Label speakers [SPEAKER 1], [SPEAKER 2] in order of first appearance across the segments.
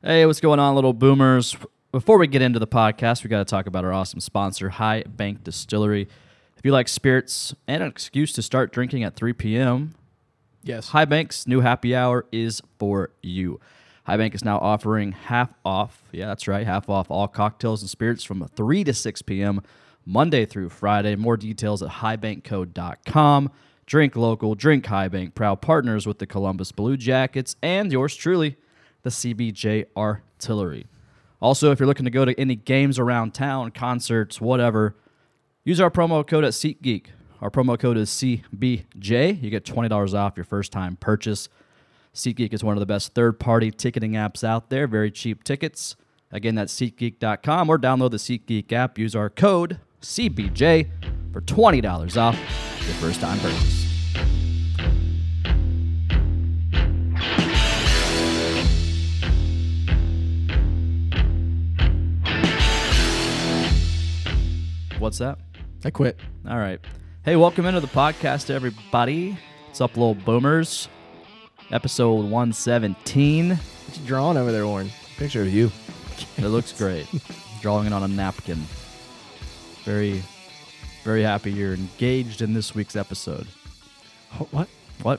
[SPEAKER 1] Hey, what's going on, little boomers? Before we get into the podcast, we got to talk about our awesome sponsor, High Bank Distillery. If you like spirits and an excuse to start drinking at 3 p.m.,
[SPEAKER 2] Yes.
[SPEAKER 1] High Bank's new happy hour is for you. High Bank is now offering half off. Yeah, that's right, half off all cocktails and spirits from 3 to 6 p.m. Monday through Friday. More details at highbankco.com. Drink local, drink High Bank, proud partners with the Columbus Blue Jackets and yours truly, the CBJ Artillery. Also, if you're looking to go to any games around town, concerts, whatever, Use our promo code at SeatGeek. Our promo code is CBJ. You get $20 off your first time purchase. SeatGeek is one of the best third party ticketing apps out there, very cheap tickets. Again, that's SeatGeek.com or download the SeatGeek app. Use our code CBJ for $20 off your first time purchase. What's that?
[SPEAKER 2] I quit.
[SPEAKER 1] All right. Hey, welcome into the podcast, everybody. What's up, little boomers? Episode 117.
[SPEAKER 2] What you drawing over there, Warren? Picture of you.
[SPEAKER 1] It looks great. Drawing it on a napkin. Very, very happy you're engaged in this week's episode.
[SPEAKER 2] What?
[SPEAKER 1] What?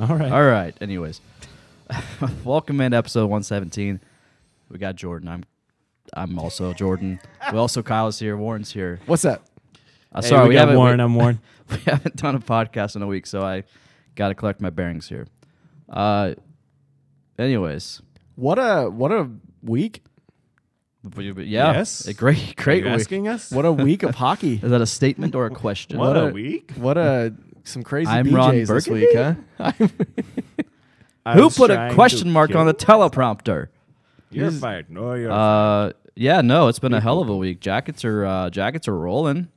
[SPEAKER 2] All right.
[SPEAKER 1] All right. Anyways, welcome into episode 117. We got Jordan. I'm, I'm also Jordan. We also Kyle's here. Warren's here.
[SPEAKER 2] What's up?
[SPEAKER 1] Uh,
[SPEAKER 3] Hey,
[SPEAKER 1] sorry,
[SPEAKER 3] we, got
[SPEAKER 1] haven't-
[SPEAKER 3] Warren. I'm Warren.
[SPEAKER 1] we haven't done a podcast in a week, so I got to collect my bearings here. Uh, anyways,
[SPEAKER 2] What a what a week.
[SPEAKER 1] but you- but yeah,
[SPEAKER 3] Yes?
[SPEAKER 1] a great, great
[SPEAKER 3] Are you
[SPEAKER 1] week.
[SPEAKER 3] asking us?
[SPEAKER 2] What a week of hockey.
[SPEAKER 1] Is that a statement or a question?
[SPEAKER 3] What
[SPEAKER 2] What
[SPEAKER 3] a
[SPEAKER 2] a-
[SPEAKER 3] week!
[SPEAKER 2] What a some crazy
[SPEAKER 1] I'm
[SPEAKER 2] BJ's
[SPEAKER 1] Ron
[SPEAKER 2] this
[SPEAKER 1] Burgundy?
[SPEAKER 2] week, huh?
[SPEAKER 3] I
[SPEAKER 1] Who
[SPEAKER 3] was
[SPEAKER 1] put a
[SPEAKER 3] trying
[SPEAKER 1] question
[SPEAKER 3] to
[SPEAKER 1] mark
[SPEAKER 3] kill-
[SPEAKER 1] on the teleprompter?
[SPEAKER 3] You're
[SPEAKER 2] Here's-
[SPEAKER 3] fired. No, you're
[SPEAKER 1] Uh, yeah, no, it's been a hell of a week. Jackets are uh, jackets are rolling.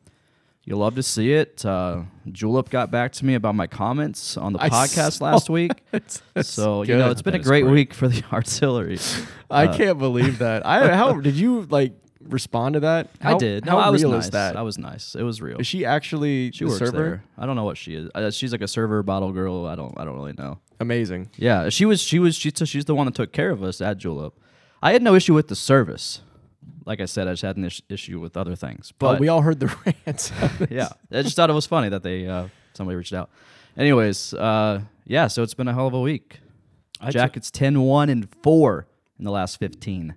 [SPEAKER 1] You love to see it. Uh, Julep got back to me about my comments on the
[SPEAKER 2] I
[SPEAKER 1] podcast
[SPEAKER 2] saw
[SPEAKER 1] last week.
[SPEAKER 2] That's
[SPEAKER 1] So you know
[SPEAKER 2] good.
[SPEAKER 1] it's been a
[SPEAKER 3] That is
[SPEAKER 1] great,
[SPEAKER 3] great.
[SPEAKER 1] week for the artillery.
[SPEAKER 2] I
[SPEAKER 1] Uh,
[SPEAKER 2] can't believe that. I how did you like respond to that? How,
[SPEAKER 1] I did. No,
[SPEAKER 2] How
[SPEAKER 1] I was
[SPEAKER 2] real
[SPEAKER 1] nice.
[SPEAKER 2] is that?
[SPEAKER 1] I was nice. It was real.
[SPEAKER 2] Is she actually
[SPEAKER 1] She
[SPEAKER 2] the
[SPEAKER 1] works
[SPEAKER 2] server?
[SPEAKER 1] there. I don't know what she is. Uh, she's like a server bottle girl. I don't. I don't really know.
[SPEAKER 2] Amazing.
[SPEAKER 1] Yeah, she was. She was. She, so she's the one that took care of us at Julep. I had no issue with the service. Like I said, I just had an is- issue with other things.
[SPEAKER 2] But
[SPEAKER 1] But
[SPEAKER 2] Oh, we all heard the rants.
[SPEAKER 1] yeah, I just thought it was funny that they uh, somebody reached out. Anyways, uh, yeah. So it's been a hell of a week.
[SPEAKER 3] I took-
[SPEAKER 1] Jackets 10-1 and four in the last fifteen.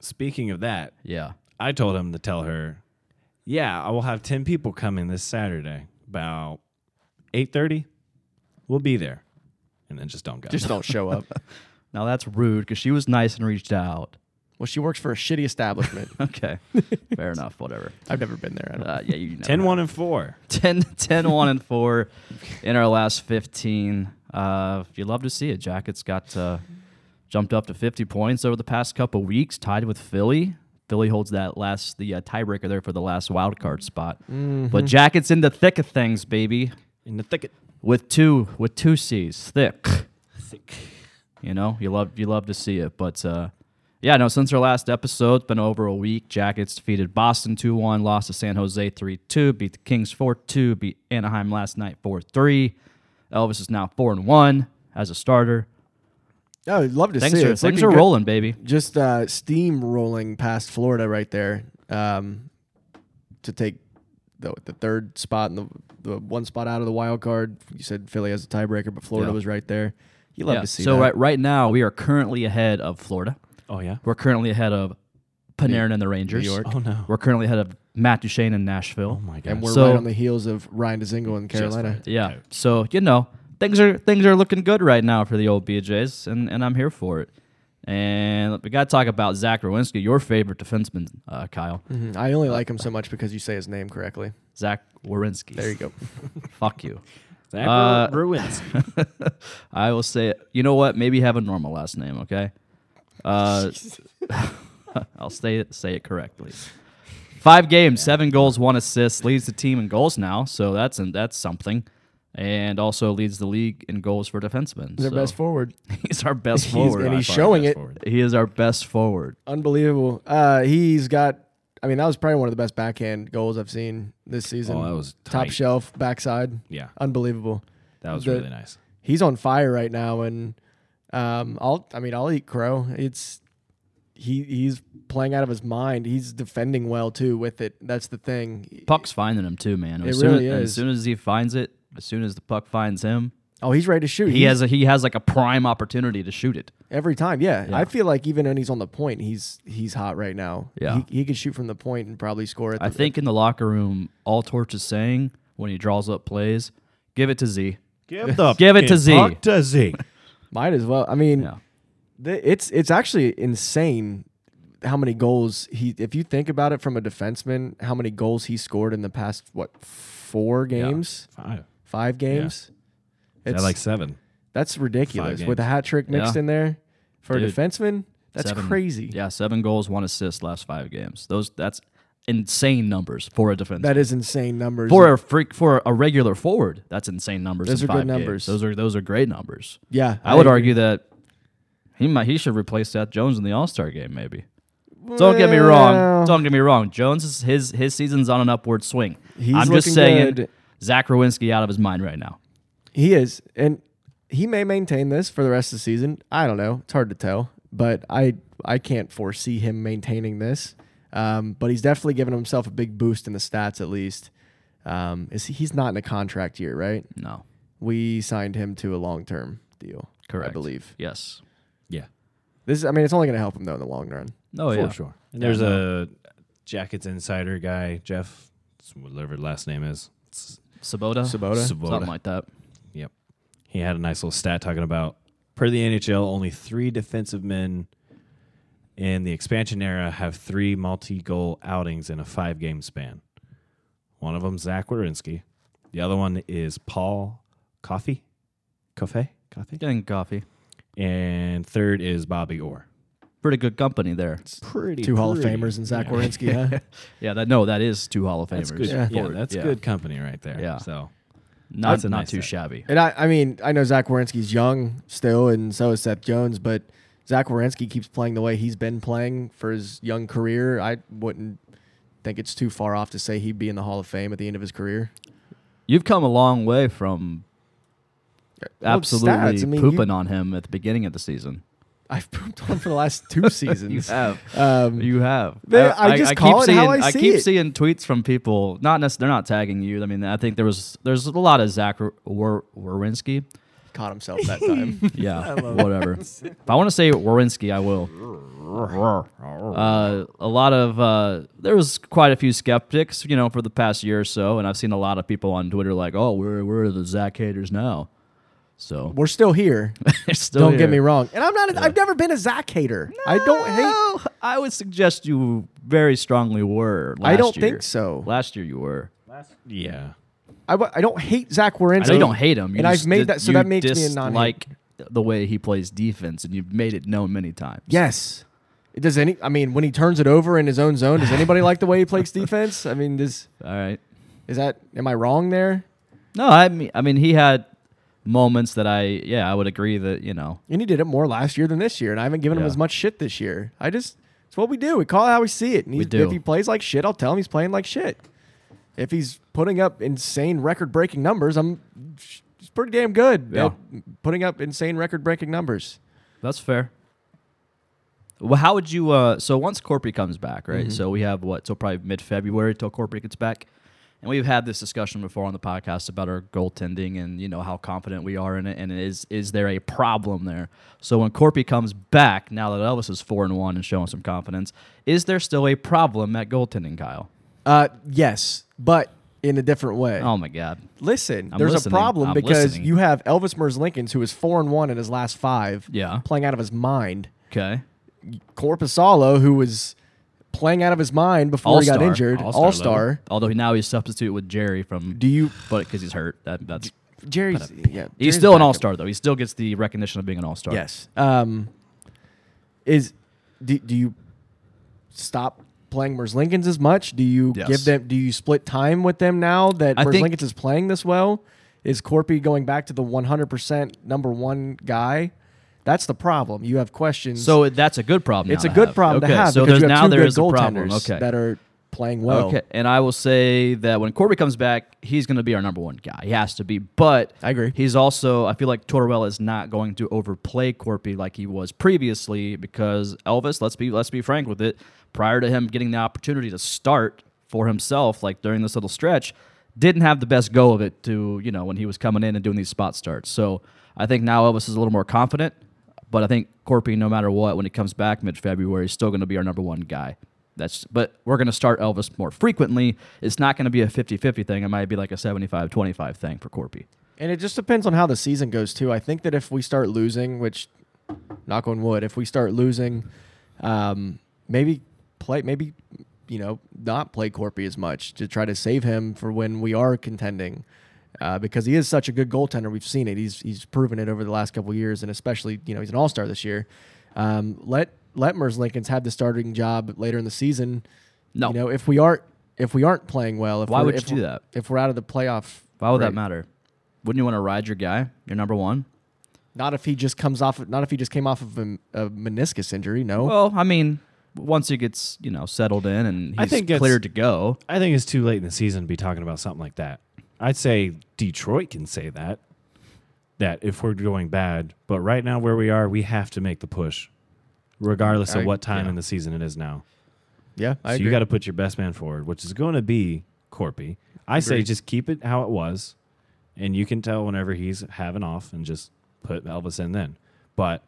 [SPEAKER 3] Speaking of that,
[SPEAKER 1] Yeah.
[SPEAKER 3] I told him to tell her, "Yeah, I will have ten people coming this Saturday about eight thirty. We'll be there, and then just don't go.
[SPEAKER 2] Just don't show up.
[SPEAKER 1] Now that's rude because she was nice and reached out.
[SPEAKER 2] Well, she works for a shitty establishment.
[SPEAKER 1] Okay, fair enough. Whatever.
[SPEAKER 2] I've never been there. I don't
[SPEAKER 1] Uh, yeah, you. never
[SPEAKER 3] 10, 1, and four.
[SPEAKER 1] 10, 10 1 and 4 in our last 15. Uh, you love to see it. Jackets got uh, jumped up to 50 points over the past couple weeks, tied with Philly. Philly holds that last the uh, tiebreaker there for the last wild card spot. But Jackets in the thick of things, baby.
[SPEAKER 3] In the thicket.
[SPEAKER 1] With two with two C's, thick. You know, you love you love to see it, but uh, yeah, no. Since our last episode, it's been over a week. Jackets defeated Boston two one, lost to San Jose three two, beat the Kings four two, beat Anaheim last night four three. Elvis is now four and one as a starter.
[SPEAKER 2] Oh, I'd love to
[SPEAKER 1] Things
[SPEAKER 2] see it.
[SPEAKER 1] are
[SPEAKER 2] It's
[SPEAKER 1] things
[SPEAKER 2] looking
[SPEAKER 1] are
[SPEAKER 2] good.
[SPEAKER 1] rolling, baby.
[SPEAKER 2] Just uh, steam rolling past Florida right there um, to take the, the third spot and the, the one spot out of the wild card. You said Philly has a tiebreaker, but Florida
[SPEAKER 1] Yeah.
[SPEAKER 2] was right there. You love
[SPEAKER 1] Yeah,
[SPEAKER 2] to see
[SPEAKER 1] so
[SPEAKER 2] that.
[SPEAKER 1] right right now we are currently ahead of Florida.
[SPEAKER 3] Oh yeah.
[SPEAKER 1] We're currently ahead of Panarin and the Rangers.
[SPEAKER 2] York.
[SPEAKER 3] Oh no.
[SPEAKER 1] We're currently ahead of Matt Duchene and Nashville.
[SPEAKER 3] oh my god.
[SPEAKER 2] and we're
[SPEAKER 1] So-
[SPEAKER 2] right on the heels of Ryan Dezingle in Carolina.
[SPEAKER 1] Yeah. So you know things are things are looking good right now for the old BJ's, and and I'm here for it. And we got to talk about Zach Rowinski, your favorite defenseman, uh, Kyle.
[SPEAKER 2] Mhm. I
[SPEAKER 1] Uh,
[SPEAKER 2] only like him so much because you say his name correctly.
[SPEAKER 1] Zach Wierenski.
[SPEAKER 2] There you go.
[SPEAKER 1] Fuck you.
[SPEAKER 3] Zach
[SPEAKER 1] Uh,
[SPEAKER 3] ruins.
[SPEAKER 1] I will say it. You know what? Maybe have a normal last name, okay? Uh, I'll say it say it correctly. Five games, seven goals, one assist, leads the team in goals now, so that's and that's something. And also leads the league in goals for defensemen.
[SPEAKER 2] Their
[SPEAKER 1] so
[SPEAKER 2] best forward.
[SPEAKER 1] he's our best
[SPEAKER 2] He's-
[SPEAKER 1] forward.
[SPEAKER 2] and
[SPEAKER 1] by
[SPEAKER 2] he's
[SPEAKER 1] far.
[SPEAKER 2] showing it.
[SPEAKER 1] He is our best forward.
[SPEAKER 2] Unbelievable. Uh, he's got. I mean, that was probably one of the best backhand goals I've seen this season.
[SPEAKER 3] Oh, that was
[SPEAKER 2] top
[SPEAKER 3] tight.
[SPEAKER 2] shelf backside.
[SPEAKER 3] Yeah,
[SPEAKER 2] Unbelievable.
[SPEAKER 3] that was
[SPEAKER 2] The-
[SPEAKER 3] really nice.
[SPEAKER 2] he's on fire right now and Um, I'll. I mean, I'll eat crow. It's he. He's playing out of his mind. He's defending well too with it. That's the thing.
[SPEAKER 1] Puck's finding him too, man.
[SPEAKER 2] It
[SPEAKER 1] As soon,
[SPEAKER 2] really
[SPEAKER 1] as-
[SPEAKER 2] is.
[SPEAKER 1] As soon as he finds it, as soon as the puck finds him,
[SPEAKER 2] Oh, he's ready to shoot.
[SPEAKER 1] he
[SPEAKER 2] He's-
[SPEAKER 1] has a, he has like a prime opportunity to shoot it.
[SPEAKER 2] every time. Yeah. I feel like even when he's on the point, he's he's hot right now.
[SPEAKER 1] Yeah.
[SPEAKER 2] he, he could shoot from the point and probably score. At the,
[SPEAKER 1] I think in the locker room, all Torch is saying when he draws up plays, give it to Z.
[SPEAKER 3] Give the
[SPEAKER 1] Give it to
[SPEAKER 3] fucking
[SPEAKER 1] Z.
[SPEAKER 3] puck to Z.
[SPEAKER 2] might as well. I mean,
[SPEAKER 1] Yeah.
[SPEAKER 2] th- it's it's actually insane how many goals he. If you think about it from a defenseman, how many goals he scored in the past what four games,
[SPEAKER 3] Five.
[SPEAKER 2] five games.
[SPEAKER 3] Yeah,
[SPEAKER 2] It's
[SPEAKER 3] like seven.
[SPEAKER 2] That's ridiculous.
[SPEAKER 3] Five
[SPEAKER 2] With a hat trick mixed
[SPEAKER 1] Yeah.
[SPEAKER 2] in there for a
[SPEAKER 1] Dude.
[SPEAKER 2] defenseman, that's
[SPEAKER 1] Seven-
[SPEAKER 2] crazy.
[SPEAKER 1] Yeah, seven goals, one assist last five games. Those that's insane numbers for a defense.
[SPEAKER 2] That is insane numbers.
[SPEAKER 1] for a freak for a regular forward, that's insane numbers.
[SPEAKER 2] Those
[SPEAKER 1] in
[SPEAKER 2] are good
[SPEAKER 1] five games.
[SPEAKER 2] numbers.
[SPEAKER 1] Those are those are great numbers.
[SPEAKER 2] yeah,
[SPEAKER 1] I, would argue that he might he should replace Seth Jones in the All Star game, maybe. Don't get me
[SPEAKER 2] Well-
[SPEAKER 1] wrong. Don't get me wrong. Jones is his his season's on an upward swing.
[SPEAKER 2] He's
[SPEAKER 1] I'm
[SPEAKER 2] looking
[SPEAKER 1] just saying
[SPEAKER 2] good.
[SPEAKER 1] Zach Rowinski out of his mind right now.
[SPEAKER 2] He is, and he may maintain this for the rest of the season. I don't know. It's hard to tell, but I I can't foresee him maintaining this. Um, but he's definitely given himself a big boost in the stats, at least. Um, is he- he's not in a contract year, right?
[SPEAKER 1] No.
[SPEAKER 2] We signed him to a long term deal, I
[SPEAKER 1] Correct.
[SPEAKER 2] believe
[SPEAKER 1] Yes.
[SPEAKER 3] Yeah.
[SPEAKER 2] this. Is, I mean, it's only going to help him though in the long run.
[SPEAKER 1] No,
[SPEAKER 3] for
[SPEAKER 1] Oh, yeah.
[SPEAKER 3] sure. Oh, And
[SPEAKER 1] Yeah,
[SPEAKER 3] there's a Jackets insider guy, Jeff, whatever his last name is. It's-
[SPEAKER 1] Sabota?
[SPEAKER 2] Sabota?
[SPEAKER 3] Sabota.
[SPEAKER 1] Something like that.
[SPEAKER 3] Yep. He had a nice little stat talking about per the NHL, only three defensive men in the expansion era have three multi-goal outings in a five-game span. One of them, Zach Wierenski. The other one is Paul Coffey, Coffey, Coffey,
[SPEAKER 1] Getting coffee.
[SPEAKER 3] and third is Bobby Orr.
[SPEAKER 1] Pretty good company there.
[SPEAKER 3] Pretty
[SPEAKER 2] Two Hall of Famers and Zach Wierenski, huh?
[SPEAKER 1] Yeah, that no, that is two Hall of Famers.
[SPEAKER 3] That's good.
[SPEAKER 2] Yeah.
[SPEAKER 3] Yeah,
[SPEAKER 1] Forward.
[SPEAKER 3] that's
[SPEAKER 1] Yeah.
[SPEAKER 3] good company right there.
[SPEAKER 1] Yeah.
[SPEAKER 3] So
[SPEAKER 1] Not
[SPEAKER 3] That's a
[SPEAKER 1] not
[SPEAKER 3] nice
[SPEAKER 1] too
[SPEAKER 3] set.
[SPEAKER 1] shabby.
[SPEAKER 2] And I, I mean, I know Zach Wierenski's young still, and so is Seth Jones, but Zach Wierenski keeps playing the way he's been playing for his young career. I wouldn't think it's too far off to say he'd be in the Hall of Fame at the end of his career.
[SPEAKER 1] You've come a long way from
[SPEAKER 2] Well,
[SPEAKER 1] absolutely
[SPEAKER 2] stats, I mean, you-
[SPEAKER 1] pooping on him at the beginning of the season.
[SPEAKER 2] I've pooped on for the last two seasons.
[SPEAKER 1] have.
[SPEAKER 2] Um,
[SPEAKER 1] You have.
[SPEAKER 2] Man, I just call it
[SPEAKER 1] seeing,
[SPEAKER 2] how I see
[SPEAKER 1] keep
[SPEAKER 2] it.
[SPEAKER 1] seeing tweets from people. Not necess- they're not tagging you. I mean, I think there was there's a lot of Zach War- Warinsky.
[SPEAKER 2] caught himself that time.
[SPEAKER 1] Yeah, whatever. if I want to say Warinsky, I will. Uh, a lot of uh, there was quite a few skeptics, you know, for the past year or so, and I've seen a lot of people on Twitter like, "Oh, we're we're the Zach haters now." So
[SPEAKER 2] We're still here.
[SPEAKER 1] they're still
[SPEAKER 2] Don't get
[SPEAKER 1] here.
[SPEAKER 2] me wrong. And I'm not. A, I've never been a Zach hater. I don't hate.
[SPEAKER 1] Well, I would suggest you very strongly were. Last
[SPEAKER 2] I don't
[SPEAKER 1] year.
[SPEAKER 2] think so.
[SPEAKER 1] Last year you were.
[SPEAKER 3] yeah.
[SPEAKER 2] I, w- I don't hate Zach Wierenski.
[SPEAKER 1] I know you don't hate him. You
[SPEAKER 2] and
[SPEAKER 1] just
[SPEAKER 2] I've made
[SPEAKER 1] did-
[SPEAKER 2] that. So
[SPEAKER 1] you
[SPEAKER 2] that makes me a non.
[SPEAKER 1] dislike the way he plays defense, and you've made it known many times.
[SPEAKER 2] Yes. It Does any? I mean, when he turns it over in his own zone, does anybody like the way he plays defense? I mean, does
[SPEAKER 1] All right.
[SPEAKER 2] is that? Am I wrong there?
[SPEAKER 1] No, I mean, I mean, he had moments that I, yeah, I would agree that you know,
[SPEAKER 2] And he did it more last year than this year, and I haven't given him
[SPEAKER 1] Yeah.
[SPEAKER 2] as much shit this year. I just it's what we do. We call it how we see it. And he's,
[SPEAKER 1] do.
[SPEAKER 2] if he plays like shit, I'll tell him he's playing like shit. If he's putting up insane record-breaking numbers, I'm he's pretty damn good.
[SPEAKER 1] Yeah.
[SPEAKER 2] at putting up insane record-breaking numbers.
[SPEAKER 1] that's fair. Well, how would you? Uh, so once Corpy comes back, right?
[SPEAKER 2] Mm-hmm.
[SPEAKER 1] So we have what? So probably mid February till Corpy gets back, and we've had this discussion before on the podcast about our goaltending and you know how confident we are in it, and is is there a problem there? So when Corpy comes back, now that Elvis is four and one and showing some confidence, is there still a problem at goaltending, Kyle?
[SPEAKER 2] Uh, yes, but in a different way.
[SPEAKER 1] Oh my God,
[SPEAKER 2] Listen,
[SPEAKER 1] I'm
[SPEAKER 2] there's
[SPEAKER 1] listening.
[SPEAKER 2] a problem
[SPEAKER 1] I'm
[SPEAKER 2] because
[SPEAKER 1] listening.
[SPEAKER 2] you have Elvis Merz Lincolns, who is four and one in his last five,
[SPEAKER 1] Yeah.
[SPEAKER 2] playing out of his mind.
[SPEAKER 1] okay,
[SPEAKER 2] Corpusalo, who was playing out of his mind before he got
[SPEAKER 1] All-star.
[SPEAKER 2] injured,
[SPEAKER 3] All-star
[SPEAKER 2] all star.
[SPEAKER 3] level.
[SPEAKER 1] Although now he's substitute with Jerry from,
[SPEAKER 2] Do you,
[SPEAKER 1] but because he's hurt, that, that's
[SPEAKER 2] Jerry's? Yeah,
[SPEAKER 1] uh, he's
[SPEAKER 2] Jerry's
[SPEAKER 1] still an
[SPEAKER 2] backup.
[SPEAKER 1] all star though. He still gets the recognition of being an all star.
[SPEAKER 2] Yes. Um, is do, do you stop playing Merz Lincolns as much? Do you
[SPEAKER 1] Yes.
[SPEAKER 2] give them? Do you split time with them now that
[SPEAKER 1] I
[SPEAKER 2] Merz
[SPEAKER 1] think-
[SPEAKER 2] Lincolns is playing this well? Is Corpy going back to the 100% number one guy? That's the problem. You have questions.
[SPEAKER 1] So that's a good problem.
[SPEAKER 2] It's
[SPEAKER 1] now
[SPEAKER 2] a
[SPEAKER 1] to
[SPEAKER 2] good
[SPEAKER 1] have.
[SPEAKER 2] problem
[SPEAKER 1] okay.
[SPEAKER 2] to have
[SPEAKER 1] So
[SPEAKER 2] because
[SPEAKER 1] there's
[SPEAKER 2] you have
[SPEAKER 1] now
[SPEAKER 2] two
[SPEAKER 1] there
[SPEAKER 2] good
[SPEAKER 1] is a problem.
[SPEAKER 2] goaltenders
[SPEAKER 1] Okay.
[SPEAKER 2] that are playing well.
[SPEAKER 1] Okay, and I will say that when Corby comes back, he's going to be our number one guy. He has to be, but
[SPEAKER 2] I agree.
[SPEAKER 1] He's also I feel like Tortorella is not going to overplay Corby like he was previously because Elvis. Let's be let's be frank with it. Prior to him getting the opportunity to start for himself, like during this little stretch, didn't have the best go of it to you know when he was coming in and doing these spot starts. So I think now Elvis is a little more confident. But I think Corpy, no matter what, when he comes back mid February, is still going to be our number one guy. That's but we're going to start Elvis more frequently. It's not going to be a 50-50 thing. It might be like a 75-25 thing for Corpy.
[SPEAKER 2] And it just depends on how the season goes too. I think that if we start losing, which knock on wood, if we start losing, um, maybe play, maybe you know, not play Corpy as much to try to save him for when we are contending, uh, because he is such a good goaltender. We've seen it. He's he's proven it over the last couple of years, and especially you know he's an All Star this year. Um, let let Mers Lincoln's have the starting job later in the season.
[SPEAKER 1] No.
[SPEAKER 2] you know if we aren't if we aren't playing well, if
[SPEAKER 1] Why
[SPEAKER 2] we're-
[SPEAKER 1] would you
[SPEAKER 2] if
[SPEAKER 1] do
[SPEAKER 2] we're-
[SPEAKER 1] that?
[SPEAKER 2] If we're out of the playoff,
[SPEAKER 1] Why would
[SPEAKER 2] Right.
[SPEAKER 1] that matter? Wouldn't you want to ride your guy, your number one?
[SPEAKER 2] Not if he just comes off. Not if he just came off of a, a meniscus injury. No.
[SPEAKER 1] Well, I mean, once he gets you know settled in and
[SPEAKER 3] I
[SPEAKER 1] he's
[SPEAKER 3] think it's-
[SPEAKER 1] cleared to go,
[SPEAKER 3] I think it's too late in the season to be talking about something like that. I'd say Detroit can say that. That if we're going bad, but right now where we are, we have to make the push, regardless
[SPEAKER 2] I-
[SPEAKER 3] of what time
[SPEAKER 2] yeah.
[SPEAKER 3] in the season it is now.
[SPEAKER 2] yeah, I
[SPEAKER 3] so
[SPEAKER 2] agree.
[SPEAKER 3] you got to put your best man forward, which is going to be Corpy. I say
[SPEAKER 2] Agreed.
[SPEAKER 3] just keep it how it was, and you can tell whenever he's having off, and just put Elvis in then. But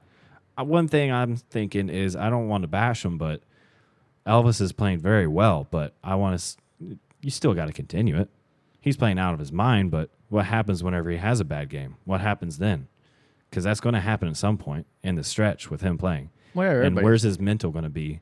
[SPEAKER 3] uh, one thing I'm thinking is I don't want to bash him, but Elvis is playing very well. But I want to. You still got to continue it. He's playing out of his mind, but what happens whenever he has a bad game? What happens then? Because that's going to happen at some point in the stretch with him playing.
[SPEAKER 2] Well, yeah,
[SPEAKER 3] and
[SPEAKER 2] everybody-
[SPEAKER 3] where's his mental going to be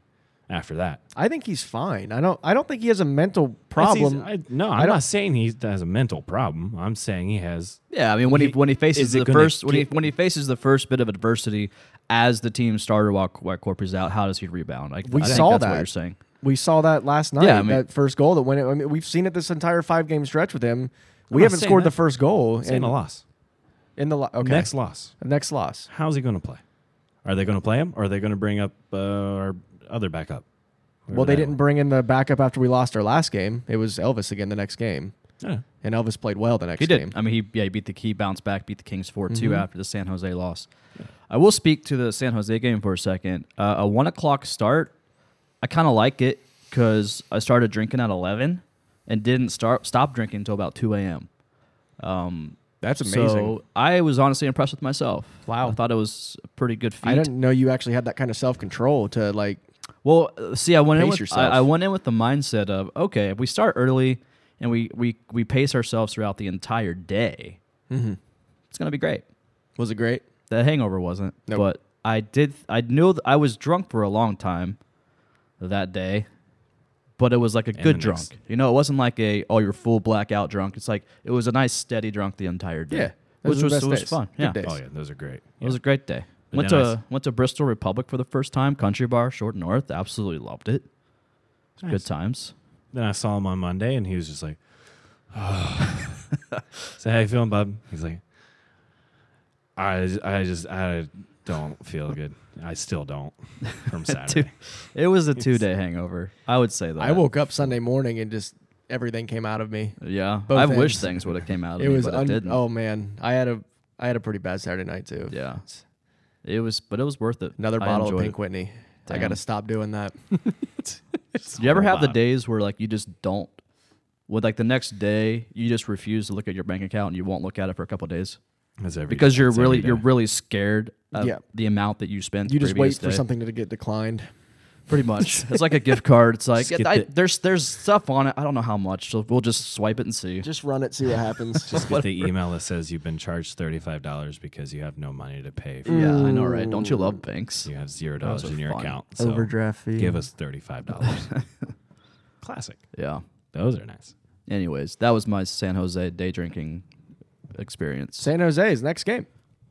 [SPEAKER 3] after that?
[SPEAKER 2] I think he's fine. I don't. I don't think he has a mental
[SPEAKER 3] I see-
[SPEAKER 2] problem.
[SPEAKER 3] I, no,
[SPEAKER 2] I
[SPEAKER 3] I'm
[SPEAKER 2] don't-
[SPEAKER 3] not saying he has a mental problem. I'm saying he has.
[SPEAKER 1] yeah. I mean, when he,
[SPEAKER 3] He-
[SPEAKER 1] when he faces
[SPEAKER 3] is it
[SPEAKER 1] the
[SPEAKER 3] gonna
[SPEAKER 1] first when he
[SPEAKER 3] get-
[SPEAKER 1] when he faces the first bit of adversity as the team starter while, while Corpy's out, how does he rebound? I,
[SPEAKER 2] We
[SPEAKER 1] I think
[SPEAKER 2] saw
[SPEAKER 1] that's
[SPEAKER 2] that.
[SPEAKER 1] what you're saying.
[SPEAKER 2] we saw that last night.
[SPEAKER 1] Yeah, I mean-
[SPEAKER 2] that first goal that went. I mean, we've seen it this entire five game stretch with him. We
[SPEAKER 3] not
[SPEAKER 2] haven't
[SPEAKER 3] saying
[SPEAKER 2] scored the
[SPEAKER 3] that.
[SPEAKER 2] first goal
[SPEAKER 3] Saying
[SPEAKER 2] in,
[SPEAKER 3] a loss.
[SPEAKER 2] in the lo- okay
[SPEAKER 3] Next loss.
[SPEAKER 2] next loss.
[SPEAKER 3] How's he going to play? Are they going to play him? Or are they going to bring up uh, our other backup?
[SPEAKER 2] Well, they didn't bring in the backup after we lost our last game. It was Elvis again the next game,
[SPEAKER 3] Yeah.
[SPEAKER 2] and Elvis played well the next
[SPEAKER 1] He did.
[SPEAKER 2] game.
[SPEAKER 1] I mean, he yeah, he beat the key, bounced back, beat the Kings 4
[SPEAKER 2] Mm-hmm.
[SPEAKER 1] 2 after the San Jose loss. I will speak to the San Jose game for a second. Uh, a one o'clock start, I kind of like it because I started drinking at eleven and didn't start stop drinking until about two a.m.
[SPEAKER 2] That's
[SPEAKER 1] So I was honestly impressed with myself.
[SPEAKER 2] Wow.
[SPEAKER 1] I thought it was a pretty good feat.
[SPEAKER 2] I didn't know you actually had that kind of self control to like.
[SPEAKER 1] Well, uh, see, I went in
[SPEAKER 2] Pace
[SPEAKER 1] with I,
[SPEAKER 2] yourself.
[SPEAKER 1] I went in with the mindset of okay, if we start early and we we we pace ourselves throughout the entire day,
[SPEAKER 2] Mm-hmm.
[SPEAKER 1] it's gonna be great.
[SPEAKER 2] Was it great?
[SPEAKER 1] The hangover wasn't,
[SPEAKER 2] Nope.
[SPEAKER 1] but I did. I knew th- I was drunk for a long time that day, but it was like a
[SPEAKER 3] the
[SPEAKER 1] good drunk.
[SPEAKER 3] next.
[SPEAKER 1] You know, it wasn't like a oh you're full blackout drunk. It's like it was a nice steady drunk the entire day.
[SPEAKER 2] Yeah,
[SPEAKER 1] which
[SPEAKER 2] those are the
[SPEAKER 1] was
[SPEAKER 2] best
[SPEAKER 1] it was
[SPEAKER 2] days.
[SPEAKER 1] fun.
[SPEAKER 2] Good
[SPEAKER 1] yeah,
[SPEAKER 2] days.
[SPEAKER 1] it
[SPEAKER 3] Oh, yeah. Those are great.
[SPEAKER 1] was a great day.
[SPEAKER 3] But
[SPEAKER 1] went
[SPEAKER 3] then I
[SPEAKER 1] to went to Bristol Republic for the first time. Country bar, short north. Absolutely loved it. It's Good times.
[SPEAKER 3] Then I saw him on Monday and he was just like, oh. so how you feeling, bub? He's like, I, j- I just, I don't feel good. I still don't from Saturday.
[SPEAKER 1] It was a two day hangover. I would say that.
[SPEAKER 2] I woke up Sunday morning and just everything came out of me.
[SPEAKER 1] Yeah,
[SPEAKER 2] Both
[SPEAKER 1] I wish
[SPEAKER 2] ends.
[SPEAKER 1] things would have came out. Of
[SPEAKER 2] It
[SPEAKER 1] me,
[SPEAKER 2] was
[SPEAKER 1] but
[SPEAKER 2] un-
[SPEAKER 1] it didn't.
[SPEAKER 2] oh man, I had a I had a pretty bad Saturday night too.
[SPEAKER 1] Yeah, it was, but it was worth it.
[SPEAKER 2] Another
[SPEAKER 1] I
[SPEAKER 2] bottle of
[SPEAKER 1] enjoyed
[SPEAKER 2] Pink
[SPEAKER 1] it.
[SPEAKER 2] Whitney. I
[SPEAKER 1] Damn.
[SPEAKER 2] gotta stop doing that.
[SPEAKER 1] Do you ever
[SPEAKER 3] Hold
[SPEAKER 1] have the
[SPEAKER 3] on.
[SPEAKER 1] days where like you just don't? With like the next day, you just refuse to look at your bank account and you won't look at it for a couple of days
[SPEAKER 3] That's every-
[SPEAKER 1] because you're
[SPEAKER 3] that's
[SPEAKER 1] really
[SPEAKER 3] every
[SPEAKER 1] you're
[SPEAKER 3] day.
[SPEAKER 1] really scared of
[SPEAKER 2] Yeah.
[SPEAKER 1] the amount that you spent.
[SPEAKER 2] You
[SPEAKER 1] the
[SPEAKER 2] just wait
[SPEAKER 1] previous
[SPEAKER 2] for
[SPEAKER 1] day.
[SPEAKER 2] something to get declined.
[SPEAKER 1] Pretty much, it's like a gift card. It's like
[SPEAKER 3] Skip
[SPEAKER 1] I,
[SPEAKER 3] it.
[SPEAKER 1] there's there's stuff on it. I don't know how much, so we'll just swipe it and see.
[SPEAKER 2] Just run it, see what happens.
[SPEAKER 3] Just get the email that says you've been charged thirty-five dollars because you have no money to pay. For
[SPEAKER 1] yeah, I know, right? Don't you love banks?
[SPEAKER 3] You have zero dollars
[SPEAKER 1] are
[SPEAKER 3] in your
[SPEAKER 1] fun.
[SPEAKER 3] account. So
[SPEAKER 2] Overdraft fee.
[SPEAKER 3] Give us thirty-five dollars. Classic.
[SPEAKER 1] yeah.
[SPEAKER 3] Those are nice.
[SPEAKER 1] Anyways, that was my San Jose day drinking experience.
[SPEAKER 2] San Jose's next game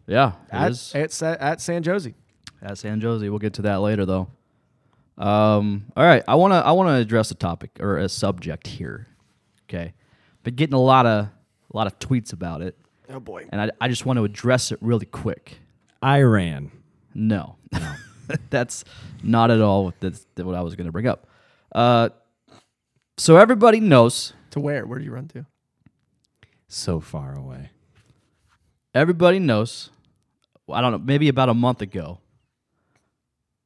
[SPEAKER 1] Yeah, it
[SPEAKER 2] at
[SPEAKER 1] is
[SPEAKER 2] at, Sa- at San Jose.
[SPEAKER 1] at San Jose. We'll get to that later, though. Um, all right, I wanna I wanna address a topic or a subject here. Okay, been getting a lot of a lot of tweets about it,
[SPEAKER 2] Oh boy.
[SPEAKER 1] and I, I just want to address it really quick.
[SPEAKER 3] Iran.
[SPEAKER 1] No, that's not at all what, that's, what I was going to bring up. Uh, So everybody knows.
[SPEAKER 2] To where? Where do you run to?
[SPEAKER 3] So far away.
[SPEAKER 1] Everybody knows. I don't know. Maybe about a month ago,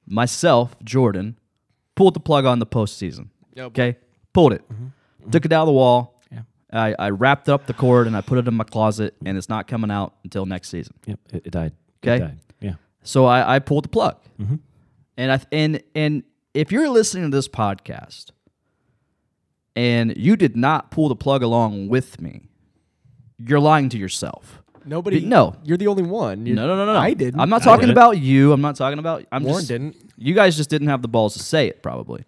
[SPEAKER 1] myself, Jordan, pulled the plug on the postseason. Okay, pulled it, took it out of the wall.
[SPEAKER 3] Yeah.
[SPEAKER 1] I, I wrapped up the cord and I put it in my closet, and it's not coming out until next season.
[SPEAKER 3] Yep. It, it died.
[SPEAKER 1] Okay.
[SPEAKER 3] It died. Yeah.
[SPEAKER 1] So I, I pulled the plug. And I and and if you're listening to this podcast and you did not pull the plug along with me, you're lying to yourself.
[SPEAKER 2] Nobody.
[SPEAKER 1] No.
[SPEAKER 2] You're the only one. You're-
[SPEAKER 1] No, no, no, no, no.
[SPEAKER 2] I didn't.
[SPEAKER 1] I'm not
[SPEAKER 3] I
[SPEAKER 1] talking
[SPEAKER 3] didn't.
[SPEAKER 1] about you. I'm not talking about. I'm
[SPEAKER 2] Warren
[SPEAKER 1] just-
[SPEAKER 2] didn't.
[SPEAKER 1] You guys just didn't have the balls to say it, probably.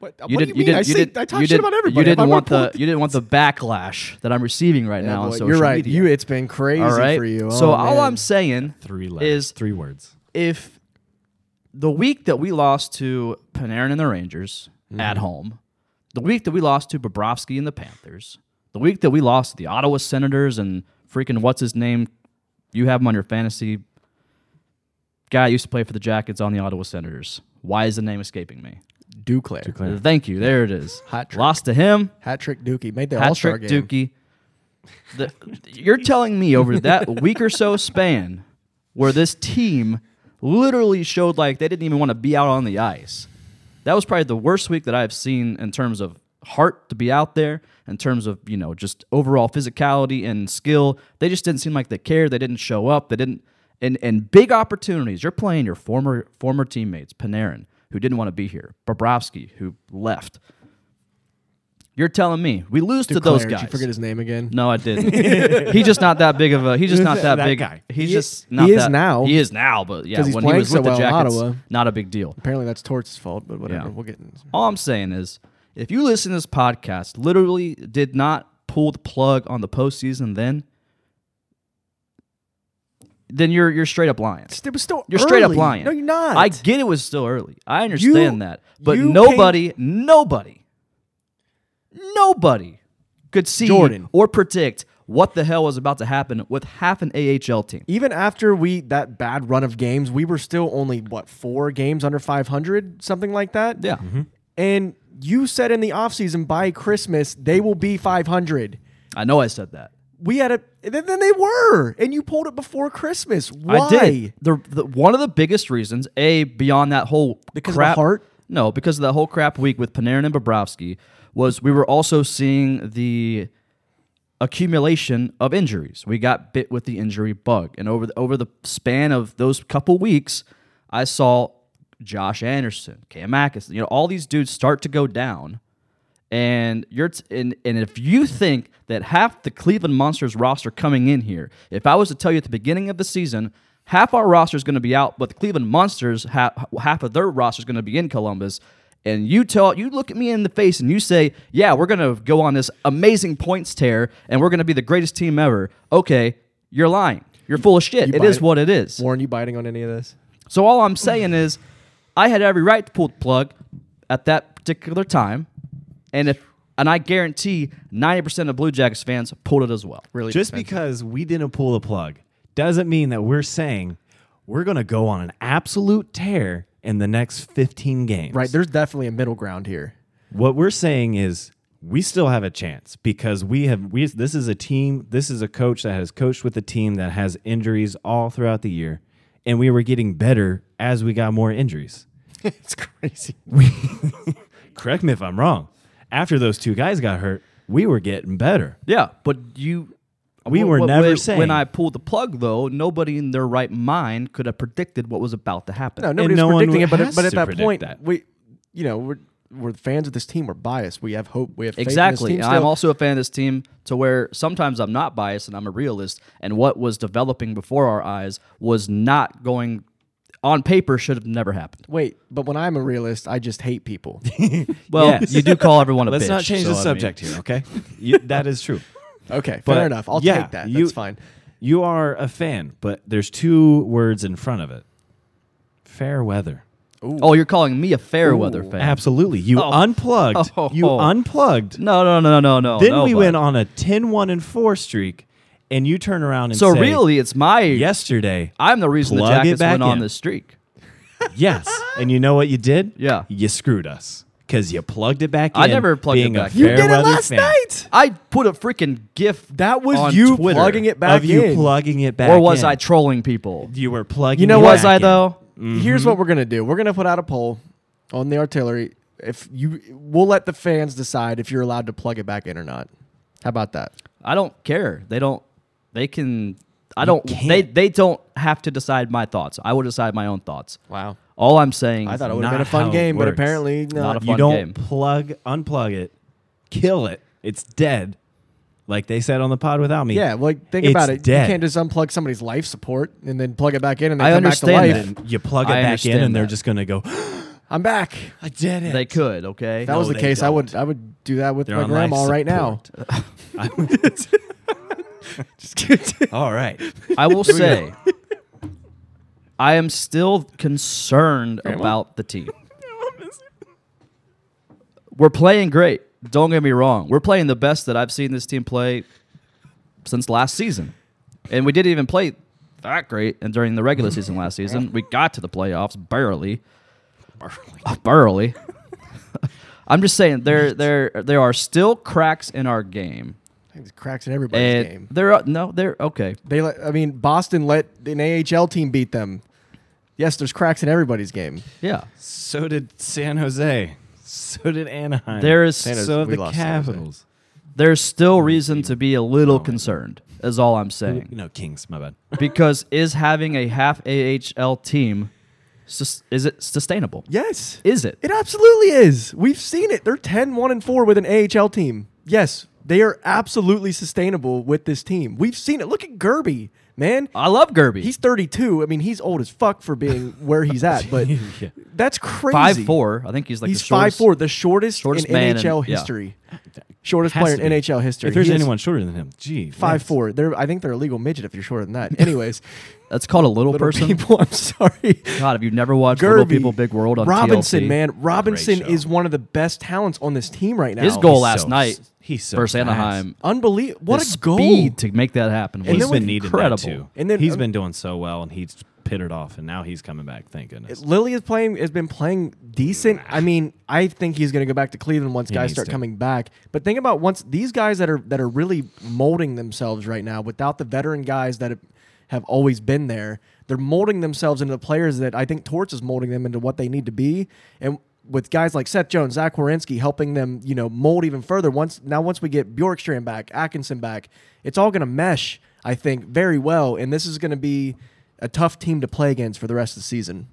[SPEAKER 2] What,
[SPEAKER 1] You
[SPEAKER 2] what
[SPEAKER 1] didn't.
[SPEAKER 2] do you mean? I, say, I talk
[SPEAKER 1] you
[SPEAKER 2] shit
[SPEAKER 1] didn't-
[SPEAKER 2] about
[SPEAKER 1] you
[SPEAKER 2] everybody. If
[SPEAKER 1] didn't
[SPEAKER 2] I'm
[SPEAKER 1] want
[SPEAKER 2] gonna
[SPEAKER 1] the.
[SPEAKER 2] pull-
[SPEAKER 1] You didn't want the backlash that I'm receiving right now on
[SPEAKER 2] Well,
[SPEAKER 1] social
[SPEAKER 2] You're right.
[SPEAKER 1] media.
[SPEAKER 2] You. It's been crazy
[SPEAKER 1] all right.
[SPEAKER 2] for you.
[SPEAKER 1] so um,
[SPEAKER 2] Oh,
[SPEAKER 1] all
[SPEAKER 2] man.
[SPEAKER 1] I'm saying
[SPEAKER 3] Three letters.
[SPEAKER 1] is
[SPEAKER 3] three words.
[SPEAKER 1] if the week that we lost to Panarin and the Rangers
[SPEAKER 2] Mm-hmm.
[SPEAKER 1] at home, the week that we lost to Bobrovsky and the Panthers, the week that we lost to the Ottawa Senators and freaking what's his name, you have him on your fantasy guy used to play for the Jackets on the Ottawa Senators. Why is the name escaping me?
[SPEAKER 2] Duclair.
[SPEAKER 3] Declare.
[SPEAKER 1] Thank you. There it is.
[SPEAKER 2] Hat trick.
[SPEAKER 1] Lost to him.
[SPEAKER 2] Hat trick Dookie made the All Star
[SPEAKER 1] Patrick Dookie.
[SPEAKER 2] game.
[SPEAKER 1] The, you're telling me over that week or so span where this team literally showed like they didn't even want to be out on the ice. That was probably the worst week that I've seen in terms of heart to be out there, in terms of, you know, just overall physicality and skill. They just didn't seem like they cared. They didn't show up. They didn't and and big opportunities. You're playing your former former teammates, Panarin, who didn't want to be here, Bobrovsky, who left. You're telling me we lose to those
[SPEAKER 2] Duclair.
[SPEAKER 1] guys.
[SPEAKER 2] Did you forget his name again?
[SPEAKER 1] No, I didn't. he's just not that big of a. He's just not that,
[SPEAKER 3] That
[SPEAKER 1] big.
[SPEAKER 3] guy.
[SPEAKER 1] He's
[SPEAKER 2] He-
[SPEAKER 1] just not.
[SPEAKER 2] he is
[SPEAKER 1] that-
[SPEAKER 2] now.
[SPEAKER 1] He is now, but yeah,
[SPEAKER 2] 'Cause he's
[SPEAKER 1] when he
[SPEAKER 2] playing
[SPEAKER 1] was
[SPEAKER 2] so
[SPEAKER 1] with the
[SPEAKER 2] well in
[SPEAKER 1] Jackets,
[SPEAKER 2] Ottawa.
[SPEAKER 1] not a big deal.
[SPEAKER 2] Apparently that's Torts' fault, but whatever.
[SPEAKER 1] Yeah.
[SPEAKER 2] We'll get. In.
[SPEAKER 1] All I'm saying is, if you listen to this podcast, literally did not pull the plug on the postseason, then then you're you're straight up lying.
[SPEAKER 2] It was still.
[SPEAKER 1] You're straight up
[SPEAKER 2] early.
[SPEAKER 1] lying.
[SPEAKER 2] No, you're not.
[SPEAKER 1] I get it was still early. I understand that, but
[SPEAKER 2] you
[SPEAKER 1] nobody, nobody, nobody could see
[SPEAKER 2] Jordan.
[SPEAKER 1] or predict what the hell was about to happen with half an AHL team.
[SPEAKER 2] even after we that bad run of games, we were still only what four games under 500, something like that.
[SPEAKER 1] Yeah,
[SPEAKER 2] And you said in the offseason by Christmas they will be 500.
[SPEAKER 1] I know I said that.
[SPEAKER 2] We had a then, then they were, and you pulled it before Christmas. Why?
[SPEAKER 1] I did. The, the one of the biggest reasons, a beyond that whole
[SPEAKER 2] Because of the
[SPEAKER 1] crap,
[SPEAKER 2] heart?
[SPEAKER 1] No, because of that whole crap week with Panarin and Bobrovsky was we were also seeing the accumulation of injuries. We got bit with the injury bug, and over the, over the span of those couple weeks, I saw Josh Anderson, Cam Atkinson, you know, all these dudes start to go down. And you're t- and, and if you think that half the Cleveland Monsters roster coming in here, if I was to tell you at the beginning of the season, half our roster is going to be out, but the Cleveland Monsters half half of their roster is going to be in Columbus, and you tell you look at me in the face and you say, yeah, we're going to go on this amazing points tear and we're going to be the greatest team ever. Okay, you're lying. You're full of shit. It
[SPEAKER 2] buy
[SPEAKER 1] is
[SPEAKER 2] it.
[SPEAKER 1] what it is.
[SPEAKER 2] Warren, you biting on any of this?
[SPEAKER 1] So all I'm saying is, I had every right to pull the plug at that particular time, and if and I guarantee 90% of Blue Jackets fans pulled it as well.
[SPEAKER 2] Really?
[SPEAKER 3] Just
[SPEAKER 2] defensive.
[SPEAKER 3] because we didn't pull the plug doesn't mean that we're saying we're going to go on an absolute tear in the next 15 games.
[SPEAKER 2] right? There's definitely a middle ground here.
[SPEAKER 3] What we're saying is we still have a chance because we have we this is a team, this is a coach that has coached with a team that has injuries all throughout the year and we were getting better as we got more injuries.
[SPEAKER 2] it's crazy.
[SPEAKER 3] Correct me if I'm wrong. After those two guys got hurt, we were getting better.
[SPEAKER 1] Yeah, but you.
[SPEAKER 3] We were
[SPEAKER 1] when-
[SPEAKER 3] never
[SPEAKER 1] when,
[SPEAKER 3] saying.
[SPEAKER 1] When I pulled the plug, though, nobody in their right mind could have predicted what was about to happen.
[SPEAKER 2] No, nobody
[SPEAKER 3] no
[SPEAKER 2] was
[SPEAKER 3] one
[SPEAKER 2] predicting it, but
[SPEAKER 3] has
[SPEAKER 2] at, but at
[SPEAKER 3] to
[SPEAKER 2] that
[SPEAKER 3] predict
[SPEAKER 2] point,
[SPEAKER 3] that.
[SPEAKER 2] we, you know, we're we're fans of this team. We're biased. We have hope. We have faith in this
[SPEAKER 1] Exactly.
[SPEAKER 2] team
[SPEAKER 1] I'm
[SPEAKER 2] still.
[SPEAKER 1] also a fan of this team to where sometimes I'm not biased and I'm a realist. And what was developing before our eyes was not going on paper, should have never happened.
[SPEAKER 2] Wait, but when I'm a realist, I just hate people.
[SPEAKER 1] Well,
[SPEAKER 3] Yes.
[SPEAKER 1] you do call everyone a
[SPEAKER 3] Let's
[SPEAKER 1] bitch.
[SPEAKER 3] not change
[SPEAKER 1] so,
[SPEAKER 3] the
[SPEAKER 1] I mean-
[SPEAKER 3] subject here, okay? You, that is true.
[SPEAKER 2] Okay,
[SPEAKER 3] But
[SPEAKER 2] fair enough. I'll
[SPEAKER 3] yeah,
[SPEAKER 2] take that.
[SPEAKER 3] you-
[SPEAKER 2] That's fine.
[SPEAKER 3] You are a fan, but there's two words in front of it. Fair weather.
[SPEAKER 1] oh, you're calling me a fair weather fan?
[SPEAKER 3] Absolutely. You
[SPEAKER 1] Oh.
[SPEAKER 3] unplugged.
[SPEAKER 1] Oh.
[SPEAKER 3] You unplugged.
[SPEAKER 1] no, no, no, no, no.
[SPEAKER 3] then
[SPEAKER 1] no,
[SPEAKER 3] we
[SPEAKER 1] bud.
[SPEAKER 3] went on a 10 1 and 4 streak, and you turn around and
[SPEAKER 1] So
[SPEAKER 3] say,
[SPEAKER 1] really, it's my.
[SPEAKER 3] yesterday,
[SPEAKER 1] I'm the reason the
[SPEAKER 3] Plug it
[SPEAKER 1] Jackets
[SPEAKER 3] back
[SPEAKER 1] went on
[SPEAKER 3] in.
[SPEAKER 1] this streak.
[SPEAKER 3] yes. And you know what you did?
[SPEAKER 1] Yeah.
[SPEAKER 3] You screwed us. because you plugged it back in.
[SPEAKER 1] I never plugged it
[SPEAKER 3] being a
[SPEAKER 1] back in.
[SPEAKER 2] You did it
[SPEAKER 3] fair weather
[SPEAKER 2] last
[SPEAKER 3] fan
[SPEAKER 2] night.
[SPEAKER 1] I put a freaking GIF.
[SPEAKER 2] That was
[SPEAKER 1] on
[SPEAKER 2] you
[SPEAKER 1] Twitter.
[SPEAKER 2] plugging it back
[SPEAKER 3] Of you
[SPEAKER 2] in.
[SPEAKER 3] plugging it back
[SPEAKER 1] Or was
[SPEAKER 3] in.
[SPEAKER 1] I trolling people?
[SPEAKER 3] you were plugging
[SPEAKER 2] You know
[SPEAKER 3] it
[SPEAKER 2] what?
[SPEAKER 1] was
[SPEAKER 3] back
[SPEAKER 1] I
[SPEAKER 3] in.
[SPEAKER 1] though?
[SPEAKER 3] mm-hmm.
[SPEAKER 2] Here's what we're gonna do. We're gonna put out a poll on the artillery. If you, we'll let the fans decide if you're allowed to plug it back in or not. How about that?
[SPEAKER 1] I don't care. They don't. They can. I don't.
[SPEAKER 3] can't.
[SPEAKER 1] They they don't have to decide my thoughts. I will decide my own thoughts.
[SPEAKER 2] Wow.
[SPEAKER 1] All I'm saying.
[SPEAKER 2] I thought it
[SPEAKER 1] is
[SPEAKER 2] would have been
[SPEAKER 3] Not
[SPEAKER 2] a fun
[SPEAKER 3] how it
[SPEAKER 2] game, but
[SPEAKER 3] works.
[SPEAKER 2] apparently not.
[SPEAKER 1] Not a
[SPEAKER 3] you
[SPEAKER 1] fun
[SPEAKER 3] don't
[SPEAKER 1] game.
[SPEAKER 3] plug unplug it kill it it's dead like they said on the pod without me
[SPEAKER 2] yeah, like think
[SPEAKER 3] It's
[SPEAKER 2] about it.
[SPEAKER 3] dead.
[SPEAKER 2] You can't just unplug somebody's life support and then plug it back in and they
[SPEAKER 1] I
[SPEAKER 2] come back
[SPEAKER 1] understand
[SPEAKER 2] to life.
[SPEAKER 1] that.
[SPEAKER 3] And you plug it
[SPEAKER 1] I
[SPEAKER 3] back in
[SPEAKER 1] understand
[SPEAKER 3] and they're
[SPEAKER 1] that.
[SPEAKER 3] just gonna go
[SPEAKER 2] I'm back.
[SPEAKER 3] i did it
[SPEAKER 1] they could. Okay.
[SPEAKER 2] If that was the
[SPEAKER 3] they
[SPEAKER 2] case, I
[SPEAKER 3] don't.
[SPEAKER 2] would I would do that with
[SPEAKER 3] They're
[SPEAKER 2] my
[SPEAKER 3] on life
[SPEAKER 2] grandma right now.
[SPEAKER 3] all right
[SPEAKER 1] I will say. I am still concerned about the team. We're playing great. Don't get me wrong. We're playing the best that I've seen this team play since last season. And we didn't even play that great and during the regular season last season. We got to the playoffs barely. Uh, Barely. I'm just saying there there there are still cracks in our game.
[SPEAKER 2] I think there's cracks in everybody's
[SPEAKER 1] And
[SPEAKER 2] game.
[SPEAKER 1] there are no, they're okay.
[SPEAKER 2] They let, I mean Boston let an AHL team beat them. Yes, there's cracks in everybody's game.
[SPEAKER 1] Yeah.
[SPEAKER 3] so did san jose so did anaheim
[SPEAKER 1] There is
[SPEAKER 2] San Jose-
[SPEAKER 3] so
[SPEAKER 2] we
[SPEAKER 3] the
[SPEAKER 2] lost San Jose.
[SPEAKER 3] capitals
[SPEAKER 1] there's still reason to be a little concerned, is all I'm saying.
[SPEAKER 3] no kings my bad
[SPEAKER 1] Because is having a half AHL team sus- is it sustainable?
[SPEAKER 2] Yes.
[SPEAKER 1] Is it?
[SPEAKER 2] It absolutely is. We've seen it. They're 10 1 and 4 with an AHL team. Yes, they are absolutely sustainable with this team. We've seen it. Look at Gerby, man.
[SPEAKER 1] I love Gerby.
[SPEAKER 2] He's 32. I mean, he's old as fuck for being where he's at, but
[SPEAKER 3] Yeah.
[SPEAKER 2] that's crazy.
[SPEAKER 1] five four. I think he's like
[SPEAKER 2] he's
[SPEAKER 1] the shortest.
[SPEAKER 2] 5'4, the shortest,
[SPEAKER 1] shortest
[SPEAKER 2] in
[SPEAKER 1] man
[SPEAKER 2] NHL
[SPEAKER 1] in- yeah.
[SPEAKER 2] history. Shortest
[SPEAKER 3] Has
[SPEAKER 2] player
[SPEAKER 3] to
[SPEAKER 2] in
[SPEAKER 3] be.
[SPEAKER 2] NHL history.
[SPEAKER 3] if there's
[SPEAKER 2] He is
[SPEAKER 3] anyone shorter than him gee
[SPEAKER 2] Five
[SPEAKER 3] whiz.
[SPEAKER 2] four. They're I think they're a legal midget if you're shorter than that. Anyways,
[SPEAKER 1] That's called a little,
[SPEAKER 2] little
[SPEAKER 1] person.
[SPEAKER 2] people. I'm sorry.
[SPEAKER 1] God, have you never watched Little
[SPEAKER 2] Gerby,
[SPEAKER 1] People Big World on
[SPEAKER 2] Robinson,
[SPEAKER 1] TLC?
[SPEAKER 2] man, Robinson
[SPEAKER 3] show.
[SPEAKER 2] is one of the best talents on this team right now.
[SPEAKER 1] His goal last
[SPEAKER 3] so-
[SPEAKER 1] night
[SPEAKER 3] he's so
[SPEAKER 1] versus
[SPEAKER 3] fast.
[SPEAKER 1] Anaheim.
[SPEAKER 2] unbelievable. What
[SPEAKER 1] the
[SPEAKER 2] a goal!
[SPEAKER 1] speed to make that happen was
[SPEAKER 2] And
[SPEAKER 3] he's
[SPEAKER 2] then
[SPEAKER 3] been
[SPEAKER 2] we-
[SPEAKER 3] needed
[SPEAKER 1] incredible.
[SPEAKER 3] that too
[SPEAKER 2] And then-
[SPEAKER 3] he's
[SPEAKER 2] um,
[SPEAKER 3] been doing so well and he's pitted off and now he's coming back thank goodness
[SPEAKER 2] Lily is playing has been playing decent. I mean, I think he's going to go back to Cleveland once guys
[SPEAKER 3] needs
[SPEAKER 2] start
[SPEAKER 3] to.
[SPEAKER 2] coming back. But think about once these guys that are that are really molding themselves right now without the veteran guys that have- have always been there. They're molding themselves into the players that I think Torts is molding them into what they need to be. And with guys like Seth Jones, Zach Wierenski helping them, you know, mold even further. Once now, once we get Bjorkstrand back, Atkinson back, it's all going to mesh, I think, very well. And this is going to be a tough team to play against for the rest of the season.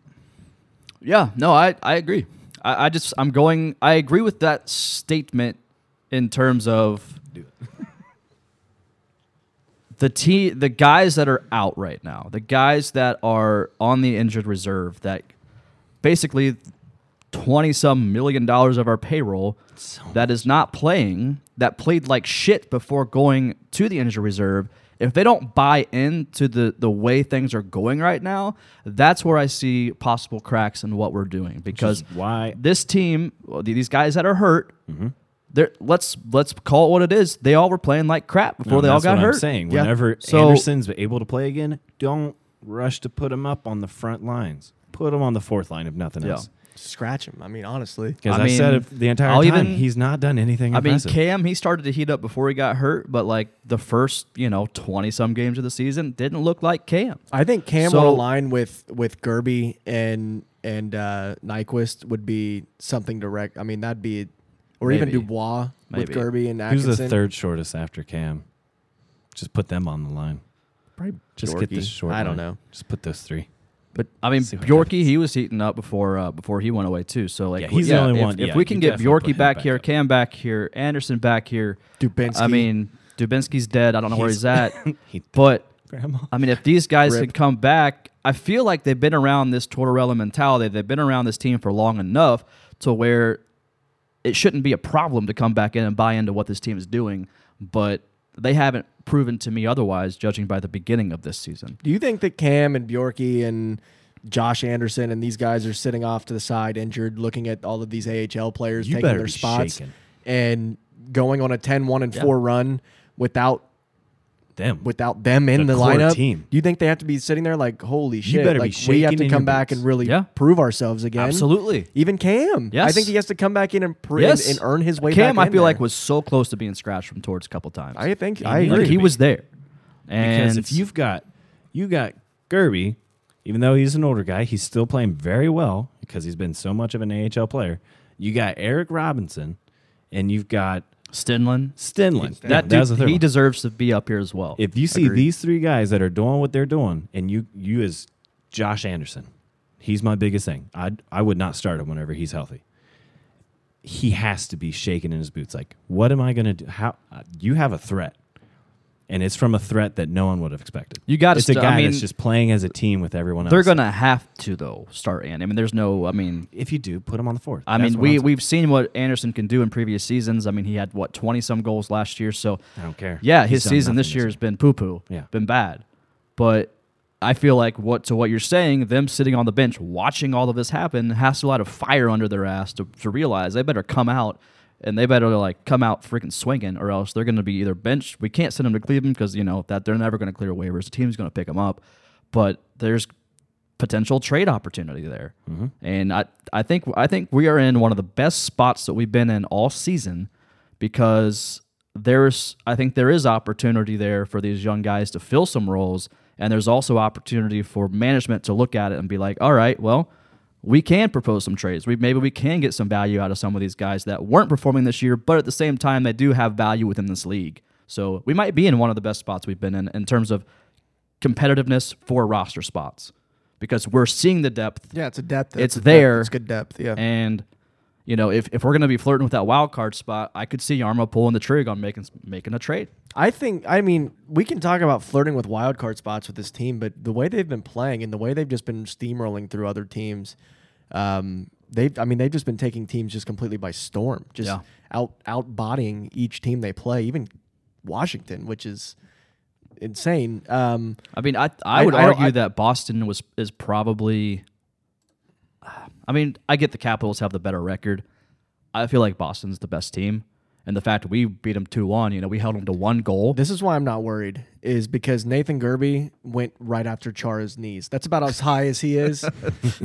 [SPEAKER 1] Yeah, no, I, I agree. I, I just I'm going I agree with that statement in terms of the te- the guys that are out right now, the guys that are on the injured reserve that basically twenty some million dollars of our payroll that is not playing, that played like shit before going to the injured reserve. If they don't buy into the the way things are going right now, that's where I see possible cracks in what we're doing because
[SPEAKER 3] why
[SPEAKER 1] this team, well, th- these guys that are hurt,
[SPEAKER 3] Mm-hmm.
[SPEAKER 1] they're let's let's call it what it is. They all were playing like crap before
[SPEAKER 3] No,
[SPEAKER 1] they all
[SPEAKER 3] that's
[SPEAKER 1] got
[SPEAKER 3] what
[SPEAKER 1] hurt.
[SPEAKER 3] I'm saying
[SPEAKER 2] Yeah.
[SPEAKER 3] whenever
[SPEAKER 1] So-
[SPEAKER 3] Anderson's able to play again, don't rush to put him up on the front lines. Put him on the fourth line if nothing
[SPEAKER 1] Yeah.
[SPEAKER 3] else.
[SPEAKER 2] scratch him. I mean, honestly.
[SPEAKER 3] Because
[SPEAKER 1] I
[SPEAKER 3] I, said
[SPEAKER 1] mean,
[SPEAKER 3] it the entire
[SPEAKER 1] I'll
[SPEAKER 3] time
[SPEAKER 1] even-
[SPEAKER 3] he's not done anything.
[SPEAKER 1] I mean,
[SPEAKER 3] impressive.
[SPEAKER 1] Cam, he started to heat up before he got hurt, but like the first, you know, 20 some games of the season didn't look like Cam.
[SPEAKER 2] I think Cam
[SPEAKER 1] So-
[SPEAKER 2] on a line with with Gerby and and uh, Nyquist would be something to rec. I mean, that'd be, or even
[SPEAKER 1] Maybe.
[SPEAKER 2] Dubois
[SPEAKER 1] Maybe.
[SPEAKER 2] with Gerby and
[SPEAKER 3] who's
[SPEAKER 2] Atkinson.
[SPEAKER 3] the third shortest after Cam? Just put them on the line.
[SPEAKER 2] Probably
[SPEAKER 3] Just get the
[SPEAKER 2] Bjorky.
[SPEAKER 3] short.
[SPEAKER 2] I don't
[SPEAKER 3] line.
[SPEAKER 2] know.
[SPEAKER 3] Just put those three.
[SPEAKER 2] But
[SPEAKER 1] I mean,
[SPEAKER 3] See what
[SPEAKER 1] Bjorky, he was heating up before uh, before he went away too. So like,
[SPEAKER 3] Yeah, he's the only
[SPEAKER 1] if,
[SPEAKER 3] one-
[SPEAKER 1] If
[SPEAKER 3] yeah,
[SPEAKER 1] we
[SPEAKER 3] you
[SPEAKER 1] can get
[SPEAKER 3] definitely put
[SPEAKER 1] Bjorky
[SPEAKER 3] him
[SPEAKER 1] back,
[SPEAKER 3] back
[SPEAKER 1] here,
[SPEAKER 3] up.
[SPEAKER 1] Cam back here, Anderson back here,
[SPEAKER 2] Dubinsky.
[SPEAKER 1] I mean, Dubinsky's dead. I don't know where
[SPEAKER 3] He's-
[SPEAKER 1] he's at,
[SPEAKER 3] He,
[SPEAKER 1] but
[SPEAKER 3] grandma.
[SPEAKER 1] I mean, if these guys
[SPEAKER 2] Rip.
[SPEAKER 1] can come back, I feel like they've been around this Tortorella mentality. They've been around this team for long enough to where it shouldn't be a problem to come back in and buy into what this team is doing. But they haven't proven to me otherwise, judging by the beginning of this season.
[SPEAKER 2] do you think that Cam and Bjorky and Josh Anderson and these guys are sitting off to the side, injured, looking at all of these AHL players
[SPEAKER 3] You
[SPEAKER 2] taking
[SPEAKER 3] better
[SPEAKER 2] their
[SPEAKER 3] be
[SPEAKER 2] spots
[SPEAKER 3] shaking.
[SPEAKER 2] and going on a 10-1 and
[SPEAKER 1] Yeah.
[SPEAKER 2] four run without
[SPEAKER 3] them.
[SPEAKER 2] without them in
[SPEAKER 3] The
[SPEAKER 2] the,
[SPEAKER 3] core
[SPEAKER 2] lineup,
[SPEAKER 3] team.
[SPEAKER 2] you think they have to be sitting there like, holy shit,
[SPEAKER 3] better be
[SPEAKER 2] like, we have
[SPEAKER 3] shaking
[SPEAKER 2] to
[SPEAKER 3] in
[SPEAKER 2] come
[SPEAKER 3] your
[SPEAKER 2] back
[SPEAKER 3] boots.
[SPEAKER 2] and really
[SPEAKER 1] Yeah.
[SPEAKER 2] prove ourselves again.
[SPEAKER 1] Absolutely.
[SPEAKER 2] Even Cam. I
[SPEAKER 1] Yes.
[SPEAKER 2] think he has to come back in and, pr-
[SPEAKER 1] Yes.
[SPEAKER 2] and, and earn his way
[SPEAKER 1] Cam,
[SPEAKER 2] back
[SPEAKER 1] I
[SPEAKER 2] in
[SPEAKER 1] feel
[SPEAKER 2] there.
[SPEAKER 1] like, was so close to being scratched from towards a couple times.
[SPEAKER 2] I think, I
[SPEAKER 1] Like,
[SPEAKER 2] agree.
[SPEAKER 1] he was there. And
[SPEAKER 3] Because if you've got you got Gerby, even though he's an older guy, he's still playing very well because he's been so much of an AHL player. You got Eric Robinson, and you've got
[SPEAKER 1] Stinland,
[SPEAKER 3] Stenlin.
[SPEAKER 1] that
[SPEAKER 3] that was the
[SPEAKER 1] dude,
[SPEAKER 3] third
[SPEAKER 1] he
[SPEAKER 3] one.
[SPEAKER 1] deserves to be up here as well.
[SPEAKER 3] if you see
[SPEAKER 1] Agreed.
[SPEAKER 3] these three guys that are doing what they're doing, and you you as Josh Anderson, he's my biggest thing. I I would not start him whenever he's healthy. He has to be shaking in his boots. Like, what am I going to do? How uh, you have a threat, and it's from a threat that no one would have expected.
[SPEAKER 1] You gotta
[SPEAKER 3] It's a
[SPEAKER 1] st- I
[SPEAKER 3] guy
[SPEAKER 1] mean,
[SPEAKER 3] that's just playing as a team with everyone else.
[SPEAKER 1] They're gonna have to though start and I mean, there's no. I mean,
[SPEAKER 3] If you do, put him on the fourth.
[SPEAKER 1] I mean,
[SPEAKER 3] That's what I'm
[SPEAKER 1] we
[SPEAKER 3] saying.
[SPEAKER 1] we've seen what Anderson can do in previous seasons. I mean, he had what twenty some goals last year. So
[SPEAKER 3] I don't care.
[SPEAKER 1] Yeah, his
[SPEAKER 3] He's done
[SPEAKER 1] season
[SPEAKER 3] nothing
[SPEAKER 1] this year has been poo poo.
[SPEAKER 3] Yeah.
[SPEAKER 1] been bad. But I feel like what to what you're saying, them sitting on the bench watching all of this happen has to light a fire under their ass to, to realize they better come out and they better like come out freaking swinging, or else they're going to be either benched. We can't send them to Cleveland because you know that they're never going to clear waivers. The team's going to pick them up, but there's potential trade opportunity there. And I, I think I think we are in one of the best spots that we've been in all season because there's I think there is opportunity there for these young guys to fill some roles and there's also opportunity for management to look at it and be like, "All right, well, we can propose some trades. We maybe we can get some value out of some of these guys that weren't performing this year, but at the same time they do have value within this league." So, we might be in one of the best spots we've been in in terms of competitiveness for roster spots because we're seeing the depth
[SPEAKER 2] yeah, it's a depth.
[SPEAKER 1] It's a depth. there.
[SPEAKER 2] It's
[SPEAKER 1] It's
[SPEAKER 2] good depth. Yeah.
[SPEAKER 1] and you know if, if we're going to be flirting with that wild card spot I could see Yarmo pulling the trigger on making making a trade
[SPEAKER 2] I think I mean we can talk about flirting with wild card spots with this team, but the way they've been playing and the way they've just been steamrolling through other teams, um, they've I mean they've just been taking teams just completely by storm, just
[SPEAKER 1] Yeah.
[SPEAKER 2] out outbodying each team they play, even Washington, which is insane. Um,
[SPEAKER 1] I mean I I
[SPEAKER 2] I-
[SPEAKER 1] would
[SPEAKER 2] I don't-
[SPEAKER 1] argue
[SPEAKER 2] I-
[SPEAKER 1] that Boston was is probably I mean I get the Capitals have the better record I feel like Boston's the best team and the fact we beat them 2-1 you know we held them to one goal
[SPEAKER 2] this is why I'm not worried, is because Nathan Gerby went right after Chara's knees. That's about as high as he is,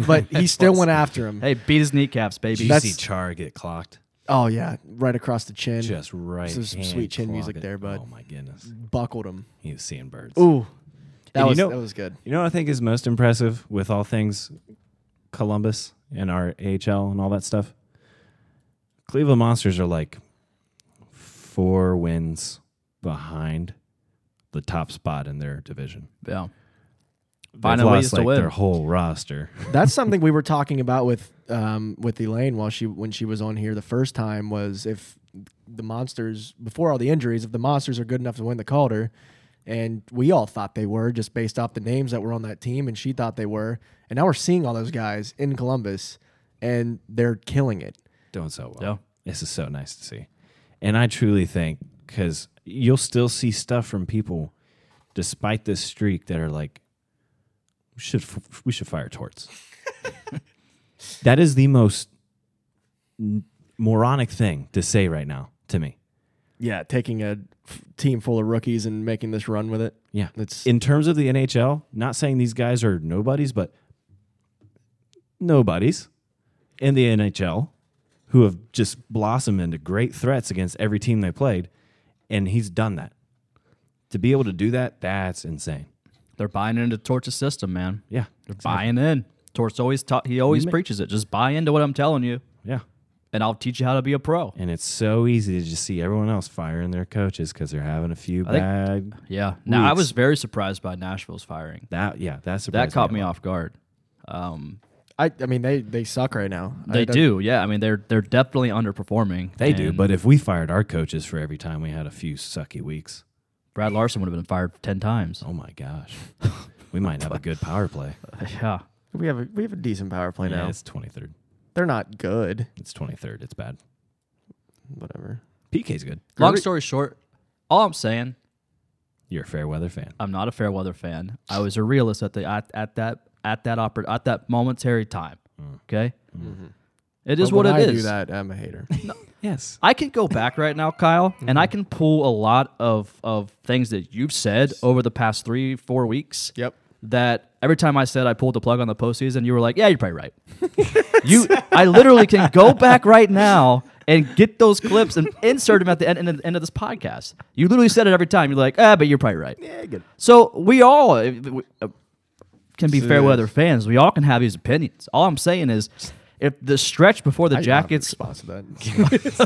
[SPEAKER 2] but he still went after him.
[SPEAKER 1] hey beat his kneecaps
[SPEAKER 3] Did
[SPEAKER 1] baby
[SPEAKER 3] you see
[SPEAKER 2] That's-
[SPEAKER 3] Char get clocked?
[SPEAKER 2] Oh yeah, right across the chin,
[SPEAKER 3] Just right.
[SPEAKER 2] Some sweet
[SPEAKER 3] hand
[SPEAKER 2] chin music
[SPEAKER 3] clock it.
[SPEAKER 2] there, bud.
[SPEAKER 3] Oh my goodness,
[SPEAKER 2] buckled him.
[SPEAKER 3] he was seeing birds.
[SPEAKER 2] Ooh, that
[SPEAKER 3] And you
[SPEAKER 2] was
[SPEAKER 3] know-
[SPEAKER 2] that was good.
[SPEAKER 3] You know what I think is most impressive with all things Columbus and our AHL and all that stuff? Cleveland Monsters are like four wins behind the top spot in their division.
[SPEAKER 1] yeah
[SPEAKER 3] They've
[SPEAKER 1] Finding
[SPEAKER 3] lost
[SPEAKER 1] ways to
[SPEAKER 3] like
[SPEAKER 1] win.
[SPEAKER 3] their whole roster.
[SPEAKER 2] That's something we were talking about with um, with Elaine while she when she was on here the first time was if the monsters before all the injuries if the monsters are good enough to win the Calder, and we all thought they were just based off the names that were on that team, and she thought they were, and now we're seeing all those guys in Columbus, and they're killing it.
[SPEAKER 3] doing so well.
[SPEAKER 1] Yeah.
[SPEAKER 3] This is so nice to see. And I truly think because you'll still see stuff from people despite this streak that are like, we should, f- we should fire torts. that is the most n- moronic thing to say right now to me.
[SPEAKER 2] Yeah, taking a f- team full of rookies and making this run with it.
[SPEAKER 3] Yeah.
[SPEAKER 2] That's
[SPEAKER 3] In terms of the NHL, not saying these guys are nobodies, but nobodies in the NHL who have just blossomed into great threats against every team they played, and he's done that. To be able to do that, that's insane.
[SPEAKER 1] they're buying into Torch's system man
[SPEAKER 3] Yeah,
[SPEAKER 1] They're buying in. Torts always taught. He always preaches it. Just buy into what I'm telling you,
[SPEAKER 3] yeah.
[SPEAKER 1] and I'll teach you how to be a pro.
[SPEAKER 3] And it's so easy to just see everyone else firing their coaches because they're having a few bad.
[SPEAKER 1] Yeah. Now I
[SPEAKER 3] Weeks.
[SPEAKER 1] was very surprised by Nashville's firing.
[SPEAKER 3] That yeah, that
[SPEAKER 1] That
[SPEAKER 3] surprised
[SPEAKER 1] caught me
[SPEAKER 3] a lot.
[SPEAKER 1] off guard. Um,
[SPEAKER 2] I. I mean they they suck right now.
[SPEAKER 1] they
[SPEAKER 2] I don't-
[SPEAKER 1] do. Yeah. I mean, they're they're definitely underperforming.
[SPEAKER 3] They do,
[SPEAKER 1] and
[SPEAKER 3] but if we fired our coaches for every time we had a few sucky weeks,
[SPEAKER 1] Brad Larson would have been fired ten times.
[SPEAKER 3] oh my gosh, we might have a good power play.
[SPEAKER 2] Oh.
[SPEAKER 1] Yeah.
[SPEAKER 2] We have a we have a decent power play
[SPEAKER 3] Yeah,
[SPEAKER 2] now.
[SPEAKER 3] it's 23rd.
[SPEAKER 2] They're not good.
[SPEAKER 3] It's 23rd. It's bad.
[SPEAKER 2] Whatever.
[SPEAKER 3] PK's good.
[SPEAKER 1] Long story short, all I'm saying,
[SPEAKER 3] You're a fair weather fan.
[SPEAKER 1] I'm not a fair weather fan. I was a realist at the at, at that at that oper- at that momentary time. Okay. It is
[SPEAKER 2] Mm. Mm-hmm. But
[SPEAKER 1] what
[SPEAKER 2] when
[SPEAKER 1] it is.
[SPEAKER 2] I do that, I'm a hater.
[SPEAKER 3] Yes.
[SPEAKER 1] I can go back right now, Kyle, and
[SPEAKER 2] Mm-hmm.
[SPEAKER 1] I can pull a lot of of things that you've said over the past three, four weeks.
[SPEAKER 2] Yep.
[SPEAKER 1] That every time I said I pulled the plug on the postseason, you were like, "Yeah, you're probably right." you, I literally can go back right now and get those clips and insert them at the end, end, end of this podcast. You literally said it every time. You're like, "Ah, but you're probably right."
[SPEAKER 2] Yeah, good.
[SPEAKER 1] So we all uh, we, uh, can be
[SPEAKER 2] Yes, it
[SPEAKER 1] fair
[SPEAKER 2] is.
[SPEAKER 1] weather fans. We all can have these opinions. All I'm saying is, if the stretch before the Jackets,
[SPEAKER 2] response to that.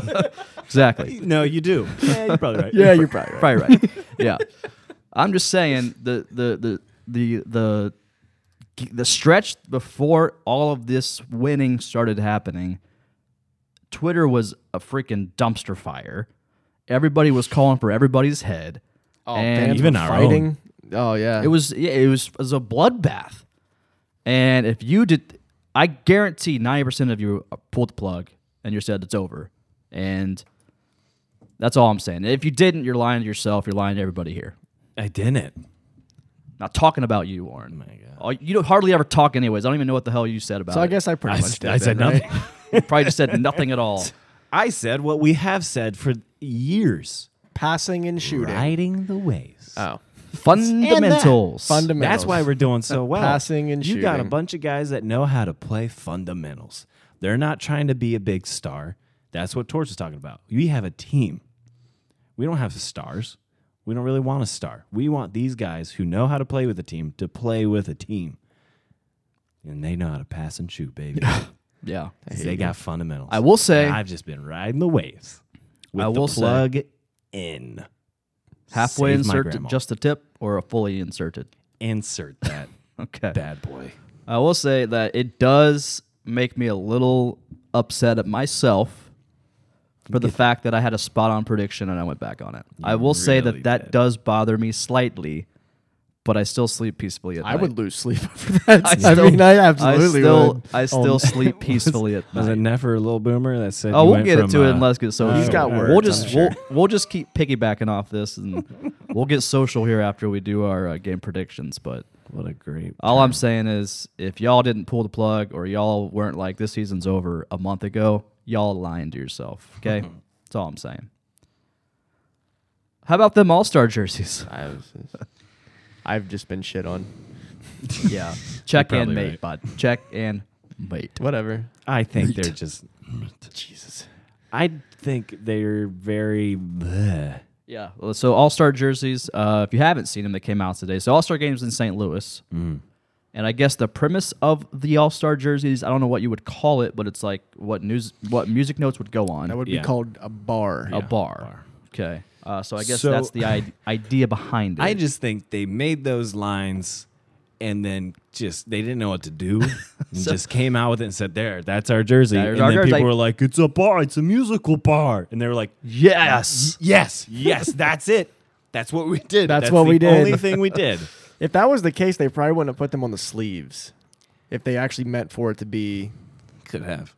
[SPEAKER 1] exactly.
[SPEAKER 4] No, you do. Yeah, you're probably right.
[SPEAKER 2] yeah, you're probably right.
[SPEAKER 1] Probably right. yeah. I'm just saying the the the the the the stretch before all of this winning started happening, Twitter was a freaking dumpster fire. Everybody was calling for everybody's head. Oh,
[SPEAKER 2] Fans
[SPEAKER 3] even
[SPEAKER 2] were
[SPEAKER 3] our
[SPEAKER 2] fighting. Oh yeah.
[SPEAKER 1] it was yeah, it was, it was a bloodbath. And if you did, I guarantee ninety percent of you uh, pulled the plug and you said it's over. And that's all I'm saying. If you didn't, you're lying to yourself. You're lying to everybody here.
[SPEAKER 3] I didn't.
[SPEAKER 1] Not talking about you, Warren.
[SPEAKER 3] my God.
[SPEAKER 1] Oh, you don't hardly ever talk, anyways. I don't even know what the hell you said about.
[SPEAKER 2] so I
[SPEAKER 1] it.
[SPEAKER 2] guess I pretty
[SPEAKER 3] I,
[SPEAKER 2] much
[SPEAKER 3] s-
[SPEAKER 2] did
[SPEAKER 3] I said
[SPEAKER 2] then, right?
[SPEAKER 3] nothing.
[SPEAKER 1] you probably just said nothing at all.
[SPEAKER 3] I said what we have said for years.
[SPEAKER 2] Passing and shooting.
[SPEAKER 3] Riding the waves.
[SPEAKER 2] Oh,
[SPEAKER 1] Fundamentals.
[SPEAKER 2] fundamentals.
[SPEAKER 3] That's why we're doing so well.
[SPEAKER 2] Passing and
[SPEAKER 3] you got a
[SPEAKER 2] shooting.
[SPEAKER 3] bunch of guys that know how to play fundamentals. They're not trying to be a big star. That's what Torch is talking about. We have a team. We don't have stars. We don't really want a star. We want these guys who know how to play with a team to play with a team. And they know how to pass and shoot, baby. 'Cause
[SPEAKER 1] yeah.
[SPEAKER 3] they got fundamentals.
[SPEAKER 1] I will say-
[SPEAKER 3] And I've just been riding the waves with
[SPEAKER 1] I will
[SPEAKER 3] the
[SPEAKER 1] say-
[SPEAKER 3] plug in.
[SPEAKER 1] Halfway
[SPEAKER 3] Save my
[SPEAKER 1] inserted,
[SPEAKER 3] grandma.
[SPEAKER 1] just the tip, or a fully inserted.
[SPEAKER 3] insert that
[SPEAKER 1] Okay.
[SPEAKER 3] bad boy.
[SPEAKER 1] I will say that it does make me a little upset at myself for the fact that I had a spot on prediction and I went back on it. I will say
[SPEAKER 3] really
[SPEAKER 1] that that
[SPEAKER 3] did.
[SPEAKER 1] does bother me slightly, but I still sleep peacefully at
[SPEAKER 2] I
[SPEAKER 1] night.
[SPEAKER 2] would lose sleep over that. I, mean, I absolutely
[SPEAKER 1] I still,
[SPEAKER 2] would. Oh,
[SPEAKER 1] I still sleep peacefully at
[SPEAKER 3] Was it
[SPEAKER 1] night.
[SPEAKER 3] never a little boomer that said?
[SPEAKER 1] Oh,
[SPEAKER 3] you
[SPEAKER 1] we'll
[SPEAKER 3] went
[SPEAKER 1] get
[SPEAKER 3] from,
[SPEAKER 1] into it
[SPEAKER 3] uh,
[SPEAKER 1] in Let's Get Social.
[SPEAKER 2] He's got words,
[SPEAKER 1] We'll
[SPEAKER 2] Oh, I'm
[SPEAKER 1] just
[SPEAKER 2] sure.
[SPEAKER 1] we'll, we'll just keep piggybacking off this, and we'll get social here after we do our uh, game predictions. But
[SPEAKER 3] What a great!
[SPEAKER 1] All I'm saying is, if y'all didn't pull the plug or y'all weren't like this season's over a month ago, y'all lying to yourself. Okay, that's all I'm saying. How about them All Star jerseys?
[SPEAKER 2] I was, I've just been shit on.
[SPEAKER 1] yeah, check
[SPEAKER 3] You're
[SPEAKER 1] and
[SPEAKER 3] probably
[SPEAKER 1] mate,
[SPEAKER 3] right.
[SPEAKER 1] bud. Check and mate.
[SPEAKER 2] Whatever.
[SPEAKER 3] I think they're just.
[SPEAKER 2] Jesus.
[SPEAKER 3] I think they're very. bleh.
[SPEAKER 1] Yeah. well, So All Star jerseys. Uh, if you haven't seen them, they came out today. So All Star games in St. Louis,
[SPEAKER 3] Mm.
[SPEAKER 1] and I guess the premise of the All Star jerseys. I don't know what you would call it, but it's like what news, what music notes would go on.
[SPEAKER 2] That would
[SPEAKER 3] Yeah.
[SPEAKER 2] be called a bar.
[SPEAKER 1] a bar. Okay. Uh, so I guess
[SPEAKER 3] So-
[SPEAKER 1] that's the I- idea behind it.
[SPEAKER 3] I just think they made those lines, and then just they didn't know what to do, and just came out with it and said, "There, that's our jersey."
[SPEAKER 1] There's
[SPEAKER 3] and
[SPEAKER 1] our
[SPEAKER 3] then
[SPEAKER 1] jersey.
[SPEAKER 3] people were like, "It's a bar. It's a musical bar," and they were like,
[SPEAKER 1] yes.
[SPEAKER 3] "Yes, yes, that's it. That's what we did.
[SPEAKER 2] That's what
[SPEAKER 3] the
[SPEAKER 2] we did."
[SPEAKER 3] Only thing we did."
[SPEAKER 2] If that was the case, they probably wouldn't have put them on the sleeves. If they actually meant for it to be
[SPEAKER 3] Could have.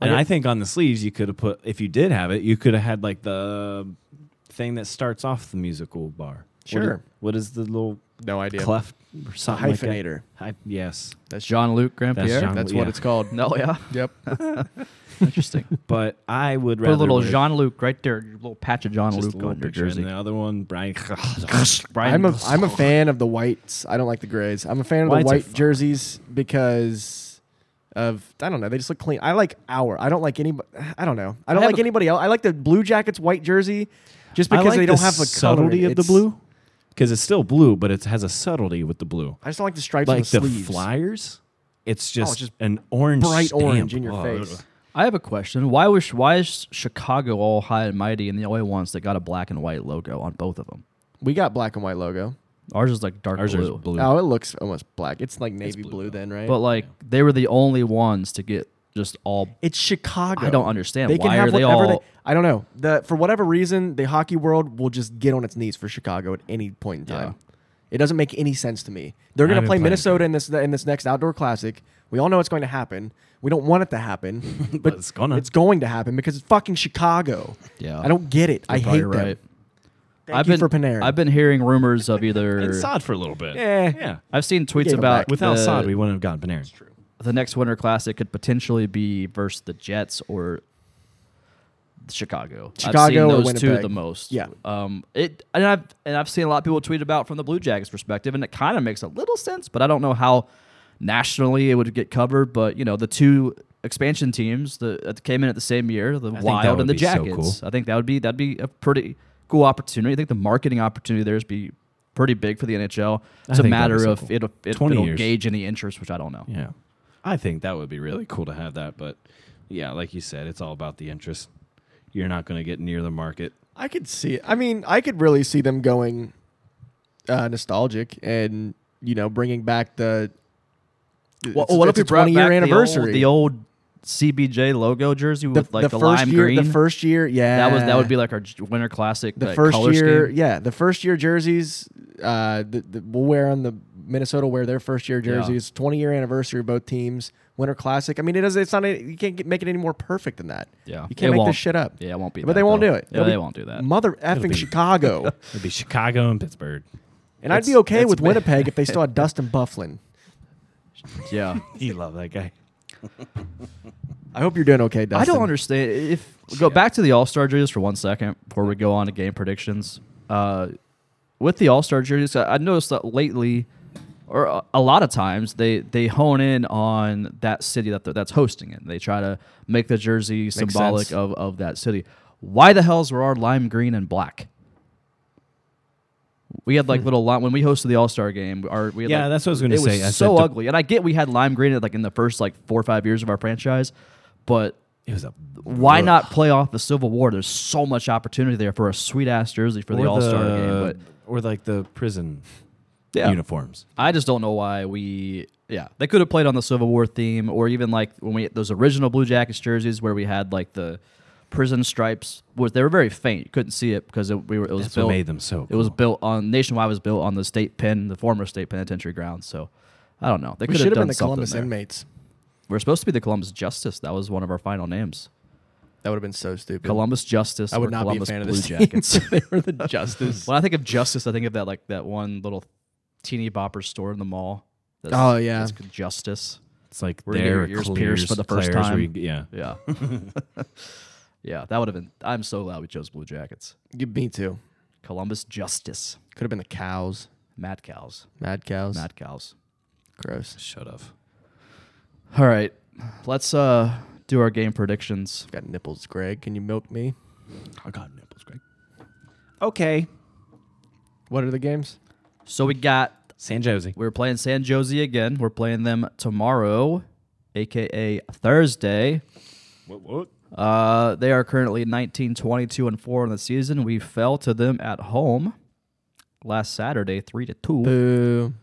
[SPEAKER 3] And I think on the sleeves, you could have put, if you did have it, you could have had like the thing that starts off the musical bar. What is-
[SPEAKER 2] Sure.
[SPEAKER 3] what is the little
[SPEAKER 2] no idea.
[SPEAKER 3] cleft or something? like that?
[SPEAKER 2] hyphenator.
[SPEAKER 3] Hy- yes.
[SPEAKER 2] That's
[SPEAKER 1] Jean Luc
[SPEAKER 3] That's
[SPEAKER 1] Grandpierre.
[SPEAKER 3] Jean-
[SPEAKER 2] That's
[SPEAKER 3] Yeah.
[SPEAKER 2] what it's called.
[SPEAKER 1] no, yeah.
[SPEAKER 2] Yep.
[SPEAKER 1] Interesting.
[SPEAKER 3] But I would
[SPEAKER 1] Put
[SPEAKER 3] rather.
[SPEAKER 1] a little
[SPEAKER 3] wear
[SPEAKER 1] Jean Luc right there, your little patch of Jean
[SPEAKER 3] just
[SPEAKER 1] Luc
[SPEAKER 3] a little
[SPEAKER 1] on your
[SPEAKER 3] picture.
[SPEAKER 1] jersey.
[SPEAKER 3] And the other one, Brian.
[SPEAKER 1] Brian,
[SPEAKER 2] I'm a I'm a fan of the whites. I don't like the grays. I'm a fan of
[SPEAKER 3] Whites are
[SPEAKER 2] the white
[SPEAKER 3] fun.
[SPEAKER 2] jerseys because of I don't know. They just look clean. I like our. I don't like anybody. I don't know. I don't
[SPEAKER 1] have
[SPEAKER 2] like
[SPEAKER 1] a-
[SPEAKER 2] anybody else. I like the blue jackets white jersey just because they don't have a
[SPEAKER 3] subtlety
[SPEAKER 2] color.
[SPEAKER 3] of the
[SPEAKER 2] It's-
[SPEAKER 3] blue. Because it's still blue, but it has a subtlety with the blue.
[SPEAKER 2] I just don't like the stripes on
[SPEAKER 3] Like
[SPEAKER 2] the,
[SPEAKER 3] the,
[SPEAKER 2] sleeves. Oh,
[SPEAKER 3] flyers, it's just,
[SPEAKER 2] just
[SPEAKER 3] an orange,
[SPEAKER 2] bright orange
[SPEAKER 3] stamp.
[SPEAKER 2] in your
[SPEAKER 3] Oh,
[SPEAKER 2] face.
[SPEAKER 1] I have a question. Why was why is Chicago all high and mighty and the only ones that got a black and white logo on both of them?
[SPEAKER 2] We got black and white logo.
[SPEAKER 1] Ours is like dark
[SPEAKER 3] Ours is
[SPEAKER 1] blue.
[SPEAKER 3] blue.
[SPEAKER 2] Oh, it looks almost black. It's like navy blue, then, right?
[SPEAKER 1] But like they were the only ones to get just all.
[SPEAKER 2] it's Chicago.
[SPEAKER 1] I don't understand.
[SPEAKER 2] They can
[SPEAKER 1] Why
[SPEAKER 2] have
[SPEAKER 1] are they
[SPEAKER 2] whatever
[SPEAKER 1] all?
[SPEAKER 2] I don't know. The for whatever reason, the hockey world will just get on its knees for Chicago at any point in time. It doesn't make any sense to me. They're going
[SPEAKER 3] I've
[SPEAKER 2] to
[SPEAKER 3] been
[SPEAKER 2] play
[SPEAKER 3] playing
[SPEAKER 2] Minnesota in this in this next outdoor classic. We all know it's going to happen. We don't want it to happen, but,
[SPEAKER 3] it's gonna.
[SPEAKER 2] It's going to happen because it's fucking Chicago.
[SPEAKER 1] Yeah.
[SPEAKER 2] I don't get it. I
[SPEAKER 1] Probably
[SPEAKER 2] hate them. Thank
[SPEAKER 1] I've
[SPEAKER 2] you
[SPEAKER 1] been
[SPEAKER 2] for Panarin.
[SPEAKER 1] I've been hearing rumors of either
[SPEAKER 3] and Sod for a little bit.
[SPEAKER 2] Yeah.
[SPEAKER 3] Yeah.
[SPEAKER 1] I've seen tweets
[SPEAKER 2] gave him
[SPEAKER 1] about
[SPEAKER 2] back.
[SPEAKER 3] Without
[SPEAKER 1] the-
[SPEAKER 3] Sod, we wouldn't have gotten Panarin. It's true.
[SPEAKER 1] the next Winter Classic could potentially be versus the Jets or Chicago. I've seen
[SPEAKER 2] Chicago or
[SPEAKER 1] those two
[SPEAKER 2] Winnipeg.
[SPEAKER 1] the most.
[SPEAKER 2] Yeah.
[SPEAKER 1] Um. It and I've and I've seen a lot of people tweet about from the Blue Jackets perspective, and it kind of makes a little sense, but I don't know how nationally it would get covered. But you know, the two expansion teams the- that came in at the same year, the
[SPEAKER 3] think that
[SPEAKER 1] Wild
[SPEAKER 3] would
[SPEAKER 1] and the
[SPEAKER 3] be so
[SPEAKER 1] Jackets.
[SPEAKER 3] cool.
[SPEAKER 1] I think that would be that'd be a pretty cool opportunity. I think the marketing opportunity there's be pretty big for the NHL. It's
[SPEAKER 3] I
[SPEAKER 1] a
[SPEAKER 3] think that'd be
[SPEAKER 1] matter
[SPEAKER 3] so
[SPEAKER 1] of
[SPEAKER 3] cool.
[SPEAKER 1] it'll if
[SPEAKER 3] 20
[SPEAKER 1] it'll
[SPEAKER 3] years.
[SPEAKER 1] gauge any interest, which I don't know.
[SPEAKER 3] Yeah. I think that would be really cool to have that, but yeah, like you said, it's all about the interest. You're not going to get near the market.
[SPEAKER 2] I could see it. I mean, I could really see them going uh, nostalgic and you know bringing back the.
[SPEAKER 1] Well,
[SPEAKER 2] it's-
[SPEAKER 1] what
[SPEAKER 2] it's
[SPEAKER 1] if we
[SPEAKER 2] a
[SPEAKER 1] brought
[SPEAKER 2] 20
[SPEAKER 1] back
[SPEAKER 2] year anniversary?
[SPEAKER 1] the old, the old CBJ logo jersey with like the,
[SPEAKER 2] first
[SPEAKER 1] lime
[SPEAKER 2] year,
[SPEAKER 1] green?
[SPEAKER 2] The first year, yeah,
[SPEAKER 1] that was that would be like our j- winter classic.
[SPEAKER 2] the
[SPEAKER 1] like,
[SPEAKER 2] first
[SPEAKER 1] color
[SPEAKER 2] year,
[SPEAKER 1] scheme.
[SPEAKER 2] yeah, the first year jerseys. Uh, the, the, we'll wear on the Minnesota will wear their first year
[SPEAKER 1] Yeah.
[SPEAKER 2] jerseys. Twenty year anniversary of both teams. Winter Classic. I mean, it does. It's not. A, you can't get, make it any more perfect than that.
[SPEAKER 1] Yeah.
[SPEAKER 2] you
[SPEAKER 1] It
[SPEAKER 2] can't make
[SPEAKER 1] won't.
[SPEAKER 2] this shit up.
[SPEAKER 1] Yeah, it won't be.
[SPEAKER 2] but
[SPEAKER 1] that,
[SPEAKER 2] they won't
[SPEAKER 1] though.
[SPEAKER 2] do it.
[SPEAKER 1] Yeah,
[SPEAKER 2] It'll
[SPEAKER 1] they
[SPEAKER 2] be
[SPEAKER 1] won't do that.
[SPEAKER 2] Mother effing
[SPEAKER 3] be-
[SPEAKER 2] Chicago.
[SPEAKER 3] It'd be Chicago and Pittsburgh.
[SPEAKER 2] And I'd be
[SPEAKER 3] It's-
[SPEAKER 2] okay
[SPEAKER 3] it's
[SPEAKER 2] with
[SPEAKER 3] ba-
[SPEAKER 2] Winnipeg if they still had Dustin Bufflin.
[SPEAKER 1] yeah,
[SPEAKER 3] You love that guy.
[SPEAKER 2] I hope you're doing okay, Dustin.
[SPEAKER 1] I don't understand. If go back to the All Star jerseys for one second before we go on to game predictions. Uh, with the All Star jerseys, I I noticed that lately, or a- a lot of times, they they hone in on that city that they're- that's hosting it. They try to make the jersey symbolic
[SPEAKER 2] sense.
[SPEAKER 1] of of that city. Why the hell's were our lime green and black? We had like little lime when we hosted the All Star game. Our, we had,
[SPEAKER 3] Hmm. Yeah,
[SPEAKER 1] like-
[SPEAKER 3] that's what I was gonna
[SPEAKER 1] it
[SPEAKER 3] say. I
[SPEAKER 1] was so
[SPEAKER 3] said the-
[SPEAKER 1] ugly, and I get we had lime green like in the first like four or five years of our franchise, but
[SPEAKER 3] It was a
[SPEAKER 1] why
[SPEAKER 3] Ugh.
[SPEAKER 1] not play off the Civil War? There's so much opportunity there for a sweet ass jersey for the
[SPEAKER 3] Or
[SPEAKER 1] All Star game, but
[SPEAKER 3] or like the prison
[SPEAKER 1] Yeah.
[SPEAKER 3] uniforms.
[SPEAKER 1] I just don't know why we. Yeah, they could have played on the Civil War theme, or even like when we those original Blue Jackets jerseys where we had like the prison stripes. Was they were very faint, you couldn't see it because it, we were it was
[SPEAKER 3] That's
[SPEAKER 1] built.
[SPEAKER 3] what made them so.
[SPEAKER 1] It was
[SPEAKER 3] cool.
[SPEAKER 1] built on nationwide was built on the state pen, the former state penitentiary grounds. So I don't know. They
[SPEAKER 2] We
[SPEAKER 1] could
[SPEAKER 2] should
[SPEAKER 1] have
[SPEAKER 2] have
[SPEAKER 1] done
[SPEAKER 2] been the
[SPEAKER 1] something
[SPEAKER 2] Columbus
[SPEAKER 1] there.
[SPEAKER 2] Inmates.
[SPEAKER 1] We're supposed to be the Columbus Justice. That was one of our final names.
[SPEAKER 2] That would have been so stupid.
[SPEAKER 1] Columbus Justice.
[SPEAKER 2] I would
[SPEAKER 1] or
[SPEAKER 2] not
[SPEAKER 1] Columbus
[SPEAKER 2] be a fan of
[SPEAKER 1] Blue
[SPEAKER 2] this
[SPEAKER 1] Jackets.
[SPEAKER 2] team. they were the Justice.
[SPEAKER 1] When I think of justice, I think of that like that one little teeny bopper store in the mall. That's,
[SPEAKER 2] Oh, yeah.
[SPEAKER 1] that's called justice.
[SPEAKER 3] It's like
[SPEAKER 1] We're gonna get
[SPEAKER 3] their
[SPEAKER 1] your ears
[SPEAKER 3] clears,
[SPEAKER 1] pierced for the first
[SPEAKER 3] clairs where
[SPEAKER 1] time.
[SPEAKER 3] you- yeah,
[SPEAKER 1] Yeah, yeah, that would have been. I'm so glad we chose Blue Jackets.
[SPEAKER 2] You- Me too.
[SPEAKER 1] Columbus Justice,
[SPEAKER 2] Could have been the cows.
[SPEAKER 1] Mad Cows,
[SPEAKER 2] Mad cows.
[SPEAKER 1] Mad Cows.
[SPEAKER 2] Gross.
[SPEAKER 3] shut up.
[SPEAKER 1] All right, let's uh do our game predictions.
[SPEAKER 2] I've got nipples, Greg. Can you milk me?
[SPEAKER 3] I got Oh, nipples, Greg. Okay,
[SPEAKER 2] What are the games?
[SPEAKER 1] So we got
[SPEAKER 3] San Jose.
[SPEAKER 1] We're playing San Jose again. We're playing them tomorrow, aka Thursday. What? What? Uh, they are currently 19, 22, and four in the season. We fell to them at home last Saturday, three to two.
[SPEAKER 2] Boo.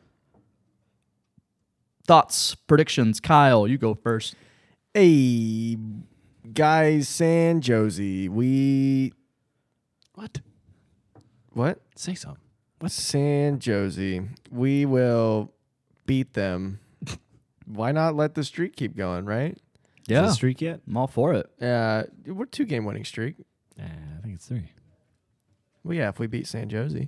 [SPEAKER 1] Thoughts, predictions, Kyle, you go first.
[SPEAKER 2] Hey, guys, San Jose. We
[SPEAKER 3] What?
[SPEAKER 2] what?
[SPEAKER 3] Say something.
[SPEAKER 2] San Jose. We will beat them. Why not let the streak keep going, right?
[SPEAKER 3] Is it a streak yet?
[SPEAKER 1] I'm all for it.
[SPEAKER 2] Uh, we're two game winning streak.
[SPEAKER 3] Uh, I think it's three.
[SPEAKER 2] Well, yeah, if we beat San Jose.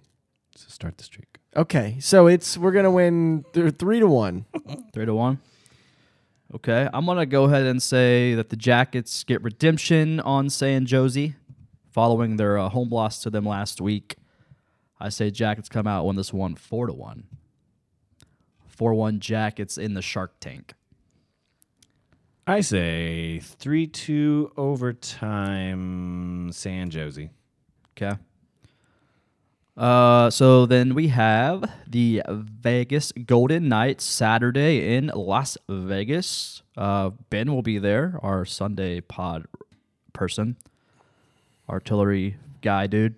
[SPEAKER 3] So start the streak.
[SPEAKER 2] Okay, so it's we're gonna win th- three to one.
[SPEAKER 1] Three to one. Okay, I'm gonna go ahead and say that the Jackets get redemption on San Jose, following their uh, home loss to them last week. I say Jackets come out win this one four to one. Four one Jackets in the Shark Tank.
[SPEAKER 3] I say three two overtime San Jose.
[SPEAKER 1] Okay. Uh, so then we have the Vegas Golden Knights Saturday in Las Vegas. Uh, ben will be there, our Sunday pod person, artillery guy, dude.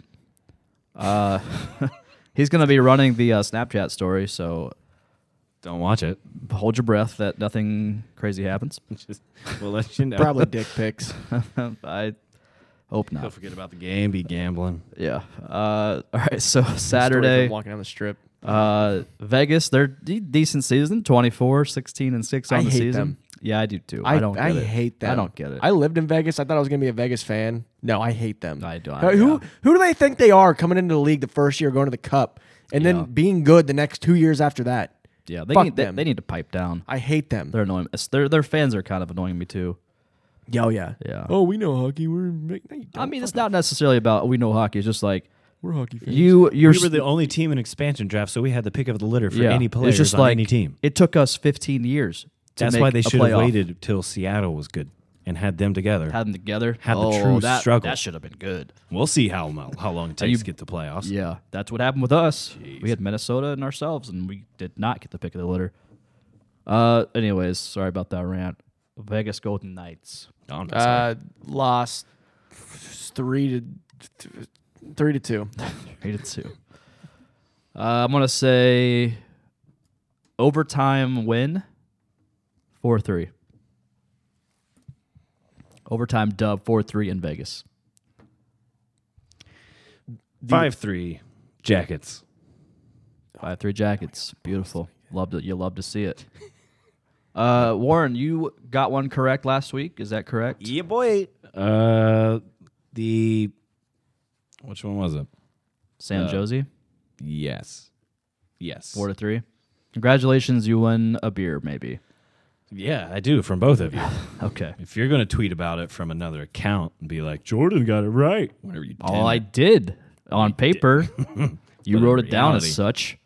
[SPEAKER 1] Uh, he's gonna be running the uh, Snapchat story, so
[SPEAKER 3] Don't watch it.
[SPEAKER 1] hold your breath that nothing crazy happens.
[SPEAKER 3] Just we'll let you know.
[SPEAKER 2] Probably dick pics.
[SPEAKER 1] I hope
[SPEAKER 3] Don't
[SPEAKER 1] not.
[SPEAKER 3] forget about the game. Be gambling.
[SPEAKER 1] Yeah. Uh, all right. So
[SPEAKER 2] Story
[SPEAKER 1] Saturday.
[SPEAKER 2] from walking down the strip.
[SPEAKER 1] Uh, Vegas, they're de- decent season 24, 16, and 6 on
[SPEAKER 2] I
[SPEAKER 1] the
[SPEAKER 2] hate
[SPEAKER 1] season.
[SPEAKER 2] them.
[SPEAKER 1] Yeah, I do too. I,
[SPEAKER 2] I,
[SPEAKER 1] don't
[SPEAKER 2] I
[SPEAKER 1] get it.
[SPEAKER 2] hate them.
[SPEAKER 1] I don't get it.
[SPEAKER 2] I lived in Vegas. I thought I was gonna be a Vegas fan. No, I hate them.
[SPEAKER 1] I don't-
[SPEAKER 2] Uh, Who
[SPEAKER 1] yeah.
[SPEAKER 2] who do they think they are coming into the league the first year, going to the cup, and
[SPEAKER 1] Yeah.
[SPEAKER 2] then being good the next two years after that?
[SPEAKER 1] Yeah, they
[SPEAKER 2] Fuck
[SPEAKER 1] need they,
[SPEAKER 2] them.
[SPEAKER 1] they need to pipe down.
[SPEAKER 2] I hate them.
[SPEAKER 1] They're annoying. it's- Their their fans are kind of annoying me too.
[SPEAKER 2] oh yeah.
[SPEAKER 1] Yeah.
[SPEAKER 2] Oh, we know hockey. We're no, you
[SPEAKER 1] I
[SPEAKER 2] don't.
[SPEAKER 1] mean, it's not necessarily about we know hockey. It's just like
[SPEAKER 2] we're hockey fans.
[SPEAKER 1] you you're
[SPEAKER 3] we were the only team in expansion draft, so we had the pick of the litter for
[SPEAKER 1] yeah.
[SPEAKER 3] any
[SPEAKER 1] It's
[SPEAKER 3] players
[SPEAKER 1] just
[SPEAKER 3] on
[SPEAKER 1] like,
[SPEAKER 3] any team.
[SPEAKER 1] It took us 15 years. To
[SPEAKER 3] That's
[SPEAKER 1] make
[SPEAKER 3] why they
[SPEAKER 1] a
[SPEAKER 3] should have
[SPEAKER 1] playoff.
[SPEAKER 3] waited till Seattle was good and had them together.
[SPEAKER 1] Had them together.
[SPEAKER 3] Had the
[SPEAKER 1] oh,
[SPEAKER 3] true
[SPEAKER 1] that,
[SPEAKER 3] struggle.
[SPEAKER 1] That should have been good.
[SPEAKER 3] we'll see how mo- how long it takes
[SPEAKER 1] you-
[SPEAKER 3] to get the playoffs.
[SPEAKER 1] Yeah, that's what happened with us. We had Minnesota and ourselves, and we did not get the pick of the litter. Uh, anyways, sorry about that rant. Vegas Golden Knights.
[SPEAKER 3] Honestly.
[SPEAKER 2] uh, lost three to three to two.
[SPEAKER 1] Eight to two. Uh, I'm gonna say overtime win. Four three. Overtime dub four three in Vegas.
[SPEAKER 3] Five three jackets.
[SPEAKER 1] Five three jackets. Beautiful. Loved it. You love to see it. Uh, Warren, you got one correct last week. Is that correct?
[SPEAKER 3] Yeah, boy. Uh, the which one was it?
[SPEAKER 1] San
[SPEAKER 3] Uh,
[SPEAKER 1] Josie.
[SPEAKER 3] Yes, yes.
[SPEAKER 1] Four to three. Congratulations, you win a beer, maybe.
[SPEAKER 3] yeah, I do from both of you.
[SPEAKER 1] Okay.
[SPEAKER 3] if you're gonna tweet about it from another account and be like Jordan got it right, whatever you.
[SPEAKER 1] All
[SPEAKER 3] did.
[SPEAKER 1] I did on paper, you
[SPEAKER 3] But
[SPEAKER 1] wrote
[SPEAKER 3] in
[SPEAKER 1] it down
[SPEAKER 3] reality-
[SPEAKER 1] as such.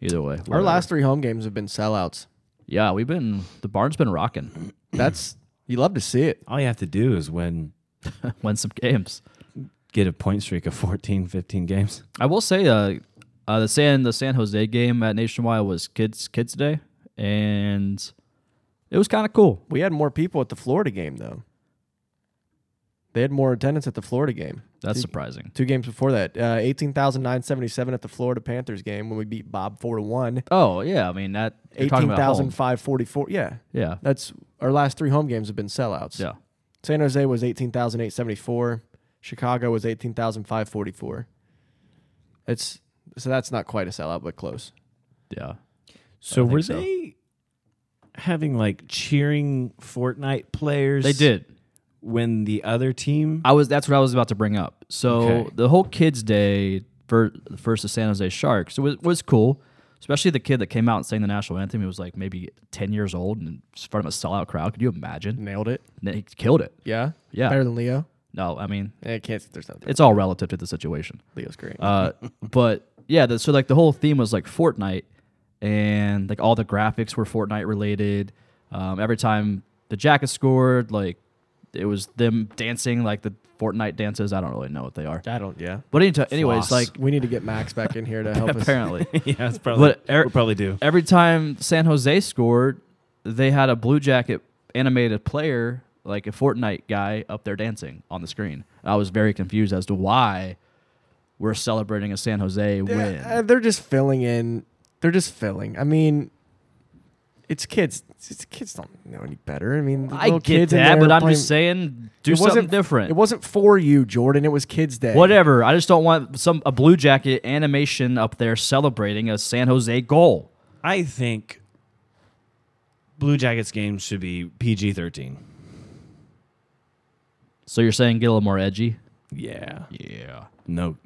[SPEAKER 1] Either way,
[SPEAKER 2] Our
[SPEAKER 1] whatever.
[SPEAKER 2] last three home games have been sellouts.
[SPEAKER 1] yeah, we've been the barn's been rocking.
[SPEAKER 2] That's you love to see it.
[SPEAKER 3] all you have to do is win,
[SPEAKER 1] Win some games.
[SPEAKER 3] get a point streak of 14, 15 games.
[SPEAKER 1] I will say, uh, uh, the San the San Jose game at Nationwide was kids kids day, and it was kind of cool.
[SPEAKER 2] We had more people at the Florida game though. They had more attendance at the Florida game.
[SPEAKER 1] That's surprising.
[SPEAKER 2] Two games before that, uh, eighteen thousand nine seventy seven at the Florida Panthers game when we beat Bob four to one.
[SPEAKER 1] Oh yeah, I mean that you're talking
[SPEAKER 2] Eighteen
[SPEAKER 1] about home.
[SPEAKER 2] thousand five forty four. Yeah,
[SPEAKER 1] Yeah,
[SPEAKER 2] that's our last three home games have been sellouts.
[SPEAKER 1] yeah.
[SPEAKER 2] San Jose was 18,874. Chicago was 18,544. It's so that's not quite a sellout, but close.
[SPEAKER 1] Yeah.
[SPEAKER 3] So were
[SPEAKER 1] so.
[SPEAKER 3] they having like cheering Fortnite players?
[SPEAKER 1] They did.
[SPEAKER 3] when the other team.
[SPEAKER 1] I was that's what I was about to bring up. So
[SPEAKER 3] Okay.
[SPEAKER 1] the whole kids day for first the San Jose Sharks was was cool. Especially the kid that came out and sang the national anthem. He was like maybe ten years old and in front of a sellout crowd. Could you imagine?
[SPEAKER 2] Nailed it.
[SPEAKER 1] And he killed it.
[SPEAKER 2] Yeah.
[SPEAKER 1] Yeah.
[SPEAKER 2] Better than Leo.
[SPEAKER 1] No, I mean
[SPEAKER 2] Eh, can't. There's nothing.
[SPEAKER 1] it's all relative to the situation.
[SPEAKER 2] Leo's great.
[SPEAKER 1] Uh, but yeah, the, so like the whole theme was like Fortnite, and like all the graphics were Fortnite related. Um, every time the Jackets scored, like it was them dancing like the Fortnite dances. I don't really know what they are,
[SPEAKER 2] I don't. Yeah.
[SPEAKER 1] but anytime, anyways,
[SPEAKER 3] Floss.
[SPEAKER 1] like
[SPEAKER 2] We need to get Max back in here to help us.
[SPEAKER 1] apparently
[SPEAKER 3] yeah, it's probably.
[SPEAKER 1] But Eric-
[SPEAKER 3] we'll probably do.
[SPEAKER 1] every time San Jose scored, they had a Blue Jacket animated player, like a Fortnite guy, up there dancing on the screen. I was very confused as to why we're celebrating a San Jose win.
[SPEAKER 2] Yeah, uh, they're just filling in. They're just filling. I mean, it's kids. It's, kids don't know any better. I mean, the
[SPEAKER 1] I
[SPEAKER 2] little
[SPEAKER 1] get
[SPEAKER 2] kids in
[SPEAKER 1] that,
[SPEAKER 2] there
[SPEAKER 1] but I'm
[SPEAKER 2] playing-
[SPEAKER 1] just saying, do
[SPEAKER 2] It wasn't-
[SPEAKER 1] something different.
[SPEAKER 2] It wasn't for you, Jordan. It was kids' day.
[SPEAKER 1] Whatever. I just don't want some a blue jacket animation up there celebrating a San Jose goal.
[SPEAKER 3] I think Blue Jackets games should be PG thirteen.
[SPEAKER 1] So you're saying get a little more edgy?
[SPEAKER 3] Yeah.
[SPEAKER 1] Yeah.
[SPEAKER 3] No.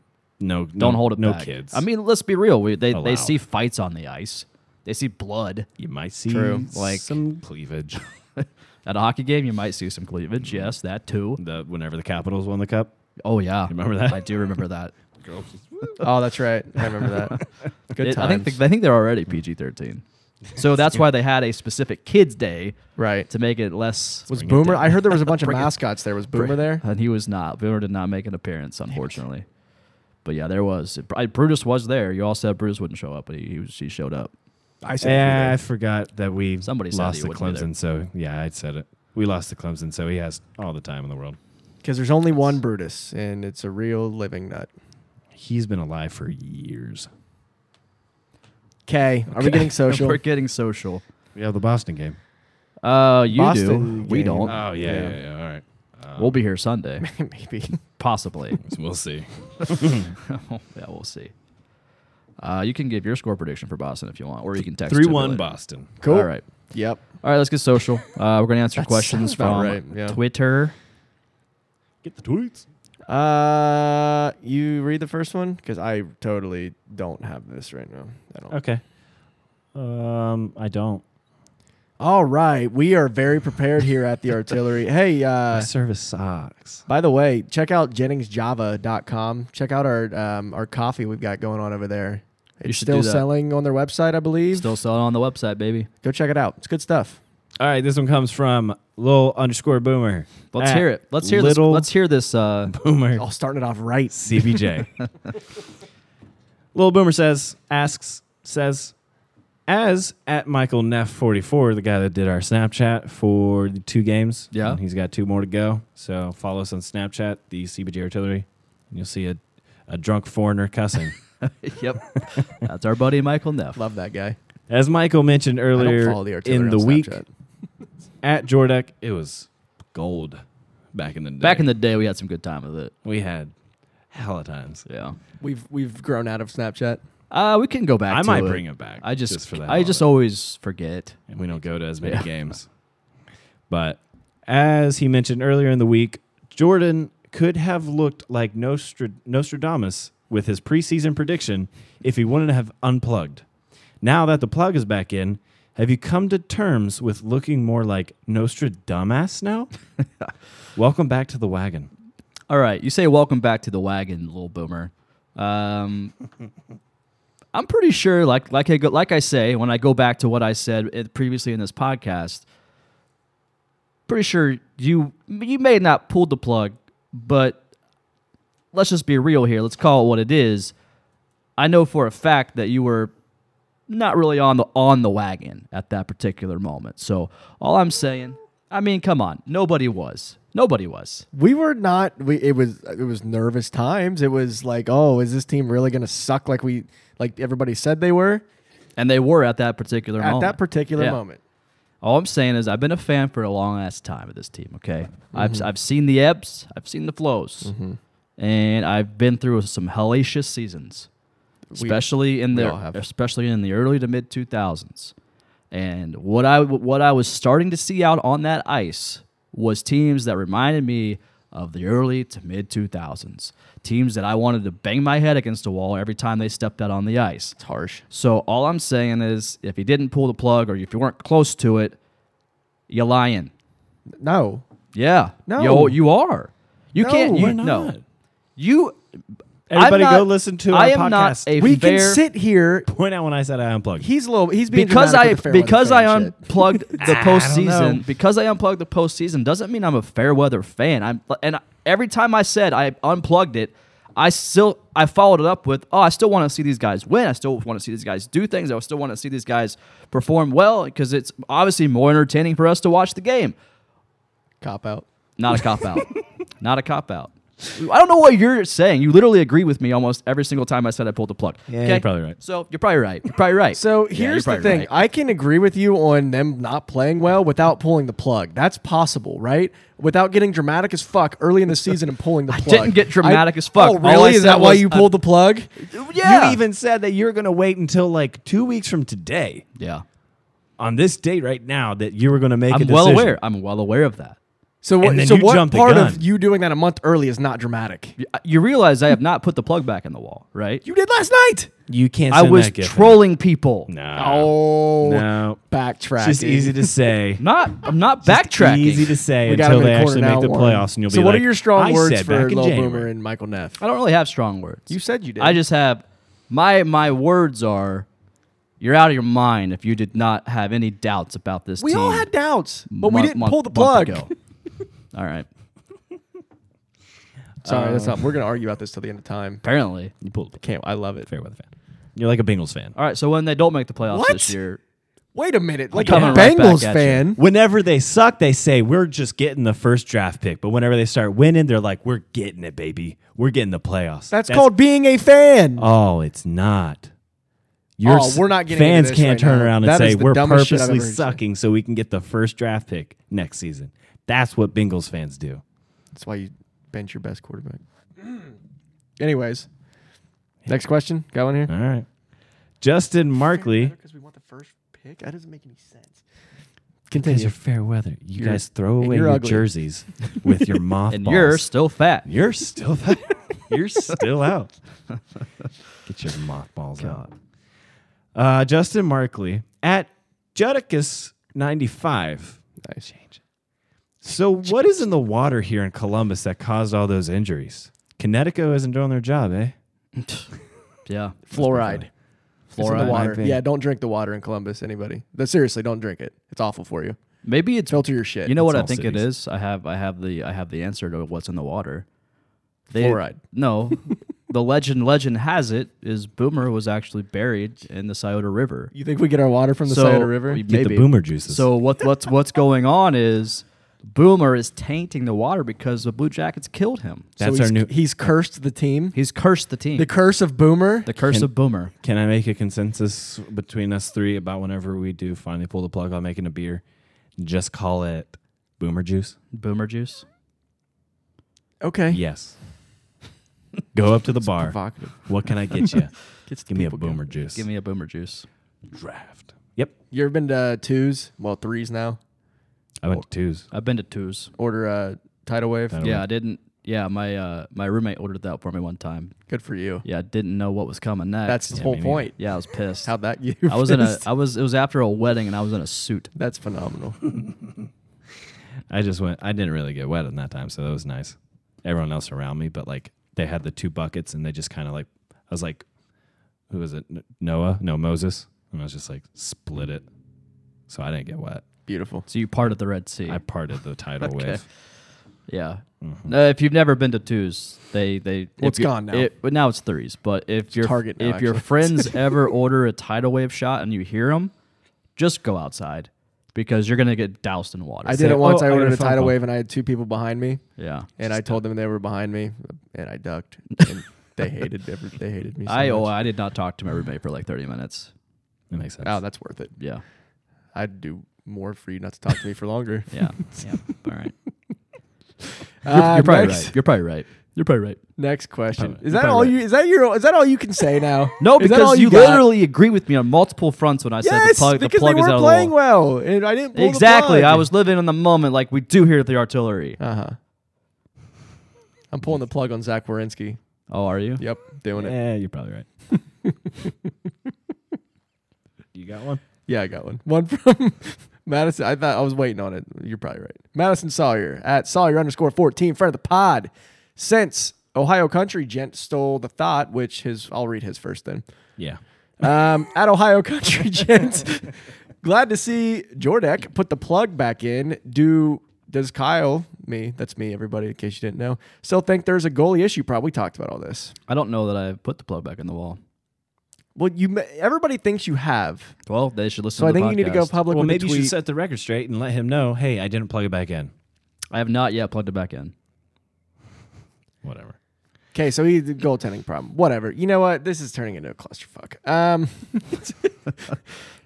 [SPEAKER 3] No.
[SPEAKER 1] Don't
[SPEAKER 3] no-
[SPEAKER 1] hold it
[SPEAKER 3] No
[SPEAKER 1] back.
[SPEAKER 3] kids.
[SPEAKER 1] I mean, let's be real. We, they they
[SPEAKER 3] Allowed.
[SPEAKER 1] see fights on the ice. They see blood.
[SPEAKER 3] you might see
[SPEAKER 1] True, like-
[SPEAKER 3] some cleavage.
[SPEAKER 1] At a hockey game, you might see some cleavage.
[SPEAKER 3] Mm-hmm.
[SPEAKER 1] Yes, that too.
[SPEAKER 3] the whenever the Capitals won the cup.
[SPEAKER 1] Oh yeah,
[SPEAKER 3] Remember that?
[SPEAKER 1] I do remember that.
[SPEAKER 2] Oh, that's right. I remember that. Good
[SPEAKER 1] It- I
[SPEAKER 2] times.
[SPEAKER 1] think I think they're already PG-13, so that's why they had a specific kids day
[SPEAKER 2] right.
[SPEAKER 1] to make it less.
[SPEAKER 2] Was
[SPEAKER 3] Bring it
[SPEAKER 2] Boomer?
[SPEAKER 3] down.
[SPEAKER 2] I heard there was a bunch of
[SPEAKER 1] Bring it-
[SPEAKER 2] mascots there. Was Boomer there?
[SPEAKER 1] And he was not. Boomer did not make an appearance, unfortunately. But yeah, there was. It- I- Brutus was there. You all said Brutus wouldn't show up, but he, he, was, he showed up.
[SPEAKER 2] I
[SPEAKER 3] Yeah, I forgot that we
[SPEAKER 1] Somebody said
[SPEAKER 3] lost
[SPEAKER 1] he
[SPEAKER 3] the
[SPEAKER 1] wouldn't be there.
[SPEAKER 3] Clemson. So yeah, I said it. We lost the Clemson, so he has all the time in the world.
[SPEAKER 2] because there's only one Brutus, and it's a real living nut.
[SPEAKER 3] He's been alive for years.
[SPEAKER 2] Okay, are we getting social?
[SPEAKER 1] We're getting social.
[SPEAKER 3] We have the Boston game.
[SPEAKER 1] Uh, you do.
[SPEAKER 2] Boston
[SPEAKER 1] We
[SPEAKER 2] game.
[SPEAKER 1] don't.
[SPEAKER 3] Oh yeah,
[SPEAKER 2] Yeah.
[SPEAKER 3] yeah, yeah. all right. Um,
[SPEAKER 1] we'll be here Sunday,
[SPEAKER 2] Maybe.
[SPEAKER 1] possibly.
[SPEAKER 3] We'll see.
[SPEAKER 1] yeah, we'll see. Uh, you can give your score prediction for Boston if you want, or you can text. it,
[SPEAKER 3] Three one
[SPEAKER 1] really.
[SPEAKER 3] Boston.
[SPEAKER 2] Cool.
[SPEAKER 1] All right.
[SPEAKER 2] Yep.
[SPEAKER 1] All right, let's get social. Uh, we're going to answer
[SPEAKER 2] That
[SPEAKER 1] questions
[SPEAKER 2] sounds about
[SPEAKER 1] from
[SPEAKER 2] right, yeah.
[SPEAKER 1] Twitter.
[SPEAKER 3] Get the tweets.
[SPEAKER 2] Uh, you read the first one because I totally don't have this right now. I don't.
[SPEAKER 3] Okay. Um, I don't.
[SPEAKER 2] All right, we are very prepared here at the artillery. Hey, uh,
[SPEAKER 3] service sucks.
[SPEAKER 2] by the way, check out JenningsJava.com. Check out our um, our coffee we've got going on over there.
[SPEAKER 1] You
[SPEAKER 2] It's
[SPEAKER 1] should do
[SPEAKER 2] still
[SPEAKER 1] that.
[SPEAKER 2] selling on their website, I believe.
[SPEAKER 1] Still selling on the website, baby.
[SPEAKER 2] Go check it out. It's good stuff.
[SPEAKER 3] All right, this one comes from Lil underscore Boomer.
[SPEAKER 1] Let's
[SPEAKER 3] At
[SPEAKER 1] hear it. Let's hear
[SPEAKER 3] little
[SPEAKER 1] this. Let's hear this. Uh,
[SPEAKER 3] Boomer.
[SPEAKER 2] I'll start it off right.
[SPEAKER 3] CBJ. Lil Boomer says, asks, says, as at Michael Neff 44, the guy that did our Snapchat for the two games.
[SPEAKER 1] Yeah.
[SPEAKER 3] and he's got two more to go. So follow us on Snapchat, the CBJ Artillery, and you'll see a, a drunk foreigner cussing.
[SPEAKER 1] yep, that's our buddy Michael Neff.
[SPEAKER 2] Love that guy.
[SPEAKER 3] as Michael mentioned
[SPEAKER 2] I don't
[SPEAKER 3] earlier
[SPEAKER 2] follow the artillery
[SPEAKER 3] in
[SPEAKER 2] on
[SPEAKER 3] the week
[SPEAKER 2] Snapchat.
[SPEAKER 3] at Jordak, it was gold back in the day.
[SPEAKER 1] Back in the day, we had some good time with it.
[SPEAKER 3] we had hella times.
[SPEAKER 1] Yeah,
[SPEAKER 2] We've we've grown out of Snapchat.
[SPEAKER 1] uh, we can go back.
[SPEAKER 3] I
[SPEAKER 1] to
[SPEAKER 3] might
[SPEAKER 1] it.
[SPEAKER 3] bring it back.
[SPEAKER 1] I just,
[SPEAKER 3] for that.
[SPEAKER 1] I just always forget.
[SPEAKER 3] and we don't go to as many
[SPEAKER 1] Yeah.
[SPEAKER 3] games. But as he mentioned earlier in the week, Jordan could have looked like Nostra- Nostradamus with his preseason prediction if he wouldn't have unplugged. Now that the plug is back in, have you come to terms with looking more like Nostradamus now? Welcome back to the wagon.
[SPEAKER 1] All right, you say welcome back to the wagon, little boomer. Um, I'm pretty sure, like like I go, like I say, when I go back to what I said it- previously in this podcast, pretty sure you you may not pulled the plug, but let's just be real here. Let's call it what it is. I know for a fact that you were not really on the on the wagon at that particular moment. So all I'm saying, I mean, come on, nobody was, nobody was.
[SPEAKER 2] We were not. We it was it was nervous times. It was like, oh, is this team really going to suck like we like everybody said they were
[SPEAKER 1] And they were at that particular
[SPEAKER 2] at
[SPEAKER 1] moment.
[SPEAKER 2] that particular
[SPEAKER 1] Yeah.
[SPEAKER 2] moment?
[SPEAKER 1] All I'm saying is I've been a fan for a long ass time of this team, okay? I've,
[SPEAKER 2] Mm-hmm.
[SPEAKER 1] I've seen the ebbs, I've seen the flows, and I've been through some hellacious seasons, especially in
[SPEAKER 2] we
[SPEAKER 1] the
[SPEAKER 2] all have.
[SPEAKER 1] especially in the early to mid 2000s. And what I what I was starting to see out on that ice was teams that reminded me of the early to mid 2000s. Teams that I wanted to bang my head against a wall every time they stepped out on the ice.
[SPEAKER 2] It's harsh.
[SPEAKER 1] So all I'm saying is, if you didn't pull the plug or if you weren't close to it, you're lying.
[SPEAKER 2] No,
[SPEAKER 1] Yeah.
[SPEAKER 2] No.
[SPEAKER 1] Yo, you are. You
[SPEAKER 2] No,
[SPEAKER 1] can't. You,
[SPEAKER 2] we're
[SPEAKER 1] No. You. I'm
[SPEAKER 3] Everybody go
[SPEAKER 1] not-
[SPEAKER 3] listen to
[SPEAKER 1] I
[SPEAKER 3] our
[SPEAKER 1] am Not
[SPEAKER 3] podcast.
[SPEAKER 1] a
[SPEAKER 2] we
[SPEAKER 1] fair,
[SPEAKER 2] can sit here.
[SPEAKER 3] Point out when I said I unplugged.
[SPEAKER 2] He's a little. He's being
[SPEAKER 1] because I
[SPEAKER 2] dramatic with the fair
[SPEAKER 1] because
[SPEAKER 2] weather
[SPEAKER 1] I
[SPEAKER 2] fan shit.
[SPEAKER 1] unplugged the
[SPEAKER 3] know.
[SPEAKER 1] postseason because I unplugged the postseason doesn't mean I'm a fair weather fan. I'm and every time I said I unplugged it, I still I followed it up with oh I still want to see these guys win. I still want to see these guys do things. I still want to see these guys perform well because it's obviously more entertaining for us to watch the game.
[SPEAKER 2] cop out.
[SPEAKER 1] Not a cop out. Not a cop out. I don't know what you're saying. You literally agree with me almost every single time I said I pulled the plug. Yeah,
[SPEAKER 3] you're probably right.
[SPEAKER 1] So you're probably right. You're probably right.
[SPEAKER 2] So
[SPEAKER 1] Yeah, you're
[SPEAKER 2] here's the
[SPEAKER 1] probably
[SPEAKER 2] thing.
[SPEAKER 1] right.
[SPEAKER 2] I can agree with you on them not playing well without pulling the plug. That's possible, right? Without getting dramatic as fuck early in the season and pulling the plug.
[SPEAKER 1] didn't get dramatic as fuck.
[SPEAKER 2] Oh,
[SPEAKER 1] All I
[SPEAKER 2] really? Is
[SPEAKER 1] said
[SPEAKER 2] that why
[SPEAKER 1] was
[SPEAKER 2] you
[SPEAKER 1] I-
[SPEAKER 2] pulled the plug?
[SPEAKER 1] yeah.
[SPEAKER 3] You even said that you're going to wait until like two weeks from today
[SPEAKER 1] yeah.
[SPEAKER 3] on this date right now that you were going to make a
[SPEAKER 1] I'm
[SPEAKER 3] decision.
[SPEAKER 1] well aware. I'm well aware of that.
[SPEAKER 2] So
[SPEAKER 3] And
[SPEAKER 2] what?
[SPEAKER 3] then
[SPEAKER 2] So
[SPEAKER 3] you
[SPEAKER 2] what
[SPEAKER 3] jumped the
[SPEAKER 2] part
[SPEAKER 3] gun.
[SPEAKER 2] of you doing that a month early is not dramatic?
[SPEAKER 1] You- uh, You realize I have not put the plug back in the wall, right?
[SPEAKER 2] You did last night.
[SPEAKER 3] You can't.
[SPEAKER 1] I
[SPEAKER 3] Send
[SPEAKER 1] was
[SPEAKER 3] that gift.
[SPEAKER 1] trolling people.
[SPEAKER 3] No,
[SPEAKER 2] Oh,
[SPEAKER 3] no.
[SPEAKER 2] backtrack.
[SPEAKER 3] It's just easy to say.
[SPEAKER 1] Not I'm not backtracking.
[SPEAKER 3] Easy to say
[SPEAKER 2] We got
[SPEAKER 3] until
[SPEAKER 2] him in
[SPEAKER 3] they
[SPEAKER 2] a corner
[SPEAKER 3] actually
[SPEAKER 2] now.
[SPEAKER 3] make the
[SPEAKER 2] Warren.
[SPEAKER 3] playoffs, and you'll
[SPEAKER 2] so
[SPEAKER 3] be
[SPEAKER 2] what
[SPEAKER 3] like,
[SPEAKER 2] are your strong
[SPEAKER 3] I
[SPEAKER 2] words
[SPEAKER 3] said back
[SPEAKER 2] for
[SPEAKER 3] in
[SPEAKER 2] Lil
[SPEAKER 3] January. Uh,
[SPEAKER 2] Boomer and Michael Neff?
[SPEAKER 1] I don't really have strong words.
[SPEAKER 2] You said you did.
[SPEAKER 1] I just have my my words are you're out of your mind if you did not have any doubts about this
[SPEAKER 2] we
[SPEAKER 1] team.
[SPEAKER 2] all had doubts, but we
[SPEAKER 1] month-
[SPEAKER 2] didn't
[SPEAKER 1] month-
[SPEAKER 2] pull the
[SPEAKER 1] month
[SPEAKER 2] plug.
[SPEAKER 1] ago. all right.
[SPEAKER 2] Sorry, that's
[SPEAKER 3] Uh,
[SPEAKER 2] not. We're gonna argue about this till the end of time.
[SPEAKER 1] Apparently.
[SPEAKER 3] You pulled the
[SPEAKER 2] Can't. I love it.
[SPEAKER 3] fair weather fan. You're like a Bengals fan.
[SPEAKER 1] All right. So when they don't make the playoffs
[SPEAKER 2] What?
[SPEAKER 1] this year,
[SPEAKER 2] Wait a minute. Like a
[SPEAKER 1] coming right
[SPEAKER 2] Bengals
[SPEAKER 1] back at you.
[SPEAKER 2] fan.
[SPEAKER 3] Whenever they suck, they say we're just getting the first draft pick. But whenever they start winning, they're like, "We're getting it, baby. We're getting the playoffs."
[SPEAKER 2] That's, called being a fan.
[SPEAKER 3] Oh, it's not.
[SPEAKER 2] Oh,
[SPEAKER 3] s-
[SPEAKER 2] we're not getting into
[SPEAKER 3] fans
[SPEAKER 2] this
[SPEAKER 3] can't
[SPEAKER 2] right
[SPEAKER 3] turn
[SPEAKER 2] now.
[SPEAKER 3] around and
[SPEAKER 2] That
[SPEAKER 3] say
[SPEAKER 2] is the
[SPEAKER 3] we're
[SPEAKER 2] dumbest shit I've
[SPEAKER 3] purposely
[SPEAKER 2] ever heard you say."
[SPEAKER 3] sucking so we can get the first draft pick next season. That's what Bengals fans do.
[SPEAKER 2] That's why you bench your best quarterback. Anyways, next question. Got one here.
[SPEAKER 3] All right. Justin Markley.
[SPEAKER 2] Because we want the first pick. That doesn't make any sense.
[SPEAKER 3] Guys
[SPEAKER 2] Continue.
[SPEAKER 3] are fair weather. You
[SPEAKER 2] You're-
[SPEAKER 3] guys throw
[SPEAKER 2] and
[SPEAKER 3] away
[SPEAKER 2] you're
[SPEAKER 3] your
[SPEAKER 2] ugly.
[SPEAKER 3] jerseys with your moth
[SPEAKER 1] and you're still fat.
[SPEAKER 3] You're still that. you're still out. Get your mothballs out. Uh, Justin Markley at Judicus 95.
[SPEAKER 2] Nice.
[SPEAKER 3] So, what is in the water here in Columbus that caused all those injuries? Connecticut isn't doing their job, eh?
[SPEAKER 1] yeah.
[SPEAKER 2] Fluoride. It's in
[SPEAKER 1] Fluoride.
[SPEAKER 2] the water.
[SPEAKER 3] Thing.
[SPEAKER 2] Yeah, don't drink the water in Columbus, anybody. But seriously, don't drink it. It's awful for you.
[SPEAKER 1] Maybe it's
[SPEAKER 2] Filter your shit.
[SPEAKER 1] You know what I
[SPEAKER 3] all
[SPEAKER 1] think it
[SPEAKER 3] cities.
[SPEAKER 1] is. I have I have the I have the answer to what's in the water. They,
[SPEAKER 2] Fluoride.
[SPEAKER 1] No, the legend legend has it is Boomer was actually buried in the Scioto River.
[SPEAKER 2] You think we get our water from the
[SPEAKER 1] So-
[SPEAKER 2] Scioto River?
[SPEAKER 1] Maybe.
[SPEAKER 3] Get the boomer juices.
[SPEAKER 1] So what what's what's going on is Boomer is tainting the water because the Blue Jackets killed him.
[SPEAKER 3] that's
[SPEAKER 2] so
[SPEAKER 3] our
[SPEAKER 2] he's-
[SPEAKER 3] new.
[SPEAKER 2] He's cursed the team.
[SPEAKER 1] He's cursed the team.
[SPEAKER 2] The
[SPEAKER 1] The,
[SPEAKER 2] curse of Boomer.
[SPEAKER 1] curse
[SPEAKER 3] Can-
[SPEAKER 1] of Boomer.
[SPEAKER 3] Can I make a consensus between us three about whenever we do finally pull the plug on making a beer? Just call it boomer juice?
[SPEAKER 1] Boomer juice.
[SPEAKER 2] okay.
[SPEAKER 3] Yes. Go up to the bar.
[SPEAKER 2] Provocative.
[SPEAKER 3] What can I get you?
[SPEAKER 2] Gets the
[SPEAKER 3] Give me a
[SPEAKER 2] people going.
[SPEAKER 3] boomer juice.
[SPEAKER 1] Give me a Boomer juice.
[SPEAKER 3] draft. Yep.
[SPEAKER 2] You ever been to twos? Well, threes now.
[SPEAKER 3] I
[SPEAKER 1] Oh.
[SPEAKER 3] went to twos.
[SPEAKER 1] I've been to twos.
[SPEAKER 2] Order a tidal wave.
[SPEAKER 3] Tidal-
[SPEAKER 1] Yeah, I didn't. Yeah, my uh, my roommate ordered that for me one time.
[SPEAKER 2] Good for you.
[SPEAKER 1] Yeah, I didn't know what was coming next.
[SPEAKER 2] That's the
[SPEAKER 3] Yeah,
[SPEAKER 2] whole
[SPEAKER 3] me neither.
[SPEAKER 2] point.
[SPEAKER 1] yeah, I was pissed.
[SPEAKER 2] How'd that you?
[SPEAKER 1] I was in a.
[SPEAKER 2] fist?
[SPEAKER 1] I was. It was after a wedding, and I was in a suit.
[SPEAKER 2] That's phenomenal.
[SPEAKER 3] I just went. I didn't really get wet in that time, so that was nice. Everyone else around me, but like they had the two buckets, and they just kind of like. I was like, who was it? N- Noah? No, Moses. And I was just like, split it. So I didn't get wet.
[SPEAKER 2] Beautiful.
[SPEAKER 1] So you parted the Red Sea.
[SPEAKER 3] I parted the tidal
[SPEAKER 1] Okay.
[SPEAKER 3] wave.
[SPEAKER 1] yeah.
[SPEAKER 3] Mhm.
[SPEAKER 1] Uh, if you've never been to twos, they they
[SPEAKER 2] Well,
[SPEAKER 1] if
[SPEAKER 2] it's
[SPEAKER 1] you-
[SPEAKER 2] gone now.
[SPEAKER 1] It, but now it's threes. But if your
[SPEAKER 2] Target now,
[SPEAKER 1] if your
[SPEAKER 2] actually.
[SPEAKER 1] friends ever order a tidal wave shot and you hear them, just go outside because you're gonna get doused in water.
[SPEAKER 2] I did it once.
[SPEAKER 3] "Oh,
[SPEAKER 2] I
[SPEAKER 3] I got
[SPEAKER 2] ordered
[SPEAKER 3] a
[SPEAKER 2] a
[SPEAKER 3] phone
[SPEAKER 2] tidal
[SPEAKER 3] call."
[SPEAKER 2] wave, and I had two people behind me,
[SPEAKER 1] yeah.
[SPEAKER 2] and I told them they were behind me, and I ducked, and they hated every, they hated me. So
[SPEAKER 1] I oh
[SPEAKER 2] much.
[SPEAKER 1] I did not talk to my roommate for like 30 minutes.
[SPEAKER 3] That makes sense.
[SPEAKER 2] oh, that's worth it.
[SPEAKER 1] Yeah.
[SPEAKER 2] I'd do more for you not to talk to me for longer.
[SPEAKER 1] Yeah. yeah. All right.
[SPEAKER 2] Uh,
[SPEAKER 1] You're probably
[SPEAKER 2] next,
[SPEAKER 1] right. You're probably right. You're probably right.
[SPEAKER 2] Next question.
[SPEAKER 3] Probably-
[SPEAKER 2] Is that
[SPEAKER 3] probably
[SPEAKER 2] all
[SPEAKER 3] right.
[SPEAKER 2] you? Is that your? Is that all you can say now?
[SPEAKER 1] No,
[SPEAKER 2] Is that all
[SPEAKER 1] because you
[SPEAKER 2] got?
[SPEAKER 1] literally agree with me on multiple fronts when I said the
[SPEAKER 2] Yes,
[SPEAKER 1] plug, the
[SPEAKER 2] because
[SPEAKER 1] plug
[SPEAKER 2] they
[SPEAKER 1] is out
[SPEAKER 2] weren't
[SPEAKER 1] of the wall.
[SPEAKER 2] playing well, and I didn't. Pull
[SPEAKER 1] Exactly. I was living in the moment like we do here at the artillery.
[SPEAKER 2] Uh huh. I'm pulling the plug on Zach Warinsky.
[SPEAKER 1] Oh, are you?
[SPEAKER 2] Yep, doing it.
[SPEAKER 3] yeah, you're probably right. you got one?
[SPEAKER 2] Yeah, I got one. One from Madison. I thought I was waiting on it. You're probably right. Madison Sawyer at Sawyer underscore 14, friend of the pod. Since Ohio Country Gent stole the thought, which his, I'll read his first then.
[SPEAKER 3] Yeah.
[SPEAKER 2] Um, at Ohio Country Gent, glad to see Jordek put the plug back in. Do does Kyle, me, that's me, everybody, in case you didn't know, still think there's a goalie issue? Probably talked about all this.
[SPEAKER 1] I don't know that I put the plug back in the wall.
[SPEAKER 2] Well, you ma- everybody thinks you have,
[SPEAKER 1] Well, they should listen
[SPEAKER 2] so
[SPEAKER 1] to
[SPEAKER 2] I
[SPEAKER 1] the
[SPEAKER 2] think you need to go
[SPEAKER 1] podcast.
[SPEAKER 2] public
[SPEAKER 3] well,
[SPEAKER 2] with
[SPEAKER 3] maybe
[SPEAKER 2] a
[SPEAKER 3] you
[SPEAKER 2] tweet.
[SPEAKER 3] should set the record straight and let him know, hey, I didn't plug it back in.
[SPEAKER 1] I have not yet plugged it back in.
[SPEAKER 3] Whatever.
[SPEAKER 2] Okay, so he the goaltending problem. Whatever. You know what? This is turning into a clusterfuck. Um,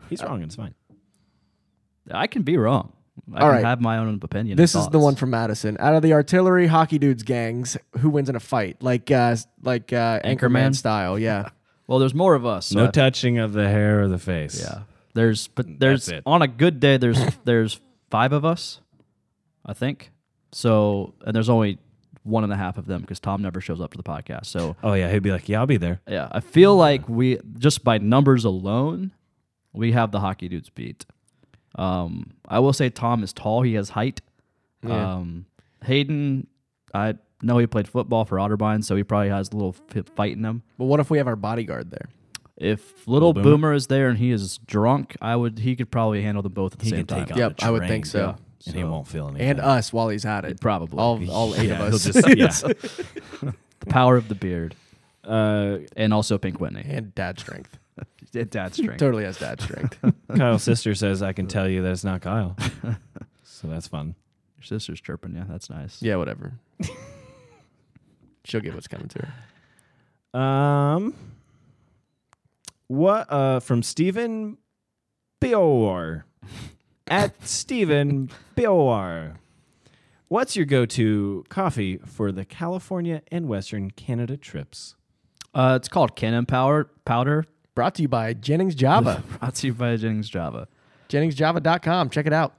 [SPEAKER 3] He's wrong. and It's fine.
[SPEAKER 1] I can be wrong. I
[SPEAKER 2] All
[SPEAKER 1] can
[SPEAKER 2] right.
[SPEAKER 1] have my own opinion. and
[SPEAKER 2] this is the
[SPEAKER 1] thoughts.
[SPEAKER 2] one from Madison. Out of the artillery hockey dudes gangs, who wins in a fight? Like uh like uh Anchorman
[SPEAKER 1] Anchorman?
[SPEAKER 2] style, yeah.
[SPEAKER 1] Well, there's more of us. so
[SPEAKER 3] no
[SPEAKER 1] I-
[SPEAKER 3] touching of the hair or the face.
[SPEAKER 1] yeah. There's but there's
[SPEAKER 3] That's it.
[SPEAKER 1] on a good day there's there's five of us, I think. So and there's only one and a half of them because Tom never shows up to the podcast. So
[SPEAKER 3] Oh yeah, he'd be like, "Yeah, I'll be there."
[SPEAKER 1] yeah, I feel like we just by numbers alone, we have the hockey dudes beat. Um, I will say Tom is tall. He has height.
[SPEAKER 2] Yeah.
[SPEAKER 1] Um, Hayden, I know he played football for Otterbein, so he probably has a little f- fight in him.
[SPEAKER 2] But what if we have our bodyguard there?
[SPEAKER 1] If little
[SPEAKER 3] Boomer?
[SPEAKER 1] Boomer. is there and he is drunk, I would he could probably handle them both at the
[SPEAKER 3] He
[SPEAKER 1] same
[SPEAKER 3] can
[SPEAKER 1] time.
[SPEAKER 3] take on
[SPEAKER 2] Yep,
[SPEAKER 3] the
[SPEAKER 2] I would
[SPEAKER 3] train,
[SPEAKER 2] think so.
[SPEAKER 3] yeah, and he won't feel anything.
[SPEAKER 2] And us while he's at it.
[SPEAKER 1] Probably.
[SPEAKER 2] All all eight
[SPEAKER 3] Yeah,
[SPEAKER 2] of
[SPEAKER 3] he'll
[SPEAKER 2] us.
[SPEAKER 3] just- yeah.
[SPEAKER 1] the power of the beard
[SPEAKER 3] Uh,
[SPEAKER 1] and also Pink Whitney.
[SPEAKER 2] and dad strength.
[SPEAKER 1] Dad strength.
[SPEAKER 2] Totally has dad strength.
[SPEAKER 3] Kyle's sister says, "I can tell you that it's not Kyle." so that's fun.
[SPEAKER 1] Your sister's chirping. Yeah, that's nice.
[SPEAKER 2] yeah, whatever. She'll get what's coming to her.
[SPEAKER 3] Um, what? Uh, from Stephen Bior at Stephen Bior. What's your go-to coffee for the California and Western Canada trips?
[SPEAKER 1] Uh, it's called Cannon Power Powder.
[SPEAKER 2] Brought to you by Jennings Java.
[SPEAKER 1] Brought to you by Jennings Java.
[SPEAKER 2] JenningsJava.com. Check it out.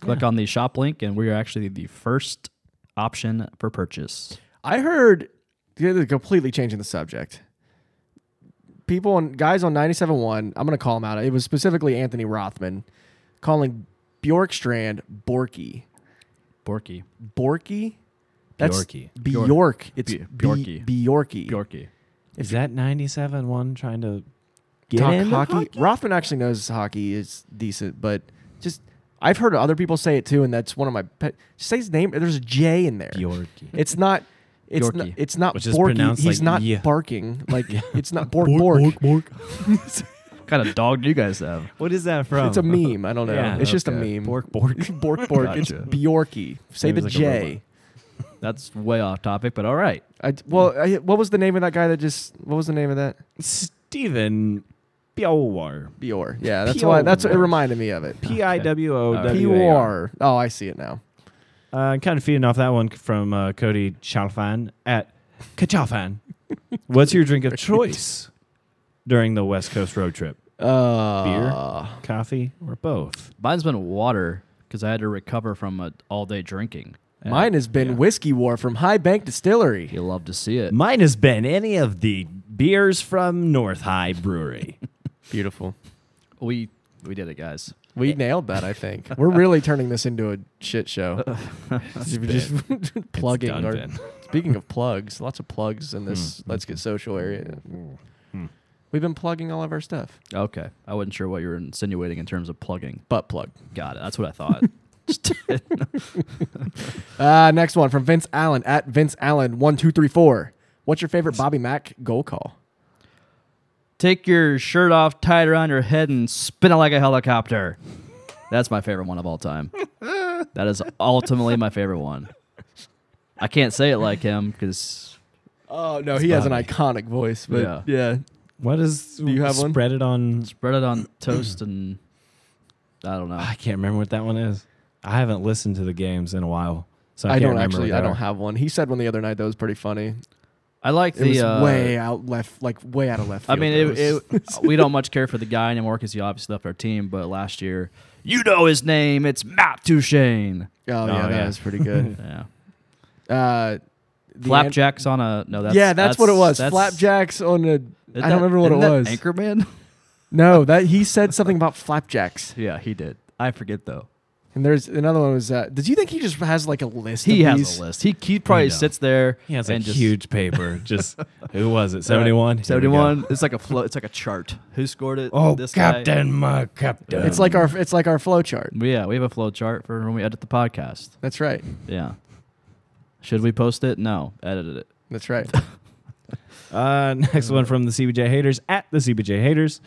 [SPEAKER 1] Click on the shop link, and we are actually the first option for purchase.
[SPEAKER 2] I heard this is completely changing the subject. people on guys on 97.1, I'm going to call them out. It was specifically Anthony Rothman calling Bjorkstrand Borky.
[SPEAKER 1] Borky.
[SPEAKER 2] Borky? That's
[SPEAKER 3] Bjorky.
[SPEAKER 2] Bjork. It's
[SPEAKER 1] Bj-
[SPEAKER 2] Bjorky.
[SPEAKER 1] Bjorky.
[SPEAKER 2] Bjorky.
[SPEAKER 1] Bjorky.
[SPEAKER 3] Is that 97-1 trying to get
[SPEAKER 2] Talk
[SPEAKER 3] into
[SPEAKER 2] hockey. Rothman actually knows hockey is decent, but just I've heard other people say it too, and that's one of my pet. Say his name. There's a J in there.
[SPEAKER 3] Bjorky.
[SPEAKER 2] It's not. It's
[SPEAKER 1] Bjorky.
[SPEAKER 2] not. It's not
[SPEAKER 3] Which is
[SPEAKER 2] Borky.
[SPEAKER 3] pronounced
[SPEAKER 2] He's
[SPEAKER 3] like
[SPEAKER 2] not
[SPEAKER 3] yeah.
[SPEAKER 2] barking. Like it's not bork bork.
[SPEAKER 1] What kind of dog do you guys have?
[SPEAKER 3] What is that from?
[SPEAKER 2] It's a meme. I don't know.
[SPEAKER 3] Yeah,
[SPEAKER 2] it's just a
[SPEAKER 1] okay.
[SPEAKER 2] meme.
[SPEAKER 3] Bork Bork.
[SPEAKER 2] bork. bork. It's
[SPEAKER 1] Gotcha.
[SPEAKER 2] Bjorky. Say
[SPEAKER 3] Maybe
[SPEAKER 2] the
[SPEAKER 3] it's like a robot.
[SPEAKER 2] J.
[SPEAKER 1] That's way off topic, but all right.
[SPEAKER 2] I, well, I, what was the name of that guy that just? What was the name of that?
[SPEAKER 3] Steven Bjorwar.
[SPEAKER 2] Bjor. Yeah, that's why. That's what it
[SPEAKER 3] Bjorn.
[SPEAKER 2] reminded me of it.
[SPEAKER 3] P I W O W A R.
[SPEAKER 2] Bjor. Oh, I see it now.
[SPEAKER 3] Uh, kind of feeding off that one from uh, Cody Chalfan at Kachalfan. What's your drink of choice during the West Coast road trip?
[SPEAKER 2] Uh,
[SPEAKER 3] Coffee or both?
[SPEAKER 1] Mine's been water because I had to recover from a all day drinking.
[SPEAKER 3] Uh,
[SPEAKER 2] Mine has been
[SPEAKER 3] yeah.
[SPEAKER 2] Whiskey War from High Bank Distillery.
[SPEAKER 1] You love to see it.
[SPEAKER 3] Mine has been any of the beers from North High Brewery.
[SPEAKER 2] Beautiful.
[SPEAKER 1] We we did it, guys.
[SPEAKER 2] We nailed that, I think. We're really turning this into a shit show. We're just plugging
[SPEAKER 3] done
[SPEAKER 2] our-
[SPEAKER 3] been.
[SPEAKER 2] Speaking of plugs, lots of plugs in
[SPEAKER 1] Hmm.
[SPEAKER 2] this Let's Get Social area. We've been plugging all of our stuff.
[SPEAKER 1] Okay, I wasn't sure what you were insinuating in terms of plugging.
[SPEAKER 2] Butt plug.
[SPEAKER 1] Got it. That's what I thought.
[SPEAKER 2] Uh, next one from Vince Allen at Vince Allen one two three four. What's your favorite Bobby Mack goal call?
[SPEAKER 1] Take your shirt off, tie it around your head, and spin it like a helicopter. That's my favorite one of all time. that is ultimately my favorite one. I can't say it like him because
[SPEAKER 2] Oh no, he has an iconic voice, but yeah.
[SPEAKER 1] Yeah.
[SPEAKER 3] What is Do
[SPEAKER 2] you have one?
[SPEAKER 3] spread it on?
[SPEAKER 1] spread it on toast and I
[SPEAKER 2] Oh.
[SPEAKER 1] don't know.
[SPEAKER 3] I can't remember what that one is. I haven't listened to the games in a while, so I,
[SPEAKER 2] I,
[SPEAKER 3] can't
[SPEAKER 2] don't
[SPEAKER 3] remember
[SPEAKER 2] actually.
[SPEAKER 3] what
[SPEAKER 2] I
[SPEAKER 3] they
[SPEAKER 2] don't
[SPEAKER 3] are.
[SPEAKER 2] have one. He said one the other night that was pretty funny.
[SPEAKER 1] I like
[SPEAKER 2] It was
[SPEAKER 1] the uh,
[SPEAKER 2] way out left, like way out of left.
[SPEAKER 1] I
[SPEAKER 2] Field
[SPEAKER 1] mean,
[SPEAKER 2] was-
[SPEAKER 1] it, it, we don't much care for the guy anymore because he obviously left our team. But last year, you know his name. It's Matt Duchesne.
[SPEAKER 2] oh yeah,
[SPEAKER 3] Oh,
[SPEAKER 2] that
[SPEAKER 3] yeah.
[SPEAKER 2] was pretty good.
[SPEAKER 1] Yeah,
[SPEAKER 2] uh, the an-
[SPEAKER 1] flapjacks on a no. That's,
[SPEAKER 2] yeah, that's, what it was.
[SPEAKER 1] that's-
[SPEAKER 2] Flapjacks on a.
[SPEAKER 1] isn't
[SPEAKER 2] I
[SPEAKER 1] that-
[SPEAKER 2] don't remember what it
[SPEAKER 1] isn't that
[SPEAKER 2] was.
[SPEAKER 1] Anchorman.
[SPEAKER 2] No, that he said something about flapjacks.
[SPEAKER 1] yeah, he did. I forget though.
[SPEAKER 2] And there's another one was. Uh, did you think he just has like a list?
[SPEAKER 1] He
[SPEAKER 2] of
[SPEAKER 1] has
[SPEAKER 2] these?
[SPEAKER 1] a list. He he probably
[SPEAKER 3] know.
[SPEAKER 1] sits there.
[SPEAKER 3] He has a
[SPEAKER 1] and just,
[SPEAKER 3] huge paper. Just who
[SPEAKER 2] Uh,
[SPEAKER 3] was it? Seventy one.
[SPEAKER 1] Seventy one. It's like a flow. It's like a chart. Who scored it?
[SPEAKER 3] Oh,
[SPEAKER 1] this guy.
[SPEAKER 3] captain, my captain.
[SPEAKER 2] It's like our it's like our flow chart.
[SPEAKER 1] Yeah, we have a flow chart for when we edit the podcast.
[SPEAKER 2] That's right.
[SPEAKER 1] Yeah. Should we post it? No, edited it.
[SPEAKER 2] That's right.
[SPEAKER 3] Uh, next one from the CBJ haters at the CBJ haters.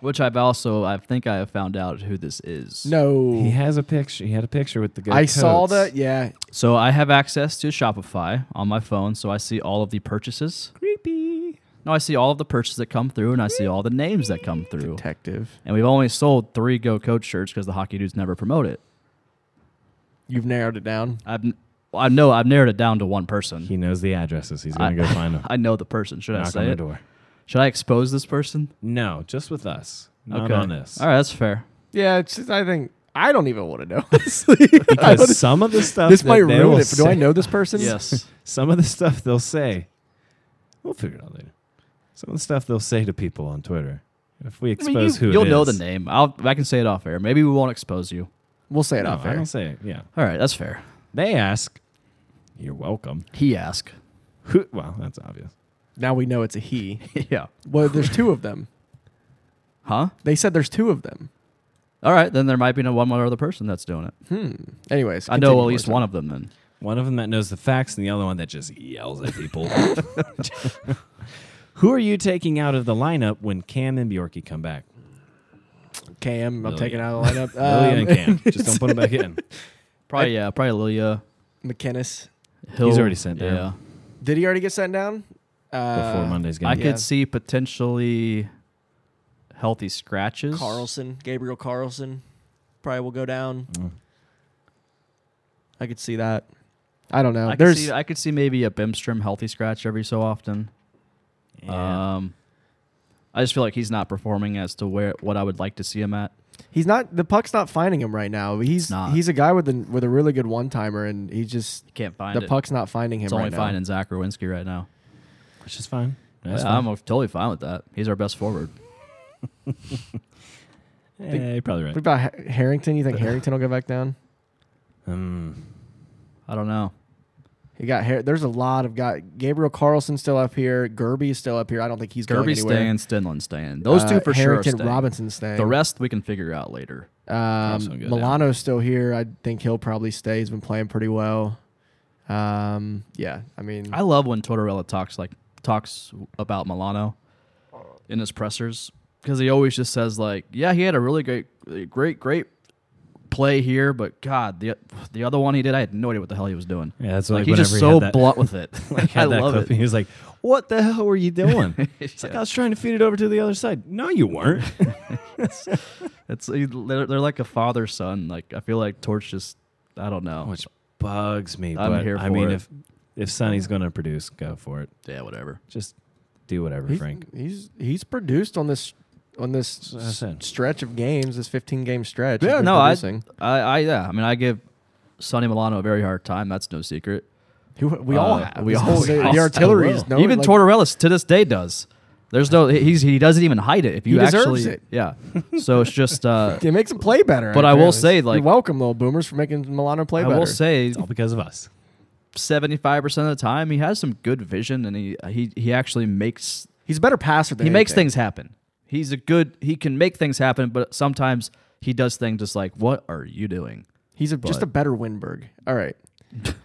[SPEAKER 1] Which I've also, I think I have found out who this is.
[SPEAKER 2] No,
[SPEAKER 3] He has a picture. He had a picture with the good.
[SPEAKER 2] I saw
[SPEAKER 3] coats.
[SPEAKER 2] that. Yeah,
[SPEAKER 1] So I have access to Shopify on my phone, so I see all of the purchases.
[SPEAKER 3] creepy.
[SPEAKER 1] No, I see all of the purchases that come through, and I see all the names that come through.
[SPEAKER 2] detective.
[SPEAKER 1] And we've only sold three Go Coach shirts because the hockey dudes never promote it.
[SPEAKER 2] You've narrowed it down.
[SPEAKER 1] I've, n- I know I've narrowed it down to one person.
[SPEAKER 3] He knows the addresses. He's gonna go find them.
[SPEAKER 1] I know the person. Should I
[SPEAKER 3] Knock on
[SPEAKER 1] say
[SPEAKER 3] the
[SPEAKER 1] it?
[SPEAKER 3] door.
[SPEAKER 1] Should I expose this person?
[SPEAKER 3] No, just with us. Not on this.
[SPEAKER 1] All right, that's fair.
[SPEAKER 2] Yeah, it's just, I think I don't even want to know. Honestly, I
[SPEAKER 3] Because
[SPEAKER 2] don't-
[SPEAKER 3] some of the stuff
[SPEAKER 2] this
[SPEAKER 3] that
[SPEAKER 2] might
[SPEAKER 3] they
[SPEAKER 2] ruin
[SPEAKER 3] will
[SPEAKER 2] it. but Do I
[SPEAKER 3] say-
[SPEAKER 2] know this person?
[SPEAKER 1] yes.
[SPEAKER 3] Some of the stuff they'll say, we'll figure it out later. Some of the stuff they'll say to people on Twitter. If we
[SPEAKER 1] I
[SPEAKER 3] expose
[SPEAKER 1] mean,
[SPEAKER 3] who
[SPEAKER 1] you, you'll
[SPEAKER 3] it
[SPEAKER 1] know the
[SPEAKER 3] is.
[SPEAKER 1] name. I'll, I can say it off air. Maybe we won't expose you.
[SPEAKER 2] We'll say it
[SPEAKER 3] No,
[SPEAKER 2] off
[SPEAKER 3] I
[SPEAKER 2] air.
[SPEAKER 3] don't say it. Yeah,
[SPEAKER 1] All right, that's fair.
[SPEAKER 3] they ask. You're welcome.
[SPEAKER 1] He asked.
[SPEAKER 3] Who? Well, that's obvious.
[SPEAKER 2] Now we know it's a he.
[SPEAKER 1] yeah.
[SPEAKER 2] Well, there's two of them.
[SPEAKER 1] Huh?
[SPEAKER 2] They said there's two of them.
[SPEAKER 1] All right, then there might be no one more other person that's doing it.
[SPEAKER 2] Anyways,
[SPEAKER 1] I know
[SPEAKER 2] continue,
[SPEAKER 1] at least
[SPEAKER 2] Orson.
[SPEAKER 1] one of them then.
[SPEAKER 3] One of them that knows the facts and the other one that just yells at people. Who are you taking out of the lineup when Cam and Bjorky come back?
[SPEAKER 2] Cam, I'm
[SPEAKER 3] Lilia.
[SPEAKER 2] taking out of the lineup.
[SPEAKER 3] Lilia
[SPEAKER 2] Um,
[SPEAKER 3] and Cam. Just don't put them back in.
[SPEAKER 1] Probably yeah, probably Lilia.
[SPEAKER 2] McKinnis.
[SPEAKER 1] Hill.
[SPEAKER 3] He's already sent down
[SPEAKER 1] Yeah.
[SPEAKER 2] Did he already get sent down? Uh,
[SPEAKER 3] Before Monday's game.
[SPEAKER 1] I
[SPEAKER 2] Yeah.
[SPEAKER 1] could see potentially healthy scratches.
[SPEAKER 2] Carlson, Gabriel Carlson, probably will go down.
[SPEAKER 3] Mm.
[SPEAKER 2] I could see that. I don't know.
[SPEAKER 1] I could,
[SPEAKER 2] There's
[SPEAKER 1] see, I could see maybe a Bimstrom healthy scratch every so often.
[SPEAKER 2] Uh,
[SPEAKER 3] Yeah.
[SPEAKER 1] Um I just feel like he's not performing as to where what I would like to see him at.
[SPEAKER 2] he's not the puck's not finding him right now. He's
[SPEAKER 1] not.
[SPEAKER 2] he's a guy with a with a really good one timer, and he just
[SPEAKER 1] Can't find
[SPEAKER 2] the
[SPEAKER 1] it.
[SPEAKER 2] puck's not finding him
[SPEAKER 1] it's
[SPEAKER 2] right
[SPEAKER 1] only
[SPEAKER 2] now.
[SPEAKER 1] finding Zach Rowinski right now.
[SPEAKER 3] Which is fine.
[SPEAKER 1] Yeah, I'm totally fine with that. He's our best forward.
[SPEAKER 3] Yeah, you're probably right.
[SPEAKER 2] What about Ha- Harrington? You think Harrington will go back down?
[SPEAKER 3] Um,
[SPEAKER 1] I don't know.
[SPEAKER 2] He got Har- there's a lot of guys. Gabriel Carlson still up here. Gerby's still up here. I don't think he's
[SPEAKER 1] Kirby
[SPEAKER 2] going anywhere.
[SPEAKER 1] staying, Stinland staying. Those two
[SPEAKER 2] Uh,
[SPEAKER 1] for
[SPEAKER 2] Harrington,
[SPEAKER 1] sure. are staying.
[SPEAKER 2] Robinson staying.
[SPEAKER 1] The rest we can figure out later.
[SPEAKER 3] Carlson will
[SPEAKER 2] Um,
[SPEAKER 3] go
[SPEAKER 2] Milano's still here. I think he'll probably stay. He's been playing pretty well. Um, yeah, I mean,
[SPEAKER 1] I love when Tortorella talks like talks about Milano in his pressers because he always just says like, yeah, he had a really great, great, great play here, but God, the the other one he did, I had no idea what the hell he was doing.
[SPEAKER 3] yeah, that's
[SPEAKER 1] like
[SPEAKER 3] like
[SPEAKER 1] he's just
[SPEAKER 3] whenever he
[SPEAKER 1] so
[SPEAKER 3] had that-
[SPEAKER 1] blunt with it.
[SPEAKER 3] like,
[SPEAKER 1] like
[SPEAKER 3] had
[SPEAKER 1] I
[SPEAKER 3] that
[SPEAKER 1] love
[SPEAKER 3] clip, and
[SPEAKER 1] it.
[SPEAKER 3] He was like, "What the hell were you doing?" it's like
[SPEAKER 1] Yeah.
[SPEAKER 3] I was trying to feed it over to the other side. No, you weren't.
[SPEAKER 1] It's they're, they're like a father son. Like I feel like Torch just, I don't know.
[SPEAKER 3] Which Oh, bugs me.
[SPEAKER 1] I'm
[SPEAKER 3] but
[SPEAKER 1] here
[SPEAKER 3] I
[SPEAKER 1] for
[SPEAKER 3] mean,
[SPEAKER 1] it.
[SPEAKER 3] if if Sonny's going to produce, go for it.
[SPEAKER 1] yeah, whatever.
[SPEAKER 3] Just do whatever,
[SPEAKER 2] he's,
[SPEAKER 3] Frank.
[SPEAKER 2] he's he's produced on this on this
[SPEAKER 3] what I said.
[SPEAKER 2] stretch of games, this 15 game stretch. He's
[SPEAKER 1] Yeah,
[SPEAKER 2] been
[SPEAKER 1] no, I,
[SPEAKER 2] producing.
[SPEAKER 1] I, I, yeah. I mean, I give Sonny Milano a very hard time. That's no secret.
[SPEAKER 2] Who- we all
[SPEAKER 1] Uh,
[SPEAKER 2] have.
[SPEAKER 1] we
[SPEAKER 2] This
[SPEAKER 1] all
[SPEAKER 2] is- the,
[SPEAKER 1] have.
[SPEAKER 2] the artillery
[SPEAKER 3] Well,
[SPEAKER 2] is no
[SPEAKER 1] even
[SPEAKER 2] like,
[SPEAKER 1] Tortorella to this day does. There's no he's he doesn't even hide it. If you
[SPEAKER 2] He
[SPEAKER 1] actually
[SPEAKER 2] deserves it.
[SPEAKER 1] yeah, so it's just uh,
[SPEAKER 2] It makes him play better.
[SPEAKER 1] But I will
[SPEAKER 2] apparently.
[SPEAKER 1] say,
[SPEAKER 2] You're
[SPEAKER 1] like-
[SPEAKER 2] welcome, little boomers, for making Milano play
[SPEAKER 1] I
[SPEAKER 2] better.
[SPEAKER 1] will say
[SPEAKER 3] It's all because of us.
[SPEAKER 1] 75 percent of the time he has some good vision and he he he actually makes
[SPEAKER 2] he's a better passer. Than
[SPEAKER 1] he makes
[SPEAKER 2] anything.
[SPEAKER 1] things happen. He's a good he can make things happen, but sometimes he does things just like what are you doing?
[SPEAKER 2] He's a, just
[SPEAKER 1] but-
[SPEAKER 2] a better Winberg. All right,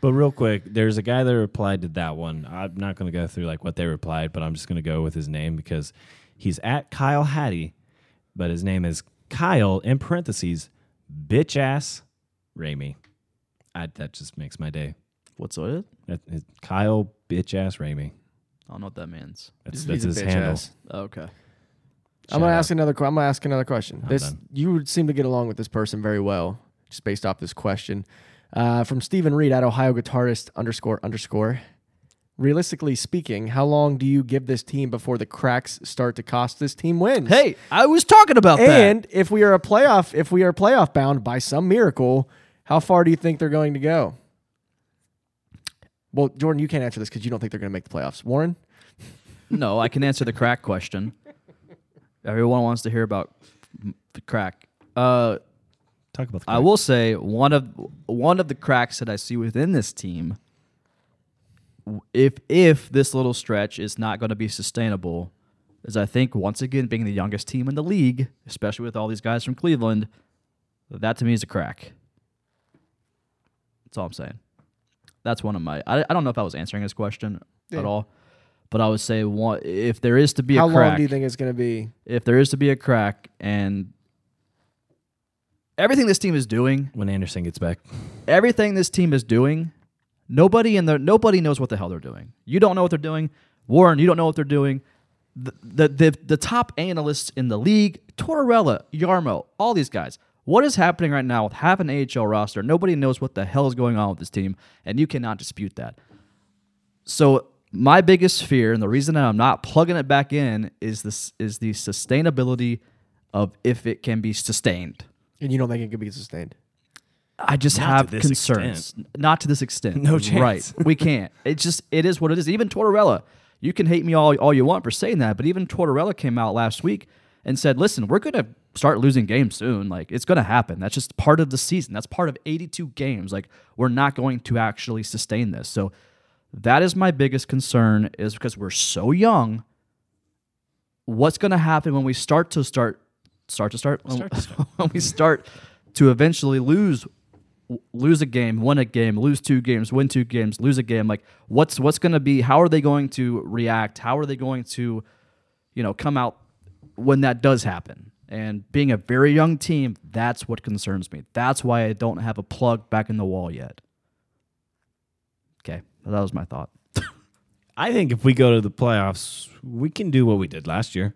[SPEAKER 3] But real quick, there's a guy that replied to that one. I'm not going to go through like what they replied, but I'm just going to go with his name because he's at Kyle Hattie, but his name is Kyle in parentheses bitch ass Ramey. I, that just makes my day.
[SPEAKER 1] What's it?
[SPEAKER 3] That is Kyle bitch ass Ramey.
[SPEAKER 1] I don't know what that means.
[SPEAKER 2] He's
[SPEAKER 3] That's, that's
[SPEAKER 2] a
[SPEAKER 3] his
[SPEAKER 2] bitch
[SPEAKER 3] handle.
[SPEAKER 2] ass.
[SPEAKER 1] Okay.
[SPEAKER 2] I'm gonna
[SPEAKER 3] Shout
[SPEAKER 2] ask another. que- I'm gonna ask another question.
[SPEAKER 3] I'm
[SPEAKER 2] this
[SPEAKER 3] done.
[SPEAKER 2] you would seem to get along with this person very well, just based off this question uh, from Stephen Reed at Ohio Guitarist underscore underscore. Realistically speaking, how long do you give this team before the cracks start to cost this team wins?
[SPEAKER 1] Hey, I was talking about that.
[SPEAKER 2] and if we are a playoff, if we are playoff bound by some miracle, how far do you think they're going to go? Well, Jordan, you can't answer this because you don't think they're going to make the playoffs. Warren,
[SPEAKER 1] No, I can answer the crack question. Everyone wants to hear about m- crack. Uh,
[SPEAKER 3] Talk about the
[SPEAKER 1] I will say one of one of the cracks that I see within this team, w- if if this little stretch is not going to be sustainable, is I think once again being the youngest team in the league, especially with all these guys from Cleveland, that to me is a crack. That's all I'm saying. That's one of my. I, I don't know if I was answering his question
[SPEAKER 2] Yeah.
[SPEAKER 1] at all, but I would say one if there is to be
[SPEAKER 2] how
[SPEAKER 1] a crack
[SPEAKER 2] long do you think it's going to be?
[SPEAKER 1] if there is to be a crack and everything this team is doing,
[SPEAKER 3] when Anderson gets back.
[SPEAKER 1] everything this team is doing, nobody in the nobody knows what the hell they're doing. You don't know what they're doing. Warren, you don't know what they're doing. The the the, the top analysts in the league, Tortorella, Yarmo, all these guys. What is happening right now with half an AHL roster? Nobody knows what the hell is going on with this team, and you cannot dispute that. So my biggest fear, and the reason that I'm not plugging it back in, is this is the sustainability of if it can be sustained.
[SPEAKER 2] And you don't think it could be sustained?
[SPEAKER 1] I just
[SPEAKER 3] Not to
[SPEAKER 1] have
[SPEAKER 3] this
[SPEAKER 1] concerns. Not to this extent.
[SPEAKER 3] No chance.
[SPEAKER 1] Right. We can't. It's just it is what it is. Even Tortorella, you can hate me all, all you want for saying that, but even Tortorella came out last week and said, "Listen, we're going to start losing games soon. Like it's going to happen. That's just part of the season. That's part of 82 games. Like we're not going to actually sustain this." So that is my biggest concern is because we're so young. What's going to happen when we start to start start to start, when we start to eventually lose lose a game, win a game, lose two games, win two games, lose a game. Like what's what's going to be? How are they going to react? How are they going to, you know, come out when that does happen? And being a very young team, that's what concerns me. That's why I don't have a plug back in the wall yet. Okay, that was my thought.
[SPEAKER 3] I think if we go to the playoffs, we can do what we did last year.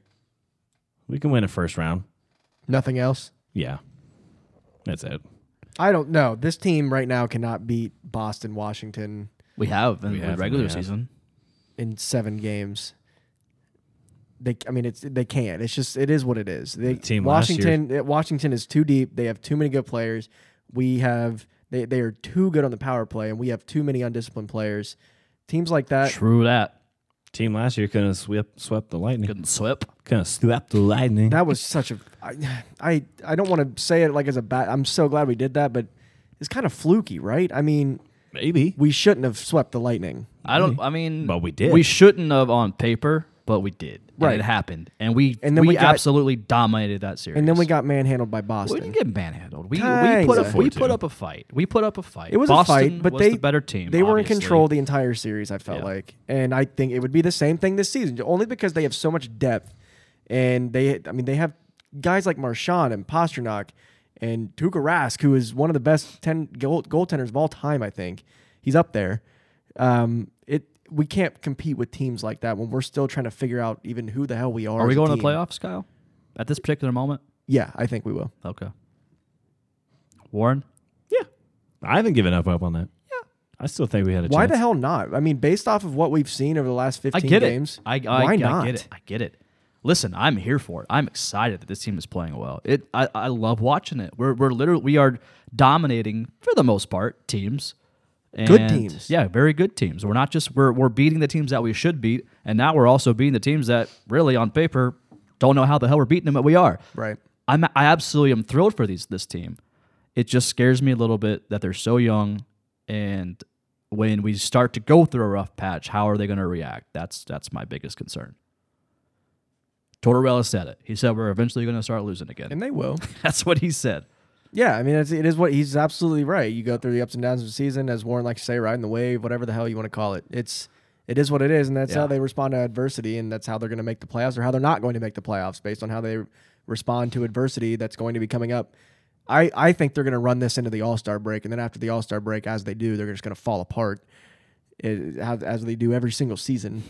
[SPEAKER 3] We can win a first round.
[SPEAKER 2] Nothing else.
[SPEAKER 3] Yeah. That's it.
[SPEAKER 2] I don't know. This team right now cannot beat Boston, Washington
[SPEAKER 1] We have in
[SPEAKER 3] We
[SPEAKER 1] the
[SPEAKER 3] have,
[SPEAKER 1] regular
[SPEAKER 3] we have.
[SPEAKER 1] season.
[SPEAKER 2] in seven games. They, I mean, it's they can't. It's just it is what it is. They,
[SPEAKER 3] The team last year-
[SPEAKER 2] Washington, eh, Washington is too deep. They have too many good players. We have they, they are too good on the power play, and we have too many undisciplined players. Teams like that
[SPEAKER 1] True that.
[SPEAKER 3] Team last year couldn't have swept swept the Lightning.
[SPEAKER 1] Couldn't slip.
[SPEAKER 3] Couldn't have swept the Lightning.
[SPEAKER 2] That was such a. I, I, I don't want to say it like as a bad. I'm so glad we did that, but it's kind of fluky, right? I mean,
[SPEAKER 3] Maybe.
[SPEAKER 2] we shouldn't have swept the Lightning.
[SPEAKER 1] I don't. I mean,
[SPEAKER 3] But we did.
[SPEAKER 1] We shouldn't have on paper, but we did. And
[SPEAKER 2] Right.
[SPEAKER 1] it happened, and we
[SPEAKER 2] And then
[SPEAKER 1] we,
[SPEAKER 2] we got-
[SPEAKER 1] absolutely dominated that series.
[SPEAKER 2] And then we got manhandled by
[SPEAKER 1] We didn't
[SPEAKER 2] Boston.
[SPEAKER 1] get manhandled. We, we
[SPEAKER 2] Kinda.
[SPEAKER 1] put up we
[SPEAKER 3] Four-two.
[SPEAKER 1] put up a fight. We put up a fight.
[SPEAKER 2] It was
[SPEAKER 1] Boston
[SPEAKER 2] a fight, but
[SPEAKER 1] was
[SPEAKER 2] they
[SPEAKER 1] the better team.
[SPEAKER 2] They were in
[SPEAKER 1] obviously.
[SPEAKER 2] control the entire series. I felt
[SPEAKER 1] Yeah.
[SPEAKER 2] like, and I think it would be the same thing this season, only because they have so much depth, and they. I mean, they have guys like Marchand and Pasternak and Tuukka Rask, who is one of the best ten goal, goaltenders of all time. I think he's up there. Um, it we can't compete with teams like that when we're still trying to figure out even who the hell we are.
[SPEAKER 1] Are we
[SPEAKER 2] as a
[SPEAKER 1] going to the
[SPEAKER 2] team.
[SPEAKER 1] playoffs, Kyle? At this particular moment,
[SPEAKER 2] Yeah, I think we will.
[SPEAKER 1] okay. Warren,
[SPEAKER 3] Yeah. I haven't given up up on that. Yeah. I still think we had a
[SPEAKER 2] Why
[SPEAKER 3] chance.
[SPEAKER 2] the hell not? I mean, based off of what we've seen over the last
[SPEAKER 1] I
[SPEAKER 2] fifteen
[SPEAKER 1] get
[SPEAKER 2] games,
[SPEAKER 1] it. I, I,
[SPEAKER 2] why
[SPEAKER 1] I
[SPEAKER 2] not?
[SPEAKER 1] get it. I get it. Listen, I'm here for it. I'm excited that this team is playing well. It I, I love watching it. We're we're literally we are dominating for the most part teams. And
[SPEAKER 2] Good teams.
[SPEAKER 1] Yeah, very good teams. We're not just we're we're beating the teams that we should beat, and now we're also beating the teams that really on paper don't know how the hell we're beating them, but we are.
[SPEAKER 2] Right.
[SPEAKER 1] I'm I absolutely am thrilled for these this team. It just scares me a little bit that they're so young and when we start to go through a rough patch, how are they going to react? That's that's my biggest concern. Tortorella said it. He said we're eventually going to start losing again.
[SPEAKER 2] And they will.
[SPEAKER 1] that's what he said.
[SPEAKER 2] Yeah, I mean, it's, it is what he's absolutely right. You go through the ups and downs of the season, as Warren likes to say, riding the wave, whatever the hell you want to call it. It's it is what it is, and that's
[SPEAKER 1] Yeah.
[SPEAKER 2] how they respond to adversity, and that's how they're going to make the playoffs, or how they're not going to make the playoffs, based on how they respond to adversity that's going to be coming up. I I think they're going to run this into the All Star break, and then after the All Star break, as they do, they're just going to fall apart, it, how- as they do every single season.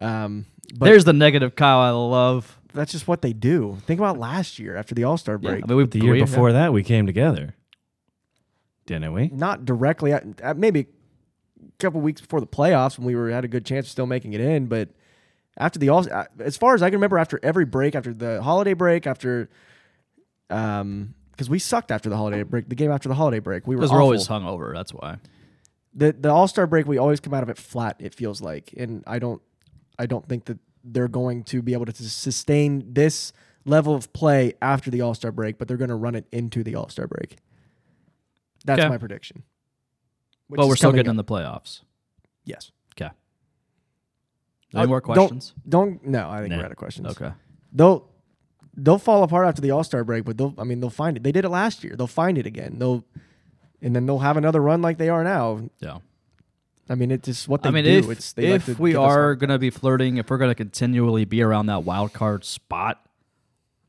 [SPEAKER 2] Um, but
[SPEAKER 1] There's the negative Kyle I love.
[SPEAKER 2] that's just what they do. Think about last year after the All Star break.
[SPEAKER 1] I mean, we,
[SPEAKER 3] the year before that we came together. Didn't we?
[SPEAKER 2] not directly at, at maybe a couple weeks before the playoffs when we were had a good chance of still making it in but after the all as far as i can remember after every break after the holiday break after um because we sucked after the holiday break the game after the holiday break we were,
[SPEAKER 1] Because we're
[SPEAKER 2] awful.
[SPEAKER 1] always hungover. That's why.
[SPEAKER 2] the, the all-star break we always come out of it flat it feels like and i don't i don't think that they're going to be able to sustain this level of play after the all-star break but they're going to run it into the all-star break that's
[SPEAKER 1] Okay.
[SPEAKER 2] my prediction Which
[SPEAKER 1] But
[SPEAKER 2] is
[SPEAKER 1] we're still
[SPEAKER 2] coming
[SPEAKER 1] getting
[SPEAKER 2] up.
[SPEAKER 1] in the playoffs.
[SPEAKER 2] Yes.
[SPEAKER 1] Okay. Any
[SPEAKER 2] Uh,
[SPEAKER 1] more
[SPEAKER 2] don't-
[SPEAKER 1] questions?
[SPEAKER 2] Don't no. I think
[SPEAKER 3] Nah.
[SPEAKER 2] we're out of questions.
[SPEAKER 1] Okay.
[SPEAKER 2] They'll they'll fall apart after the All Star break, but they'll I mean they'll find it. They did it last year. They'll find it again. They'll and then they'll have another run like they are now.
[SPEAKER 1] Yeah.
[SPEAKER 2] I mean it's just what they
[SPEAKER 1] I mean,
[SPEAKER 2] do.
[SPEAKER 1] if,
[SPEAKER 2] it's they like
[SPEAKER 1] if
[SPEAKER 2] to
[SPEAKER 1] we
[SPEAKER 2] give us
[SPEAKER 1] are
[SPEAKER 2] hope.
[SPEAKER 1] going to be flirting, if we're going to continually be around that wild card spot,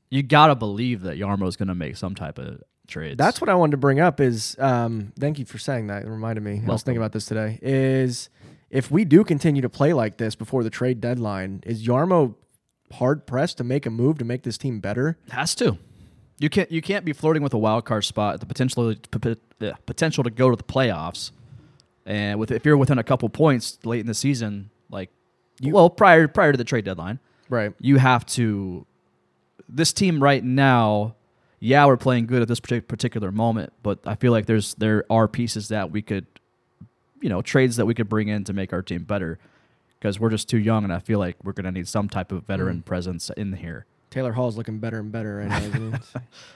[SPEAKER 1] you got to believe that Yarmo's going to make some type of trades.
[SPEAKER 2] that's what I wanted to bring up is um thank you for saying that. It reminded me. I was thinking about this today. Is if we do continue to play like this before the trade deadline, is Yarmo hard pressed to make a move to make this team better?
[SPEAKER 1] has to. You can't you can't be flirting with a wild card spot, the potential p- p- yeah, potential to go to the playoffs, and with if you're within a couple points late in the season, like well prior prior to the trade deadline,
[SPEAKER 2] Right.
[SPEAKER 1] you have to this team right now yeah we're playing good at this partic- particular moment but i feel like there's there are pieces that we could you know trades that we could bring in to make our team better because we're just too young and i feel like we're going to need some type of veteran presence in here
[SPEAKER 2] Taylor Hall's looking better and better right now. isn't he?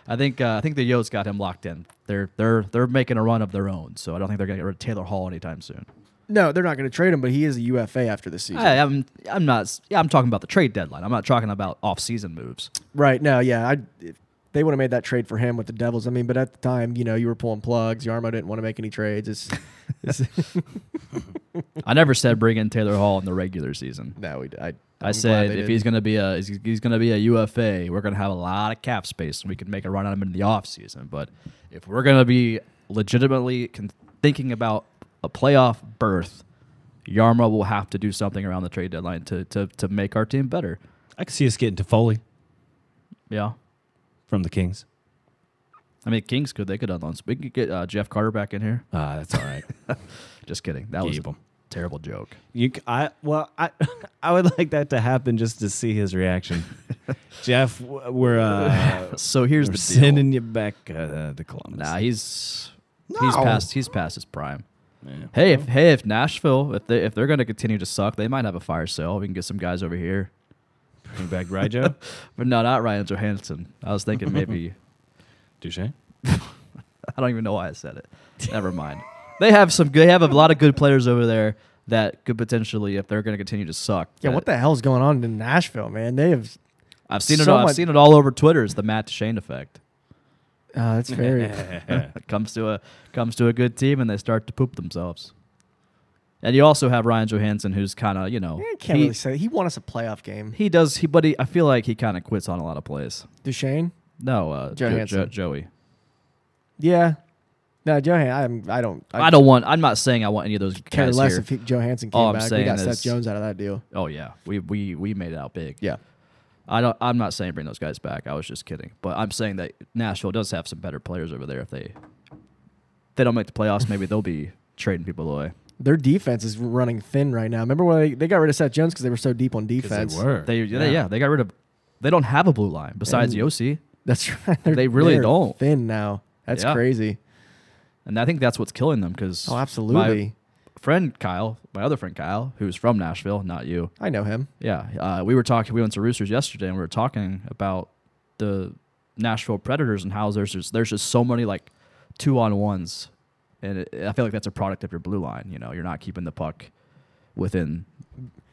[SPEAKER 1] i think uh, i think the yo's got him locked in they're they're they're making a run of their own so i don't think they're going to get rid of taylor hall anytime soon
[SPEAKER 2] No, they're not going to trade him, but he is a UFA after this season.
[SPEAKER 1] I, i'm i'm not s- yeah i'm talking about the trade deadline i'm not talking about off-season moves
[SPEAKER 2] right. No, yeah. I, if they would have made that trade for him with the Devils. I mean, but at the time, you know, you were pulling plugs. Yarmo didn't want to make any trades. It's, it's,
[SPEAKER 1] i never said bring in taylor hall in the regular season
[SPEAKER 2] no, we,
[SPEAKER 1] I
[SPEAKER 2] I, I'm glad
[SPEAKER 1] said
[SPEAKER 2] they
[SPEAKER 1] if
[SPEAKER 2] didn't.
[SPEAKER 1] he's gonna be a he's, he's gonna be a UFA, we're gonna have a lot of cap space and we can make a run at him in the offseason. But if we're gonna be legitimately con- thinking about a playoff berth, Yarma will have to do something around the trade deadline to to to make our team better.
[SPEAKER 3] I could see us getting to Foley
[SPEAKER 1] Yeah,
[SPEAKER 3] from the Kings.
[SPEAKER 1] I mean Kings could they could unload. We could get uh, Jeff Carter back in here.
[SPEAKER 3] Ah, that's all right.
[SPEAKER 1] Just kidding. That was
[SPEAKER 3] Keep
[SPEAKER 1] a
[SPEAKER 3] him.
[SPEAKER 1] terrible joke.
[SPEAKER 3] You, c- I well, I, I would like that to happen just to see his reaction. Jeff, w- we're uh,
[SPEAKER 1] So here's
[SPEAKER 3] we're
[SPEAKER 1] the deal.
[SPEAKER 3] sending you back uh, to Columbus.
[SPEAKER 1] Nah, he's he's past he's past his prime. Hey, if hey, if Nashville, if they if they're going to continue to suck, they might have a fire sale. We can get some guys over here.
[SPEAKER 3] Bring back Ryjo.
[SPEAKER 1] But no, not Ryan Johansson. I was thinking maybe
[SPEAKER 3] Touche.
[SPEAKER 1] I don't even know why I said it. Never mind. They have some. They have a lot of good players over there that could potentially, if they're going to continue to suck.
[SPEAKER 2] Yeah, what the hell's going on in Nashville, man? They have.
[SPEAKER 1] I've seen it.
[SPEAKER 2] so
[SPEAKER 1] all, I've
[SPEAKER 2] much-
[SPEAKER 1] seen it all over Twitter. It's the Matt Shane effect.
[SPEAKER 2] Uh, that's very.
[SPEAKER 1] It comes to a comes to a good team and they start to poop themselves. And you also have Ryan Johansson, who's kind of you know
[SPEAKER 2] I can't
[SPEAKER 1] he,
[SPEAKER 2] really say he won us a playoff game.
[SPEAKER 1] he does he, but he, I feel like he kind of quits on a lot of plays.
[SPEAKER 2] Duchesne.
[SPEAKER 1] No, uh, Jo- Jo-
[SPEAKER 2] Johansson.
[SPEAKER 1] Joey.
[SPEAKER 2] Yeah. No, Johan. I'm. I don't.
[SPEAKER 1] I, don't want. I'm not saying I want any of those
[SPEAKER 2] care
[SPEAKER 1] guys
[SPEAKER 2] less
[SPEAKER 1] here.
[SPEAKER 2] if he, Johansson came
[SPEAKER 1] All I'm
[SPEAKER 2] back. We
[SPEAKER 1] saying
[SPEAKER 2] got
[SPEAKER 1] is-
[SPEAKER 2] Seth Jones out of that deal.
[SPEAKER 1] oh yeah, we we we made it out big.
[SPEAKER 2] Yeah.
[SPEAKER 1] I don't. I'm not saying bring those guys back. I was just kidding. But I'm saying that Nashville does have some better players over there. If they they don't make the playoffs, maybe they'll be trading people away.
[SPEAKER 2] Their defense is running thin right now. Remember when they, they got rid of Seth Jones because they were so deep on defense?
[SPEAKER 1] They yeah. they yeah they got rid of. They don't have a blue line besides
[SPEAKER 2] And-
[SPEAKER 1] Yossi,
[SPEAKER 2] That's right. They're-
[SPEAKER 1] They really
[SPEAKER 2] they're
[SPEAKER 1] don't.
[SPEAKER 2] Thin now. That's
[SPEAKER 1] Yeah.
[SPEAKER 2] crazy.
[SPEAKER 1] and I think that's what's killing them. Because
[SPEAKER 2] Oh, absolutely.
[SPEAKER 1] friend Kyle, my other friend Kyle, who's from Nashville, not you.
[SPEAKER 2] I know him.
[SPEAKER 1] Yeah, uh, we were talking. We went to Roosters yesterday, and we were talking about the Nashville Predators and how there's just, there's just so many like two on ones, and it, I feel like that's a product of your blue line. You know, you're not keeping the puck within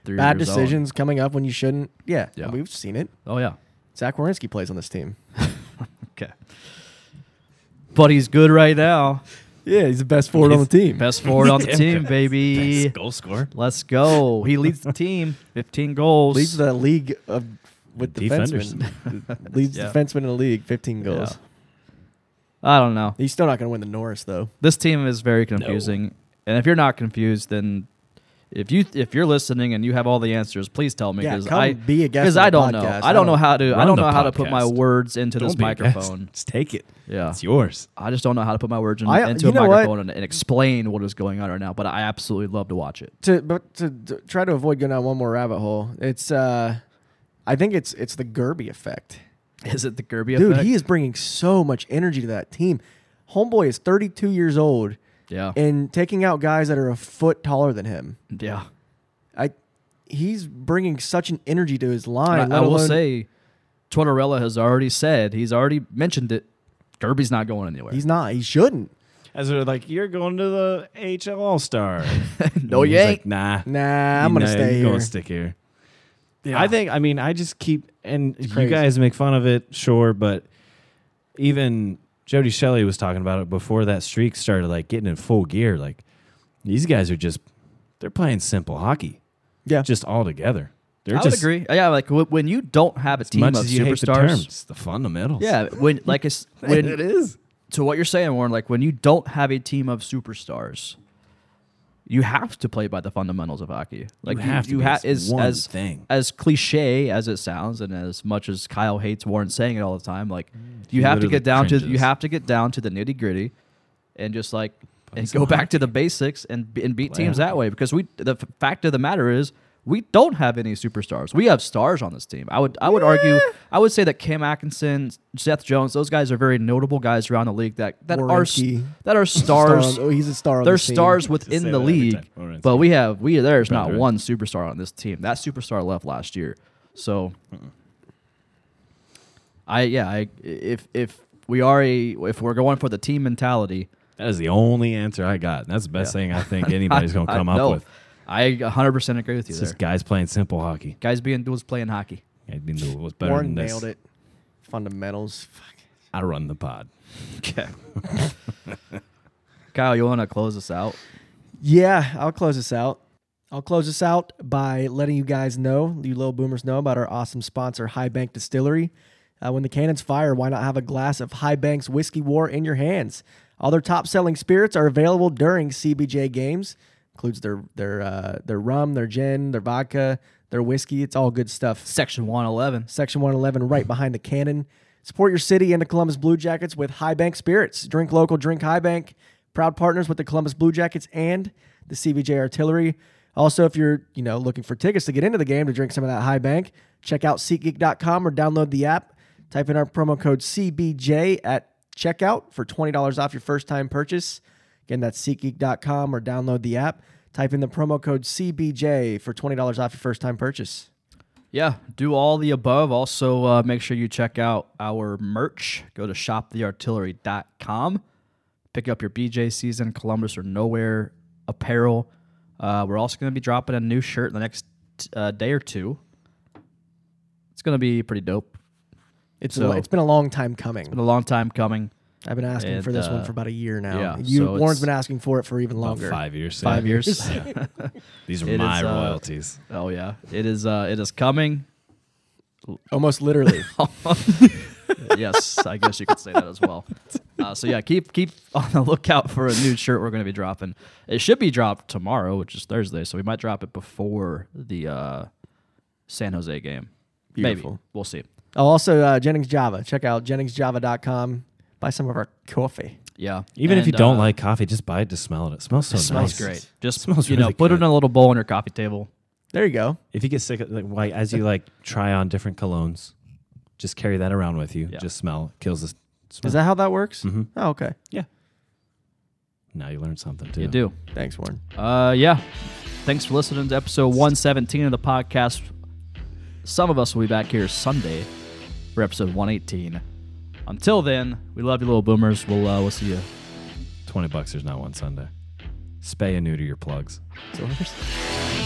[SPEAKER 1] three.
[SPEAKER 2] Bad
[SPEAKER 1] of your zone.
[SPEAKER 2] decisions coming up when you shouldn't. Yeah,
[SPEAKER 1] Yeah.
[SPEAKER 2] we've seen it.
[SPEAKER 1] Oh yeah.
[SPEAKER 2] Zach Wierenski plays on this team.
[SPEAKER 1] Okay. But he's good right now.
[SPEAKER 2] Yeah, he's the best forward on the team.
[SPEAKER 1] Best forward on the team, baby.
[SPEAKER 3] goal scorer.
[SPEAKER 1] Let's go. He leads the team. 15 goals.
[SPEAKER 2] Leads the league of with
[SPEAKER 3] Defenders.
[SPEAKER 2] defensemen. Leads
[SPEAKER 1] Yeah.
[SPEAKER 2] defensemen in the league, 15 goals.
[SPEAKER 1] I don't know.
[SPEAKER 2] He's still not going to win the Norris though.
[SPEAKER 1] This team is very confusing. And if you're not confused, then if you if you're listening and you have all the answers, please tell me
[SPEAKER 2] Yeah,
[SPEAKER 1] because
[SPEAKER 2] come
[SPEAKER 1] I
[SPEAKER 2] be a guest
[SPEAKER 1] because
[SPEAKER 2] on
[SPEAKER 1] I
[SPEAKER 2] the
[SPEAKER 1] don't know.
[SPEAKER 2] podcast.
[SPEAKER 1] I don't know how to I
[SPEAKER 3] Run
[SPEAKER 1] don't
[SPEAKER 3] the
[SPEAKER 1] know how to put my
[SPEAKER 3] podcast.
[SPEAKER 1] words into
[SPEAKER 3] Don't
[SPEAKER 1] this
[SPEAKER 3] be a guest.
[SPEAKER 1] microphone.
[SPEAKER 3] Just take it.
[SPEAKER 1] Yeah.
[SPEAKER 3] It's yours.
[SPEAKER 1] I just don't know how to put my words in,
[SPEAKER 2] I-
[SPEAKER 1] into
[SPEAKER 2] you
[SPEAKER 1] a
[SPEAKER 2] know what?
[SPEAKER 1] microphone and, and explain what is going on right now. But I absolutely love to watch it.
[SPEAKER 2] To but to, to try to avoid going down one more rabbit hole. It's uh I think it's it's the Gerby effect.
[SPEAKER 1] Is it the Kirby
[SPEAKER 2] Dude,
[SPEAKER 1] effect?
[SPEAKER 2] he is bringing so much energy to that team. Homeboy is 32 years old
[SPEAKER 1] yeah,
[SPEAKER 2] and taking out guys that are a foot taller than him.
[SPEAKER 1] yeah.
[SPEAKER 2] I he's bringing such an energy to his
[SPEAKER 1] I,
[SPEAKER 2] line.
[SPEAKER 1] I
[SPEAKER 2] let
[SPEAKER 1] will
[SPEAKER 2] alone-
[SPEAKER 1] say, Tortorella has already said he's already mentioned it. Kirby's not going anywhere.
[SPEAKER 2] he's not. He shouldn't.
[SPEAKER 3] As they're like, you're going to the AHL All Star.
[SPEAKER 1] no, you ain't.
[SPEAKER 3] nah,
[SPEAKER 2] Nah, I'm gonna
[SPEAKER 3] Nah,
[SPEAKER 2] stay
[SPEAKER 3] you're gonna
[SPEAKER 2] here.
[SPEAKER 3] stick here.
[SPEAKER 2] Yeah.
[SPEAKER 3] I think. I mean, I just keep and you
[SPEAKER 2] crazy.
[SPEAKER 3] guys make fun of it, sure, but even Jody Shelley was talking about it before that streak started, like getting in full gear. Like these guys are just they're playing simple hockey,
[SPEAKER 2] yeah,
[SPEAKER 3] just all together. They're
[SPEAKER 1] I would
[SPEAKER 3] just
[SPEAKER 1] agree. Yeah, like w- when you don't have a
[SPEAKER 3] As
[SPEAKER 1] team
[SPEAKER 3] much
[SPEAKER 1] of
[SPEAKER 3] as you hate the
[SPEAKER 1] superstars.
[SPEAKER 3] terms, the fundamentals.
[SPEAKER 1] Yeah, when like it's when
[SPEAKER 3] it is.
[SPEAKER 1] to what you're saying, Warren. Like when you don't have a team of superstars, you have to play by the fundamentals of hockey. Like
[SPEAKER 3] You have to be. It's
[SPEAKER 1] is
[SPEAKER 3] one
[SPEAKER 1] as
[SPEAKER 3] thing.
[SPEAKER 1] as cliche as it sounds, and as much as Kyle hates Warren saying it all the time, like you have to
[SPEAKER 3] Mm. literally
[SPEAKER 1] get down to you
[SPEAKER 3] cringes.
[SPEAKER 1] have to get down to the nitty gritty, and just like and
[SPEAKER 3] some
[SPEAKER 1] go back to the basics and be- and beat
[SPEAKER 3] Play
[SPEAKER 1] teams
[SPEAKER 3] hockey.
[SPEAKER 1] that way because we the f- fact of the matter is. We don't have any superstars. We have stars on this team. I would, I would argue, I would say that Cam Atkinson, Seth Jones, those guys are very notable guys around the league that that are s-
[SPEAKER 2] Werenski.
[SPEAKER 1] that are stars.
[SPEAKER 2] Star on- oh, he's a star. On
[SPEAKER 1] They're
[SPEAKER 2] this team.
[SPEAKER 1] stars
[SPEAKER 3] say
[SPEAKER 1] within
[SPEAKER 3] that
[SPEAKER 1] the
[SPEAKER 3] every
[SPEAKER 1] league,
[SPEAKER 3] time. Werenski.
[SPEAKER 1] but we have we there's not
[SPEAKER 3] Bender.
[SPEAKER 1] one superstar on this team. That superstar left last year, so I yeah I if if we are a if we're going for the team mentality,
[SPEAKER 3] That is the only answer I got. and That's the best thing I think anybody's gonna
[SPEAKER 1] I-
[SPEAKER 3] come
[SPEAKER 1] no,
[SPEAKER 3] up with.
[SPEAKER 1] I 100 percent agree with you
[SPEAKER 3] It's
[SPEAKER 1] there.
[SPEAKER 3] just guys playing simple hockey.
[SPEAKER 1] Guys being dudes playing hockey.
[SPEAKER 3] I mean, what's better
[SPEAKER 2] Warren
[SPEAKER 3] than
[SPEAKER 2] nailed
[SPEAKER 3] this?
[SPEAKER 2] it. Fundamentals. Fuck.
[SPEAKER 3] I run the pod.
[SPEAKER 1] Okay. Kyle, you want to close us out?
[SPEAKER 2] Yeah, I'll close this out. I'll close this out by letting you guys know, you little boomers know about our awesome sponsor, High Bank Distillery. Uh, when the cannons fire, why not have a glass of High Bank's Whiskey War in your hands? All their top selling spirits are available during CBJ games. Includes their their uh, their rum, their gin, their vodka, their whiskey. It's all good stuff.
[SPEAKER 1] Section 111.
[SPEAKER 2] Section 111 right behind the cannon. Support your city and the Columbus Blue Jackets with High Bank Spirits. Drink local, drink High Bank. Proud partners with the Columbus Blue Jackets and the CVJ Artillery. Also, if you're you know looking for tickets to get into the game to drink some of that High Bank, check out SeatGeek.com or download the app. Type in our promo code CBJ at checkout for twenty dollars off your first time purchase. Again, that's SeatGeek.com or download the app. Type in the promo code CBJ for $20 off your first time purchase.
[SPEAKER 1] Yeah, do all the above. Also, uh, make sure you check out our merch. Go to shoptheartillery.com. Pick up your BJ season, Columbus or Nowhere apparel. Uh, we're also going to be dropping a new shirt in the next uh, day or two. It's going to be pretty dope.
[SPEAKER 2] It's,
[SPEAKER 1] So-
[SPEAKER 2] a, it's been a long time coming.
[SPEAKER 1] Been a long time coming.
[SPEAKER 2] I've been asking for
[SPEAKER 1] And,
[SPEAKER 2] this
[SPEAKER 1] uh,
[SPEAKER 2] one for about a year now.
[SPEAKER 1] yeah,
[SPEAKER 2] you,
[SPEAKER 1] so
[SPEAKER 2] Warren's
[SPEAKER 1] it's-
[SPEAKER 2] been asking for it for even
[SPEAKER 3] About
[SPEAKER 2] longer.
[SPEAKER 3] five years.
[SPEAKER 1] Five
[SPEAKER 3] yeah.
[SPEAKER 1] years.
[SPEAKER 3] These
[SPEAKER 1] It
[SPEAKER 3] are
[SPEAKER 1] is,
[SPEAKER 3] my
[SPEAKER 1] uh,
[SPEAKER 3] royalties.
[SPEAKER 1] oh yeah, it is. Uh, it is coming.
[SPEAKER 2] Almost literally.
[SPEAKER 1] yes, I guess you could say that as well. Uh, so yeah, keep keep on the lookout for a new shirt we're going to be dropping. It should be dropped tomorrow, which is Thursday, so we might drop it before the uh, San Jose game. Maybe
[SPEAKER 2] Beautiful.
[SPEAKER 1] we'll see.
[SPEAKER 2] oh, also, uh, Jennings Java. Check out jenningsjava.com. Buy some of our coffee.
[SPEAKER 1] Yeah,
[SPEAKER 3] Even if
[SPEAKER 1] And,
[SPEAKER 3] you don't
[SPEAKER 1] uh,
[SPEAKER 3] like coffee, just buy it to smell it. It smells so
[SPEAKER 1] it smells
[SPEAKER 3] nice.
[SPEAKER 1] great. Just
[SPEAKER 3] smells
[SPEAKER 1] you know,
[SPEAKER 3] really
[SPEAKER 1] put it in
[SPEAKER 3] good.
[SPEAKER 1] a little bowl on your coffee table.
[SPEAKER 2] There you go.
[SPEAKER 3] If you get sick of like why as you like try on different colognes, just carry that around with you.
[SPEAKER 1] Yeah.
[SPEAKER 3] Just smell. It kills the s- smell.
[SPEAKER 2] Is that how that works?
[SPEAKER 1] Mm-hmm.
[SPEAKER 3] Mhm.
[SPEAKER 2] Oh, okay.
[SPEAKER 3] now you learn something too.
[SPEAKER 1] You do.
[SPEAKER 2] Thanks, Warren.
[SPEAKER 1] Uh, yeah. Thanks for listening to episode 117 of the podcast. Some of us will be back here Sunday for episode 118. Until then, we love you, little boomers. We'll uh, we'll see you.
[SPEAKER 3] Twenty bucks there's not one Sunday. Spay and neuter your plugs.
[SPEAKER 2] So-